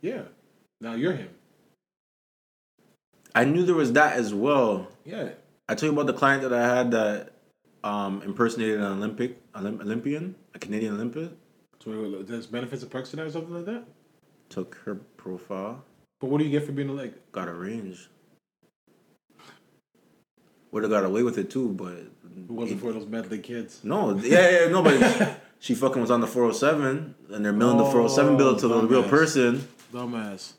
B: yeah, now you're him.
C: I knew there was that as well.
B: Yeah,
C: I told you about the client that I had that um, impersonated an Olympic Olymp- Olympian, a Canadian Olympian,
B: so there's benefits and perks to that or something like that.
C: took her profile,
B: But what do you get for being like?
C: got arranged. Would have got away with it too, but
B: Who wasn't for those meddling kids?
C: No, yeah, yeah, no, but she fucking was on the 407 and they're milling the 407
B: Oh,
C: bill to the real
B: dumbass.
C: person.
B: Dumbass,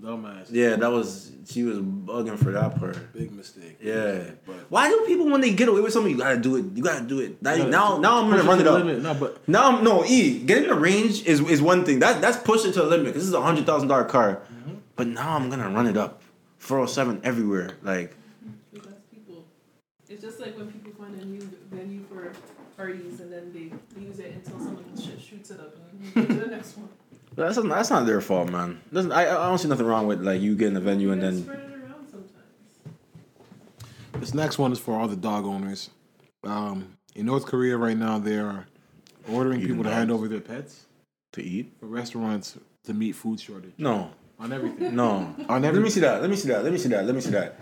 B: dumbass.
C: Yeah, that was, she was bugging for that part.
B: Big mistake. Big
C: Yeah.
B: mistake, but-
C: Why do people, when they get away with something, you gotta do it, you gotta do it. Now,
B: Yeah,
C: now,
B: it's-
C: now I'm
B: push
C: gonna run
B: to
C: it
B: the
C: up.
B: limit. No, but
C: Now, I'm- no, E, getting the range is, is one thing. That, that's pushing to the limit. 'cause This is a $100,000 car. But now I'm gonna run it up. 407 everywhere. Like,
D: Because that's people. It's just like when people find a new venue for parties and then they use it until someone sh- shoots it up and then they go to the next one.
C: that's not, that's not their fault, man. Doesn't, I, I don't see nothing wrong with like you getting the venue and
D: gotta
C: then
D: spread it around sometimes.
B: This next one is for all the dog owners. Um, in North Korea right now, they are ordering
C: Even
B: people to
C: dogs.
B: hand over their pets
C: to eat.
B: for restaurants to meet food shortage
C: No,
B: on everything.
C: No.
B: On every-
C: Let me see that. Let me see that. Let me see that. Let me see that.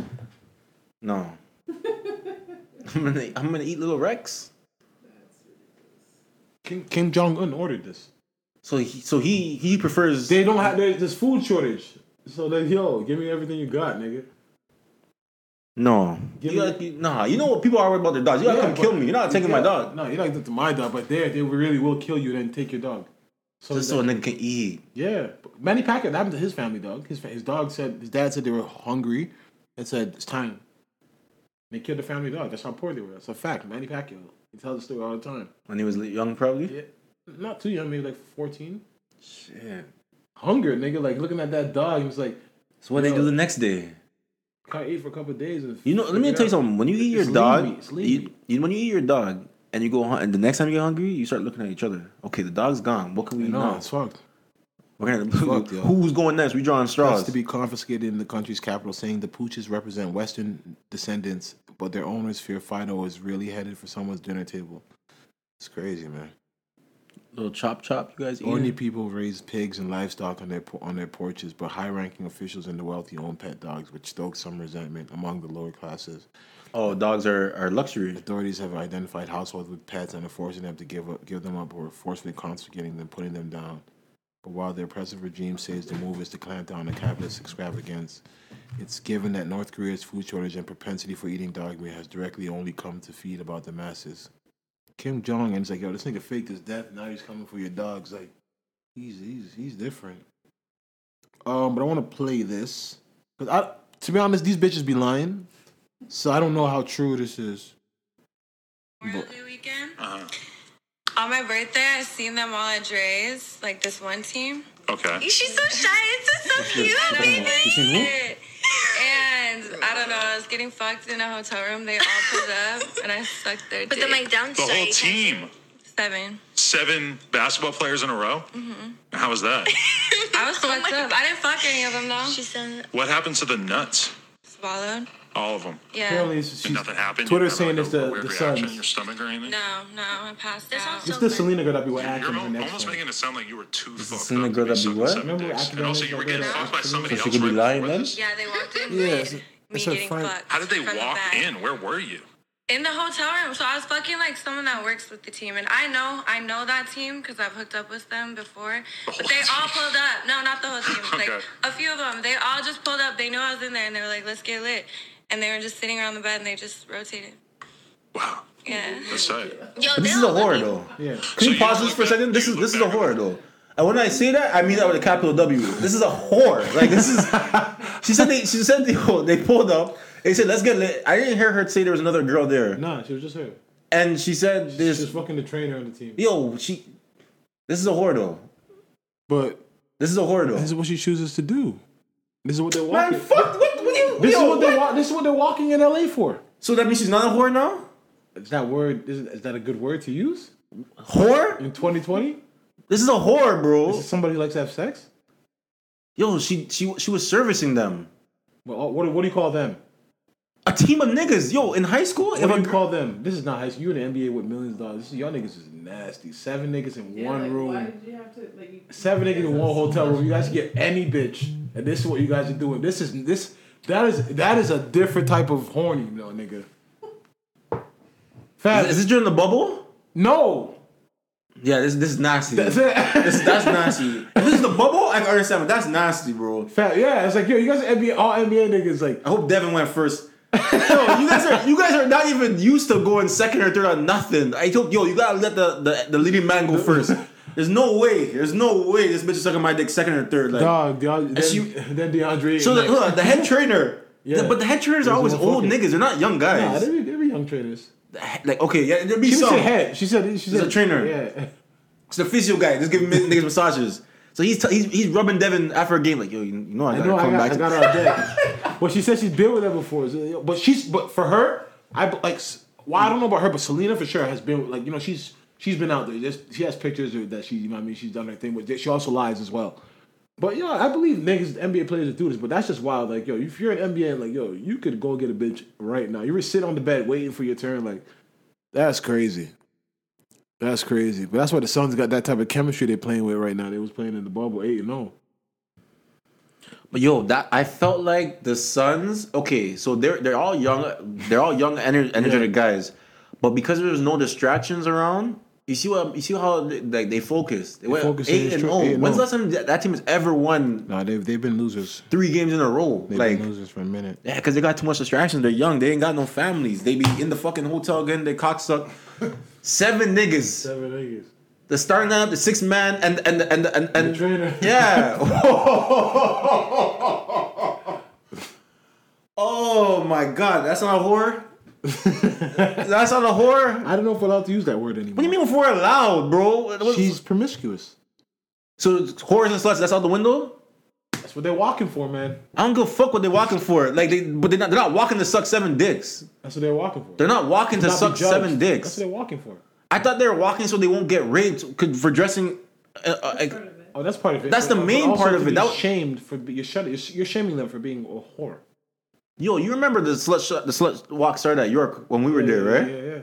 C: No. I'm gonna I'm gonna eat little Rex.
B: Kim, Kim Jong Un ordered this.
C: So he so he he prefers
B: They don't have there's there's food shortage, so they yo give me everything you got, nigga.
C: no.
B: Give
C: You
B: me-
C: gotta, nah, you know what people are worried about their dogs. You gotta
B: Yeah,
C: come
B: but-
C: kill me. You're not taking my
B: Yeah.
C: dog.
B: No, you're not getting to my dog, but they they really will kill you then take your dog. So
C: Just
B: that-
C: so a nigga can eat.
B: Yeah, Manny Pacquiao. That happened to his family dog. His fa- his dog said his dad said they were hungry, and said it's time. They killed the family dog. That's how poor they were. That's a fact. Manny Pacquiao. He tells the story all the time.
C: When he was li- young probably.
B: Yeah, not too young, maybe like fourteen.
C: Shit.
B: Hunger, nigga. Like looking at that dog, he was like,
C: So what
B: Yo.
C: they do the next day.
B: "Can't eat for a couple of days." And
C: You know, let me
B: figure
C: tell you
B: out."
C: something. When you eat your
B: It's lean
C: dog,
B: meat. It's lean
C: you,
B: meat.
C: you- when you eat your dog and you go hunt, and the next time you get hungry, you start looking at each other. Okay, the dog's gone. What can we eat
B: No,
C: now?
B: it's fucked.
C: We're gonna,
B: fucked, yo.
C: who's going next? We drawing straws.
B: That's to be confiscated in the country's capital, saying the pooches represent Western descendants, but their owners fear Fido is really headed for someone's dinner table. It's crazy, man.
C: little chop chop you guys
B: Ordinary
C: eating?
B: people raise pigs and livestock on their por- on their porches, but high-ranking officials and the wealthy own pet dogs, which stokes some resentment among the lower classes.
C: Oh, dogs are, are luxury.
B: Authorities have identified households with pets and are forcing them to give up, give them up, or forcefully confiscating them, putting them down. But while the oppressive regime says the move is to clamp down on capitalist extravagance, it's given that North Korea's food shortage and propensity for eating dog meat has directly only come to feed about the masses. Kim Jong Un's like, yo, this nigga faked his death. Now he's coming for your dogs. Like, he's he's he's different. Um, but I want to play this because I, to be honest, these bitches be lying, so I don't know how true this is.
I: Memorial Day weekend. Uh-huh. On my birthday, I seen them all at Dre's, like this one team.
E: Okay.
I: She's so shy. It's so, so cute, baby. And I don't know. I was getting fucked in a hotel room. They all pulled up, and I sucked their. But dick. then, like
E: The whole team.
I: seven,
E: Seven basketball players in a row? Mm-hmm. How was that?
I: I was fucked up. I didn't fuck any of them though. Oh She
E: what happened to the nuts?
I: swallowed.
E: All of them.
I: Yeah.
B: Apparently, it's,
E: And
B: she's,
E: nothing happened? You
B: Twitter's
E: had,
B: saying
E: like,
B: it's
E: a
B: the
E: weird
B: the
E: reaction in your
B: sons.
E: stomach or anything?
I: No, no, I passed out.
B: It's the Selena girl that be with
E: You're
B: acting
E: mo-
B: her next
E: almost
B: one.
E: making it sound like you were too fucked
C: Selena
E: up. to
C: girl
E: be
C: that be
E: sucking
C: what?
E: seven
B: Remember
E: dicks.
B: acting
E: And also,
B: on
E: you
B: it
E: were
B: like
E: getting
B: that?
E: fucked by somebody
C: So
E: else.
C: she could be
E: right
C: lying
E: before
C: then?
E: this?
I: yeah, they walked in.
B: Yeah,
I: with
B: it's-
I: me
B: it's her
I: getting
B: friend.
I: fucked.
E: How did they
I: from the
E: walk
I: back.
E: in? Where were you?
I: in the hotel room. So I was fucking like someone that works with the team, and I know I know that team because I've hooked up with them before. But they all pulled up. No, not the whole team. Like
E: Okay.
I: a few of them, they all just pulled up. They knew I was in there, and they were like, "Let's get lit," and they were just sitting around the bed and they just rotated.
E: Wow.
I: Yeah.
E: That's tight.
C: This is a horror though.
B: Yeah.
C: Can you
E: So you
C: pause this
E: look
C: for a
E: back-
C: second? This
E: you
C: is
E: look
C: this is a
E: back-
C: horror though. And when I say that, I mean that with a capital W. This is a whore. Like this is. she said they. She said they. They pulled up. They said let's get lit. I didn't hear her say there was another girl there.
B: Nah, she was just her.
C: And she said
B: She's just
C: this.
B: fucking the trainer on the team.
C: Yo, she. This is a whore though.
B: But
C: This is a whore
B: this is
C: though.
B: what she chooses to do. This is what they're walking.
C: Man, fuck. What? What do you?
B: this
C: yo,
B: is what they're wa- this is what they're walking in LA for.
C: So that means she's not a whore now.
B: Is that word? Is, is that a good word to use
C: Whore.
B: in 2020?
C: This is a whore, bro.
B: Is it somebody who likes to have sex?
C: Yo, she she she was servicing them.
B: uh, Well, what, what do you call them?
C: A team of niggas, yo, in high school, if
B: What
C: a
B: do you
C: gr-
B: call them? This is not high school. You're in the NBA with millions of dollars. This is y'all niggas is nasty. Seven niggas in
D: Yeah,
B: one
D: like,
B: room.
D: Why did you have to like? You,
B: Seven
D: you
B: niggas
D: guys
B: in
D: have
B: one
D: so
B: hotel
D: much
B: room. You guys
D: money.
B: get any bitch, and this is what you guys are doing. This is this that is that is a different type of horny, you know, nigga. Fab,
C: is, is this during the bubble?
B: no,
C: Yeah, this this is nasty.
B: that's
C: This,
B: it.
C: that's nasty. If this is the bubble, I can understand, but that's nasty, bro.
B: Fab, yeah, it's like yo, you guys are NBA all NBA niggas like.
C: I hope Devin went first. yo, you guys are you guys are not even used to going second or third on nothing. I told yo, you gotta let the, the, the leading man go first. There's no way. There's no way this bitch is sucking my dick second or third. Like,
B: Dog, dog, uh, then,
C: she-
B: then DeAndre.
C: so the,
B: like,
C: look, the head trainer.
B: Yeah.
C: The- but the head trainers are
B: There's
C: always
B: no
C: old
B: focus.
C: niggas. They're not young guys.
B: nah, they be, they be young trainers.
C: The he- like okay, yeah, there'd be
B: She didn't
C: some.
B: say head. She said she said
C: a trainer.
B: Yeah,
C: It's the physio guy. Just giving niggas massages. So he's, t- he's he's rubbing Devin after a game like yo, you you know I
B: I
C: gotta
B: know. I
C: come
B: got,
C: back.
B: I
C: to-
B: got her a dick. but she said she's been with her before. So, you know, But she's but for her, I b- like. s- Well, I don't know about her, but Selena for sure has been like you know she's she's been out there. There's, she has pictures of that she you know what I mean she's done her thing, but she also lies as well. But yo, I believe niggas NBA players do this, but that's just wild. Like yo, if you're an NBA and like yo, you could go get a bitch right now. You were sitting on the bed waiting for your turn. Like that's crazy. That's crazy. But that's why the Suns got that type of chemistry they're playing with right now. They was playing in the bubble eight and oh. zero.
C: But yo, that I felt like the Suns. Okay, so they're they're all young. They're all young, ener- energetic guys. But because there was no distractions around, you see what you see how they, like they focused. They, went
B: focused and
C: eight and
B: stri-
C: zero.
B: eight and
C: When's the
B: oh.
C: last time that, that team has ever won
B: Nah, they've they've been losers.
C: three games in a row?
B: They've
C: like
B: been losers for a minute.
C: yeah, because they got too much distractions. They're young. They ain't got no families. They be in the fucking hotel getting their cock sucked. Seven niggas.
B: Seven niggas.
C: The starting lineup, the six man, and and and and,
B: The
C: and,
B: trainer.
C: Yeah. oh my god, that's not a whore. that's not a whore. What
B: I don't know if we're allowed to use that word anymore.
C: do you mean if we're allowed, bro? It was-
B: She's promiscuous.
C: so whores and sluts. That's out the window.
B: That's what they're walking for, man.
C: I don't give a fuck what they're walking for. Like they, but they're not. They're not walking to suck seven dicks.
B: That's what they're walking for.
C: They're not walking to
B: Not be
C: suck
B: judged. That's
C: seven dicks.
B: what they're walking for.
C: I thought they were walking so they won't get raped could- for dressing. Uh, uh, like,
D: Part of it.
B: Oh, that's part of it.
C: That's the main
B: also
C: part of
B: to
C: it.
B: be
C: That was-
B: shamed for be- you're, shut, you're sh- you're shaming them for being a whore.
C: yo, you remember the slut sh- the slut walk started at York when we were there, right?
B: Yeah, yeah.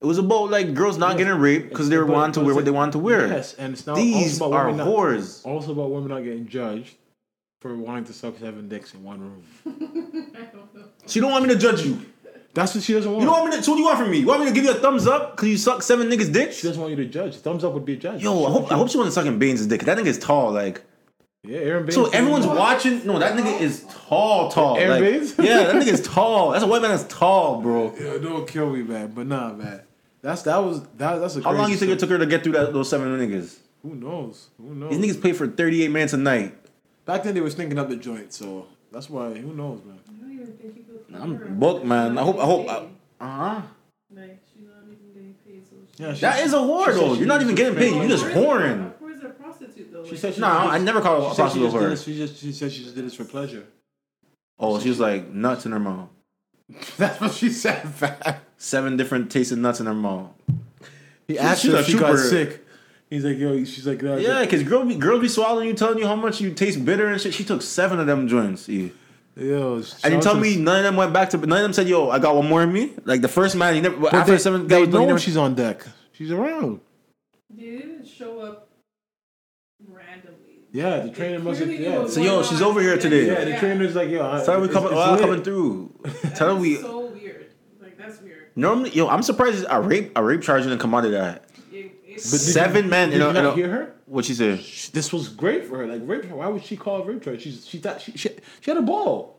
C: It was about like girls not
B: Yes.
C: getting raped because they were
B: But-
C: wanting to
B: but
C: wear
B: it's
C: what they
B: like-
C: wanted to wear.
B: Yes, and it's now
C: These
B: also about
C: are
B: women not-
C: whores.
B: also about women not getting judged for wanting to suck seven dicks in one room.
C: So you don't want me to judge you.
B: That's what she doesn't want.
C: You don't want me to. So what do you want from me? You want me to give you a thumbs up because you suck seven niggas'
B: she
C: dicks?
B: doesn't want you to judge. Thumbs up would be a judge.
C: Yo, I hope I hope she wasn't sucking Baines' dick. That nigga's tall, like.
B: Yeah, Aaron Baines.
C: So everyone's watching. No, that nigga is tall, tall.
B: Aaron
C: like-
B: Baines?
C: yeah, that nigga's tall. That's a white man that's tall, bro.
B: Yo, don't kill me, man. But nah, man. That's that was that. That's a.
C: How long
B: crazy
C: you think
B: story.
C: it took her to get through that, those seven niggas?
B: Who knows? Who knows?
C: These niggas played for 38 minutes a night.
B: Back then they was thinking up the joint, so that's why. Who knows, man?
D: I don't even think you could cover
C: I'm
D: up.
C: booked, man. I hope. I hope.
D: Like,
C: Uh huh.
D: she's not even getting paid, so she-
B: Yeah, she,
C: That is a whore, though. You're not even getting paid. You just whoring.
D: Of course, they're a prostitute though.
B: She
D: like,
B: said she
C: No, I never called her a
B: She said she
C: prostitute
B: just did
C: whore.
B: this. She just she said she just did this for pleasure.
C: Oh, she was like nuts in her mouth.
B: That's what she said. Fat.
C: Seven different tastes of nuts in her mouth.
B: He
C: asked
B: asked
C: her
B: her
C: if
B: she got
C: Cooper-
B: sick. He's like, yo. She's like, uh,
C: Yeah, cause girl be girl be swallowing you, telling you how much you taste bitter and shit. She took seven of them joints, E.
B: yo.
C: and you
B: shout
C: tell
B: to-
C: me none of them went back to. None of them said, "Yo, I got one more in me." Like the first man, he never
B: But
C: after
B: they,
C: seven.
B: they
C: guy was doing,
B: know
C: he never-
B: she's on deck. She's around.
D: They didn't show up randomly.
B: Yeah, the trainer must have.
D: Clearly
B: Yeah,
D: was
C: So, yo,
D: going
C: she's
D: on.
C: over here today.
B: yeah, the trainer's like, yo. I-
C: Tell her we
B: it's-
C: coming,
B: it's
C: oh, I'm
B: lit.
C: coming through. Tell her
D: That's
C: we
D: so weird. Like that's weird.
C: normally, yo, I'm surprised a rape a rape charge didn't come out of that.
D: It- it's-
B: But did
C: Seven
B: you,
C: men,
B: Did
C: you know,
B: you
C: you
B: not
C: know-
B: hear her?
C: What she said?
B: She- This was great for her. Like rape her. Why would she call it rape her? She's she thought she she, she had a ball.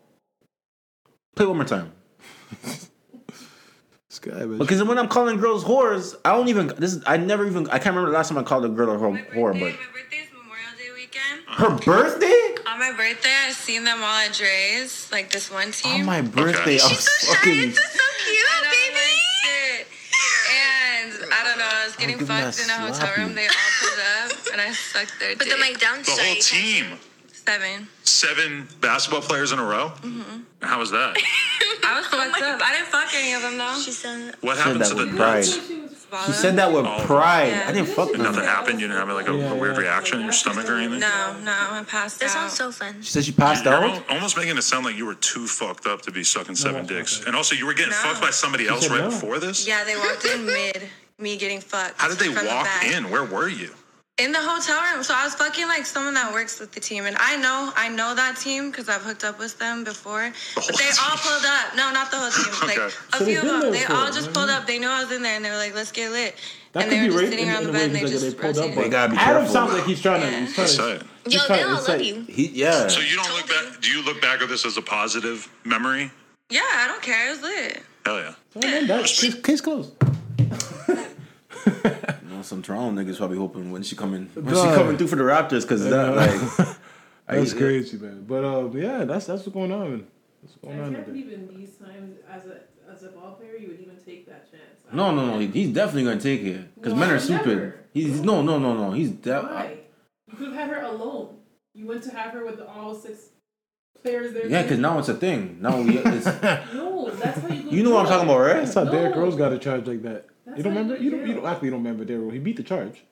C: Play one more time.
B: This guy, man.
C: Because when I'm calling girls whores, I don't even. This is, I never even. I can't remember the last time I called a girl a whore,
I: My birthday,
C: whore but
I: my birthday's Memorial Day weekend.
C: her birthday.
I: On my birthday, I seen them all at Dre's, like this one team.
C: On Oh my birthday, I was fucking.
I: so cute, baby. And I don't know, I was getting
C: give them
I: fucked
C: that
I: in a hotel
C: sloppy.
I: room. They all pulled up, and I sucked their. But
J: Put them like down
E: The whole team.
I: Seven.
E: Seven basketball players in a row? Mm-hmm. How was that?
I: I was fucked up. I didn't fuck any of them though.
J: She said,
E: What happened
C: that
E: to the
C: was
E: nuts?
C: right.
D: She was
C: She said that with
E: Oh.
C: pride.
I: Yeah.
C: I didn't fuck with
E: Nothing
C: her.
E: happened? You didn't have like a, a weird reaction in your stomach or anything?
I: No, no, I passed
J: This
I: out.
J: sounds so fun.
C: She said she passed
E: You're
C: out.
E: al- almost making it sound like you were too fucked up to be sucking seven dicks. And also, you were getting
I: No.
E: fucked by somebody else
B: said
E: right
B: no.
E: before this?
I: yeah, they walked in mid me getting fucked.
E: How did they
I: from the
E: walk
I: back.
E: in? Where were you?
I: In the hotel room. So I was fucking like someone that works with the team, and I know I know that team because I've hooked up with them before.
E: whole
I: But they
E: team?
I: all pulled up. No, not the whole team. Like
E: Okay.
I: a
B: So
I: few
B: they've
I: of
B: been there
I: them. They all
B: before,
I: just
B: right?
I: pulled up. They knew I was in there, and they were like, "Let's get lit."
B: That
I: and
B: could
I: they
B: be
I: were just
B: rape
I: sitting
B: in,
I: around
B: in
I: the
B: a
I: bed
B: way
I: and they
B: because
I: just
B: they pulled up.
I: rotated.
B: Like,
C: They gotta be
B: Adam
C: careful.
B: sounds like he's trying to.
I: Yeah.
B: He's trying
E: Say
B: to.
E: it.
J: Yo,
B: She's
J: they
B: trying to
J: don't love
B: incite-
J: you.
C: He, yeah.
E: So you don't look
J: Totally.
E: back. Do you look back at this as a positive memory?
I: Yeah, I don't care. It was lit.
E: Hell yeah.
B: Well, then that- Case case closed.
C: Well, some Toronto niggas probably hoping when she coming when she
B: Bruh.
C: coming through for the Raptors because that like
B: That's
C: I-
B: crazy, man. But uh, yeah, that's that's what's going on. Man. That's what's
D: I
B: going on.
D: can't
B: today.
D: believe in these times as a as a ball player you would even take that chance. I
C: no
D: don't
C: no no
D: get
C: he-
D: it.
C: he's definitely gonna take it because
D: No,
C: men are
D: never.
C: stupid. He's no no no no he's
D: Why?
C: definitely
D: You could have had her alone. You went to have her with all six players there.
C: yeah because now it's a thing now we it's,
D: No, that's how you. go
C: you know what I'm talking about
B: That's
C: right?
B: how
D: No.
B: Derrick Rose got a charge like that.
D: That's
B: you don't
D: how
B: remember?
D: you
B: You don't. You
D: feel.
B: don't actually don't remember Derrick Rose. He beat the charge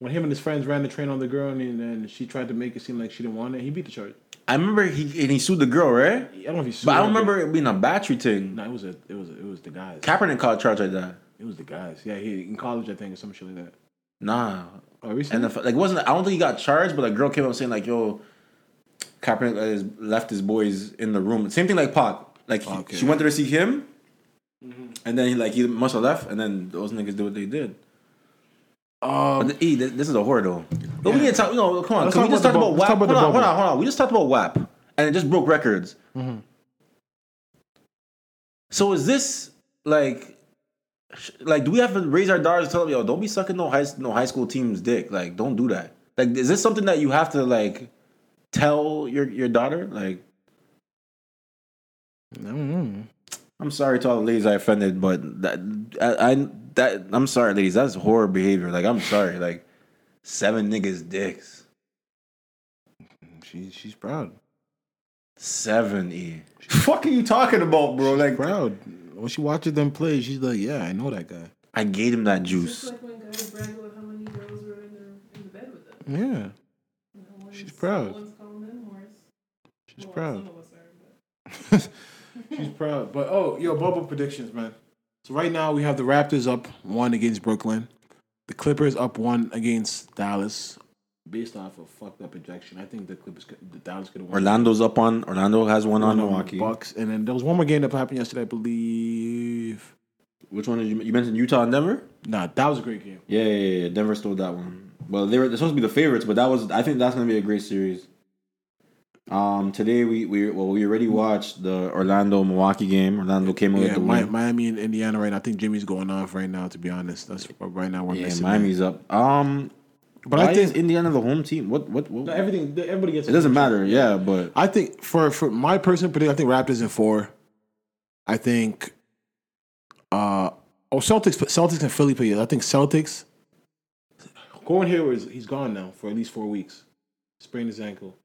B: when him and his friends ran the train on the girl, and, and she tried to make it seem like she didn't want it. He beat the charge.
C: I remember he and he sued the girl right,
B: I don't know if he. sued
C: but I don't
B: her,
C: remember it being a battery thing.
B: No, it was a. It was. A, it was the guys.
C: Kaepernick caught a charge like that.
B: It was the guys. Yeah, he in college, I think, or some shit like that.
C: Nah,
B: Oh, recently.
C: and the, like wasn't I don't think he got charged, but a girl came up saying like yo, Kaepernick has left his boys in the room. Same thing like Pac. Like he-
B: Okay. Mm-hmm.
C: she went there to see him, and then he like he must have left, and then those niggas did what they did.
B: um,
C: But the, e, this is a horror though. But we didn't talk. You know, come on.
B: Let's
C: Can we
B: talk
C: just
B: about
C: talked
B: the
C: about
B: bu- let's
C: WAP.
B: talk about
C: Hold
B: the
C: on, hold
B: bubble. Mm-hmm.
C: on, hold on. We just talked about WAP, and it just broke records. So is this like, sh- like, do we have to raise our daughters and tell them, yo, don't be sucking no high no high school team's dick. Like, don't do that. Like, is this something that you have to like tell your your daughter? Like,
B: mm-hmm.
C: I'm sorry to all the ladies I offended, but that I, I that I'm sorry, ladies. That's horror behavior. Like, I'm sorry. Like, seven niggas dicks.
B: she, she's proud.
C: Seven E. Fuck are you talking about, bro? Like,
B: Proud. When she watches them play, she's like, "Yeah, I know that guy."
C: I gave him that
D: It's
C: juice.
D: just like when guys brag about how many girls were in the in the bed with them.
B: Yeah,
D: You know,
B: She's
D: one's-
B: proud.
D: One's calling them whores.
B: she's
D: Well,
B: proud.
D: Some of us are, but
B: She's proud. But oh, yo, bubble predictions, man. So right now we have the Raptors up one against Brooklyn, the Clippers up one against Dallas, based off of fucked up ejection. I think the Clippers, could, the Dallas could win.
C: Orlando's up on. Orlando has one on Milwaukee.
B: Bucks, and then there was one more game that happened yesterday, I believe.
C: Which one did you? You mentioned Utah and Denver.
B: Nah, that was a great game.
C: Yeah, yeah, yeah. yeah. Denver stole that one. Well, they were they're supposed to be the favorites, but that was. I think that's gonna be a great series. Um, today we we well we already watched the Orlando Milwaukee game. Orlando came away
B: Yeah,
C: with the
B: Mi-
C: win.
B: Miami and Indiana right now. I think Jimmy's going off right now. To be honest, that's right now we're
C: Yeah,
B: missing.
C: Miami's up. Um,
B: but I think
C: Indiana the home team. What what? what?
B: No, everything everybody gets.
C: it doesn't matter. Yeah, but
B: I think for for my personal prediction, I think Raptors in four. I think. Uh oh, Celtics, Celtics and Philly. Please. I think Celtics. Gordon Hayward is he's gone now for at least four weeks. Sprained his ankle.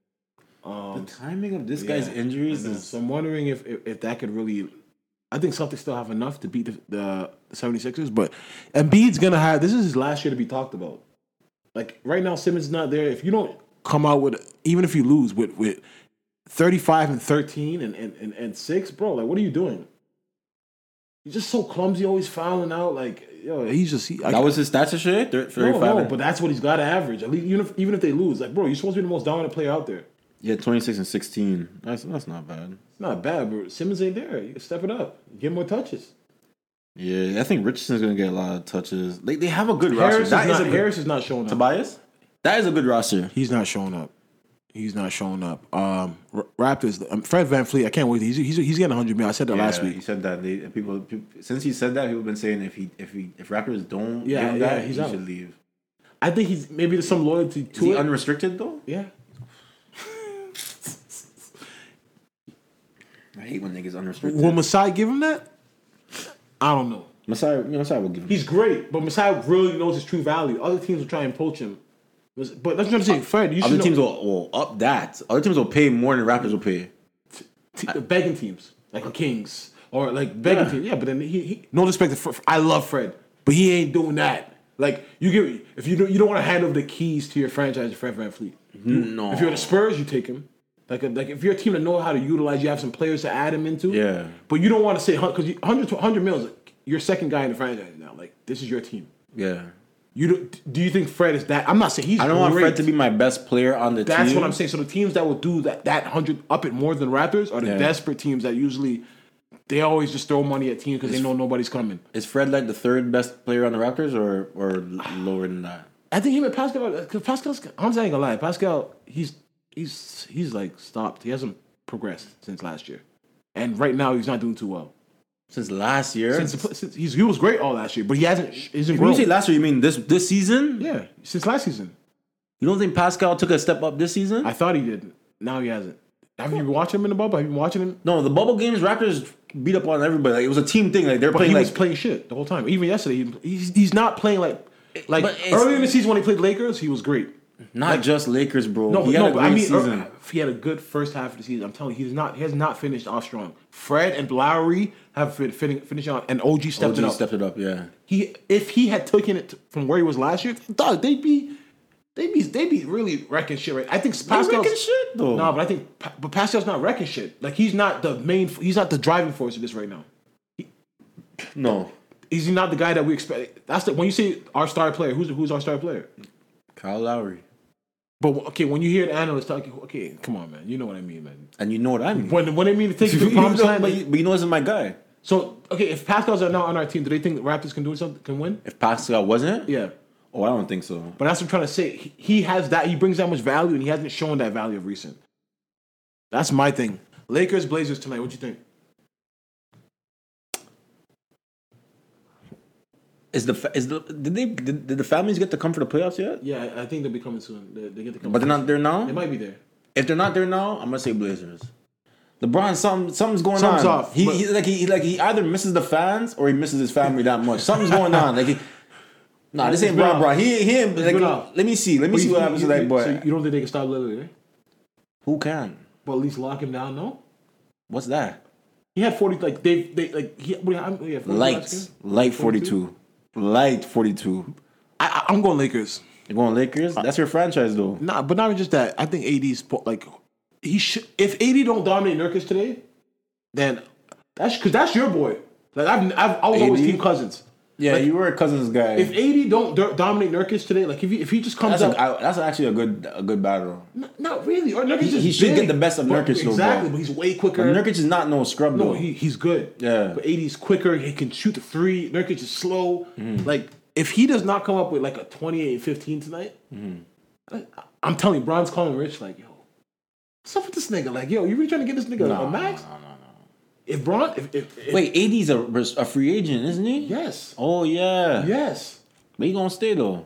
C: the
B: Um,
C: timing of this guy's
B: yeah,
C: injuries
B: I know.
C: is
B: So I'm wondering if, if if that could really. I think Celtics still have enough to beat the, the 76ers, but Embiid's gonna have this is his last year to be talked about. Like right now, Simmons is not there. If you don't come out with even if you lose with with 35 and 13 and and, and, and six, bro, like what are you doing? You're just so clumsy, always fouling out. Like yo, he's just he, I,
C: That was his stats and shit? Thir-
B: no,
C: 35
B: no,
C: and-
B: but that's what he's got to average. At least even if, even if they lose, like bro, you're supposed to be the most dominant player out there.
C: yeah, 26 and 16. That's, that's not bad.
B: It's not bad, but Simmons ain't there. You step it up. Get more touches.
C: Yeah, I think Richardson's going to get a lot of touches. They, they have a good roster.
B: Harris is,
C: That is
B: not,
C: a good,
B: Harris is not showing up.
C: Tobias? That is a good roster.
B: He's not showing up. He's not showing up. Um, R- Raptors. Um, Fred Van Fleet. I can't wait. He's he's, he's getting 100 million. I said that last
C: He
B: week.
C: said that. They, people, people Since he said that, people have been saying if he if he if Raptors don't
B: Yeah,
C: give him
B: yeah,
C: that,
B: he's
C: he
B: out.
C: should leave.
B: I think he's maybe there's some loyalty
C: Is
B: to
C: he
B: it.
C: unrestricted though?
B: yeah.
C: I hate when niggas unrestricted.
B: Will Masai give him that? I don't know.
C: Masai, you know, Masai will give him.
B: He's great, but Masai really knows his true value. Other teams will try and poach him. Was, but that's what I'm saying. Fred, you should
C: Other
B: know-
C: teams will, will up that. Other teams will pay more than Raptors will pay.
B: te- the begging teams, like the Kings or like begging
C: Yeah.
B: teams. Yeah, but then he, he no disrespect to Fred. I love Fred, but he ain't doing that. Like you give me if you don't, you don't want to hand over the keys to your franchise to Fred VanVleet.
C: No.
B: If you're the Spurs, you take him. Like like if you're a team that know how to utilize, you have some players to add him into.
C: Yeah.
B: but you don't want to say because 100, 100 mils. Like, your second guy in the franchise now. Like this is your team.
C: yeah.
B: You don't, do you think Fred is that? I'm not saying he's.
C: I don't want
B: great.
C: Fred to be my best player on the team.
B: That's what I'm saying. So the teams that will do that that hundred up it more than Raptors are the
C: Yeah.
B: desperate teams that usually they always just throw money at teams because they know nobody's coming.
C: Is Fred like the third best player on the Raptors or or l- lower than that?
B: I think him and Pascal because Pascal's I'm saying a lie. Pascal he's he's he's like stopped. He hasn't progressed since last year, and right now he's not doing too well.
C: Since last year?
B: Since, the pl- since he's, he was great all last year, but he hasn't isn't
C: when you say
B: grown.
C: last year, you mean this this season?
B: yeah, since last season,
C: You don't think Pascal took a step up this season?
B: I thought he did. Now he hasn't. Have you been watching him in the bubble? Have you been watching him?
C: no, the bubble games Raptors beat up on everybody. Like, it was a team thing. Like they're
B: But
C: playing
B: he
C: like
B: was playing shit the whole time. Even yesterday, he, he's he's not playing like like
C: But it's-
B: earlier in the season when he played Lakers, he was great.
C: not just Lakers, bro.
B: No,
C: he
B: no,
C: had a
B: but
C: great
B: I mean, er-
C: season.
B: he had a good first half of the season. I'm telling you, he's not he has not finished off strong. Fred and Lowry have been fin- finishing on, and OG stepped
C: OG
B: it up.
C: stepped it up. Yeah,
B: He if he had taken it from where he was last year, dog, they'd be. They be they be really wrecking shit right. I think Pascal
C: wrecking shit, though.
B: No, but I think Pa- but Pascal's not wrecking shit. Like he's not the main. He's not the driving force of this right now.
C: no,
B: is he not the guy that we expect? That's the when you say our star player, who's who's our star player?
C: Kyle Lowry,
B: But okay, when you hear the analyst talking, okay, come on, man, you know what I mean, man.
C: and you know what I mean.
B: When when they mean to take you to
C: you
B: the promised
C: know, but, you,
B: land,
C: but you know, this is my guy.
B: so okay, if Pascal's are now on our team, do they think the Raptors can do something, can win?
C: If Pascal wasn't,
B: Yeah,
C: Oh, I don't think so.
B: but that's what I'm trying to say. He, he has that, he brings that much value, and he hasn't shown that value of recent. That's my thing. Lakers Blazers tonight. What you think?
C: Is the fa- is the did they did, did the families get to come for the playoffs yet?
B: Yeah, I, I think they'll be coming soon. They, they get to come,
C: But they're not there now.
B: They might be there.
C: If they're not there now, I'm gonna say Blazers. LeBron, something, something's going
B: Something's
C: on.
B: off,
C: he,
B: but-
C: he like he like he either misses the fans or he misses his family that much. Something's going on. Like, he, nah, this
B: It's
C: ain't
B: been
C: bro,
B: off.
C: bro. He he ain't, like,
B: been off.
C: let me see, let me
B: But
C: see
B: you-
C: what happens
B: you-
C: to that
B: you-
C: boy.
B: So you don't think they can stop Lillard? eh?
C: Who can?
B: But at least lock him down, no?
C: What's that?
B: He had forty. Like they, they like he. What, I'm, yeah, 40
C: Light,
B: last year?
C: light forty two, light forty two.
B: I, I- I'm going Lakers.
C: You going Lakers?
B: Uh,
C: That's your franchise though.
B: Nah, but not just that. I think AD's po- like he should. If AD don't dominate Nurkic today, then that's because that's your boy. Like I've, I've I was always
C: AD?
B: team cousins.
C: Yeah,
B: Like,
C: you were a cousins guy.
B: If AD don't do- dominate Nurkic today, like if he, if he just comes
C: that's
B: up,
C: a, I, that's actually a good a good battle.
B: N- not really. Or Nurkic
C: He-
B: is
C: he should
B: big,
C: get the best of
B: but-
C: Nurkic, though, bro.
B: Exactly, but he's way quicker.
C: But Nurkic is not no scrub
B: No,
C: though.
B: he, he's good.
C: Yeah.
B: But 80's quicker. He can shoot the three. Nurkic is slow.
C: Mm-hmm.
B: Like, if he does not come up with like a 28 and 15 tonight,
C: Mm-hmm.
B: I, I'm telling you, Bron's calling Rich, like, yo, what's up with this nigga? Like, yo, you really trying to get this nigga a max? No, no, no. If Bron, if, if, if
C: Wait, AD's a, a free agent, isn't he?
B: yes,
C: Oh yeah.
B: yes.
C: But he gonna stay though.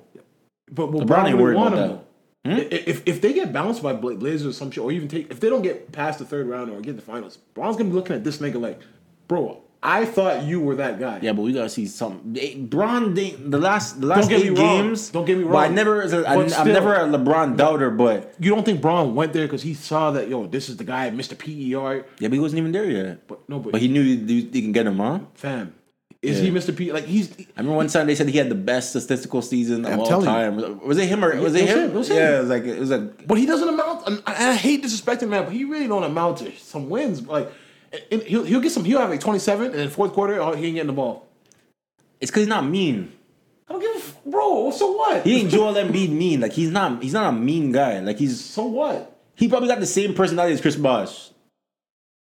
B: But will
C: LeBron
B: Bron
C: ain't
B: really
C: worried
B: want
C: about Hmm?
B: him though? I- i- If, if they get bounced by Bla- Blazers or some shit, or even take if they don't get past the third round or get in the finals, Bron's gonna be looking at this nigga like, bro, I thought you were that guy.
C: Yeah, but we gotta see something. Eh, Bron, they, the last the last
B: Don't get
C: eight
B: me wrong.
C: games.
B: Don't get me
C: But I
B: wrong.
C: never, I,
B: But
C: am
B: still.
C: never a LeBron doubter, but
B: You don't think Braun went there because he saw that yo, this is the guy, E Mr. PER,
C: yeah, but he wasn't even there yet. But,
B: but no, but,
C: he knew you, you can get him, huh?
B: fam, is he
C: Yeah.
B: Mr. P? Like he's
C: I remember one time they said he had the best statistical season of
B: I'm
C: all
B: telling you.
C: time. Was it him or was it,
B: It was
C: him?
B: him, it was
C: Yeah,
B: him.
C: it was like it was like
B: But he doesn't amount. and I, I hate disrespecting man, but he really don't amount to some wins. Like, and he'll he'll get some. He'll have like twenty seven, and in fourth quarter, oh, he ain't getting the ball.
C: it's because he's not mean.
B: I don't give a f- bro. So what?
C: He ain't Joel Embiid mean. Like he's not he's not a mean guy. Like he's
B: so what?
C: he probably got the same personality as Chris Bosh.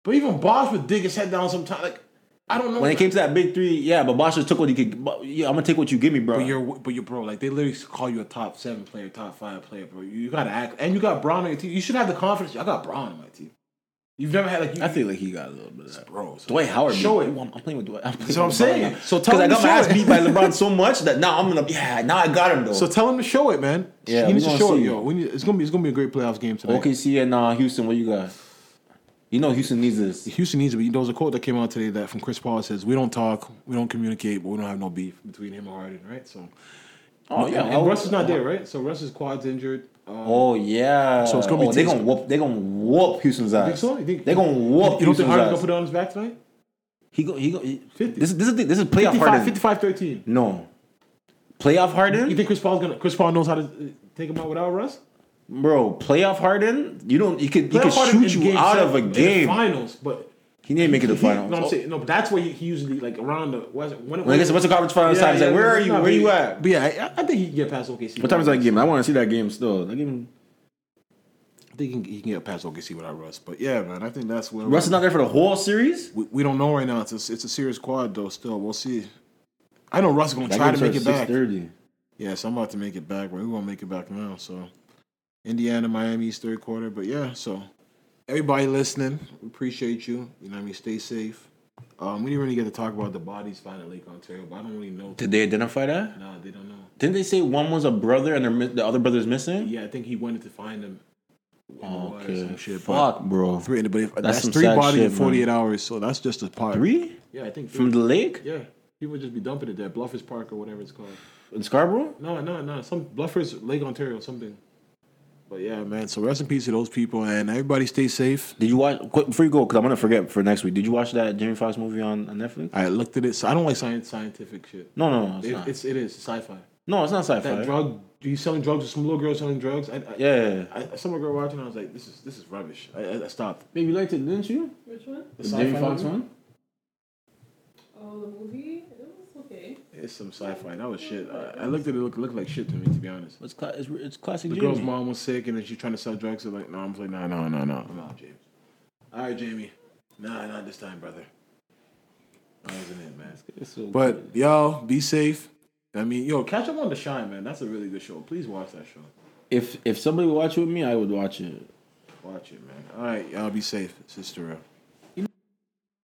B: But even Bosh would dig his head down sometimes. Like, I don't know.
C: When it came to that big three, yeah, but Bosh just took what he could. but, Yeah, I'm gonna take what you give me, bro.
B: But you're, but you're, bro. Like they literally call you a top seven player, top five player, bro. You, you gotta act, and you got Braun on your team. You should have the confidence. I got Braun on my team. You've never had like. You,
C: I feel like he got a little bit of that.
B: bro. so-
C: Dwight Howard.
B: Show
C: beat-
B: it.
C: Ooh, I'm, I'm playing with Dwight. I'm playing
B: what I'm
C: with
B: saying.
C: Dwight now.
B: So tell
C: 'Cause I
B: him
C: got
B: to
C: my
B: show
C: ass
B: it.
C: beat by LeBron so much that now I'm gonna. Yeah, now I got him though.
B: So tell him to show it, man.
C: Yeah,
B: he
C: we
B: needs to
C: gonna
B: show it,
C: see.
B: yo. We need, it's gonna be it's gonna be a great playoffs game tonight.
C: OKC and uh, Houston, what you got? You know Houston needs this.
B: Houston needs to be. There was a quote that came out today that from Chris Paul says, "We don't talk, we don't communicate, but we don't have no beef between him and Harden." Right? So
C: Oh yeah,
B: And, and Russ is not there, right? So Russ is quads injured. Um,
C: Oh yeah.
J: So it's gonna be
C: oh, they
J: Tatum.
C: gonna whoop. They gonna whoop Houston's ass.
B: think so? You think-
C: they gonna whoop
B: you don't think
C: Houston's
B: Harden's
C: ass.
B: gonna put it on his back tonight?
C: he go. He go. He,
B: 50.
C: this is this is the- this is playoff
B: 55,
C: Harden.
B: 55 13.
C: No. Playoff Harden,
B: You think Chris Paul's gonna? Chris Paul knows how to uh, take him out without Russ.
C: bro. Playoff Harden. You don't. You could. He
B: Playoff
C: could
B: Harden
C: shoot
B: in
C: you
B: game
C: out
B: seven,
C: of a
B: in the
C: game.
B: finals, but
C: He didn't make it to the
B: he, no,
C: finals. Oh.
B: I'm saying no. But that's where he, he usually like around the was it- when.
C: When it gets to Western Conference Finals time, it's like, where are
B: it's
C: you?
B: not
C: Where you
B: really-
C: at?
B: But yeah, I, I think he can get past OKC.
C: What time is that game? I want to see that game still. That game.
B: I think he can, he can get past OKC without Russ. But yeah, man, I think that's where
C: Russ is not there for the whole series.
B: We, we don't know right now. It's a, it's a serious quad though. Still, we'll see. I know Russ is gonna
C: That
B: try
C: game
B: to make it
C: starts
B: back.
C: 6:30.
B: Yeah, so I'm about to make it back. We're gonna make it back now. So Indiana, Miami's third quarter. But yeah, so everybody listening, we appreciate you. You know what I mean? Stay safe. Um, we didn't really get to talk about the bodies found at Lake Ontario, but I don't really know.
C: Did they identify that?
B: Nah, they don't know.
C: Didn't they say one was a brother and they're mi- the other brother's missing? Oh,
B: Yeah, I think he wanted to find them.
C: Okay.
B: Shit, but
C: Fuck, bro.
B: three, but if, that's,
C: some
B: three
C: sad
B: bodies
C: shit,
B: in 48 hours, so that's just a part.
C: Three
B: Yeah, I think
C: from
B: three.
C: the lake
B: Yeah, people just be dumping it there, Bluffers Park or whatever it's called.
C: in Scarborough.
B: No, no, no. Some bluffers, Lake Ontario, something. But yeah, man. So rest in peace to those people, and everybody stay safe.
C: Did you watch quick, before you go? Because I'm gonna forget for next week. Did you watch that Jamie Foxx movie on, on Netflix?
B: I looked at it. So I don't like science, scientific shit.
C: No, no, no, it's
B: It-
C: not.
B: it's it is sci-fi.
C: no, it's not sci-fi.
B: That drug. He's selling drugs. Some little girl selling drugs. I, I,
C: yeah,
B: I, I saw a girl watching. I was like, this is this is rubbish. I, I, I stopped.
C: babe, you liked it, didn't you?
D: Which one?
B: The
C: The Jamie
B: sci-fi
C: Foxx
B: movie?
C: one.
D: Oh, the movie. It was okay.
B: It's some sci-fi. That was shit. I, I looked at it. Look looked like shit to me, to be honest.
C: It's, cla- it's, it's classic.
B: The
C: Jamie.
B: girl's mom was sick, and then she's trying to sell drugs. So like, no, I'm like, no, no, no, no, I'm out, James. All right, Jamie. Nah, not this time, brother. That wasn't it, man.
C: It's so
B: But y'all be safe. I mean, yo, catch up on The Shine, man. That's a really good show. Please watch that show.
C: if if somebody would watch it with me, I would watch it.
B: Watch it, man. All right, y'all be safe. Sister.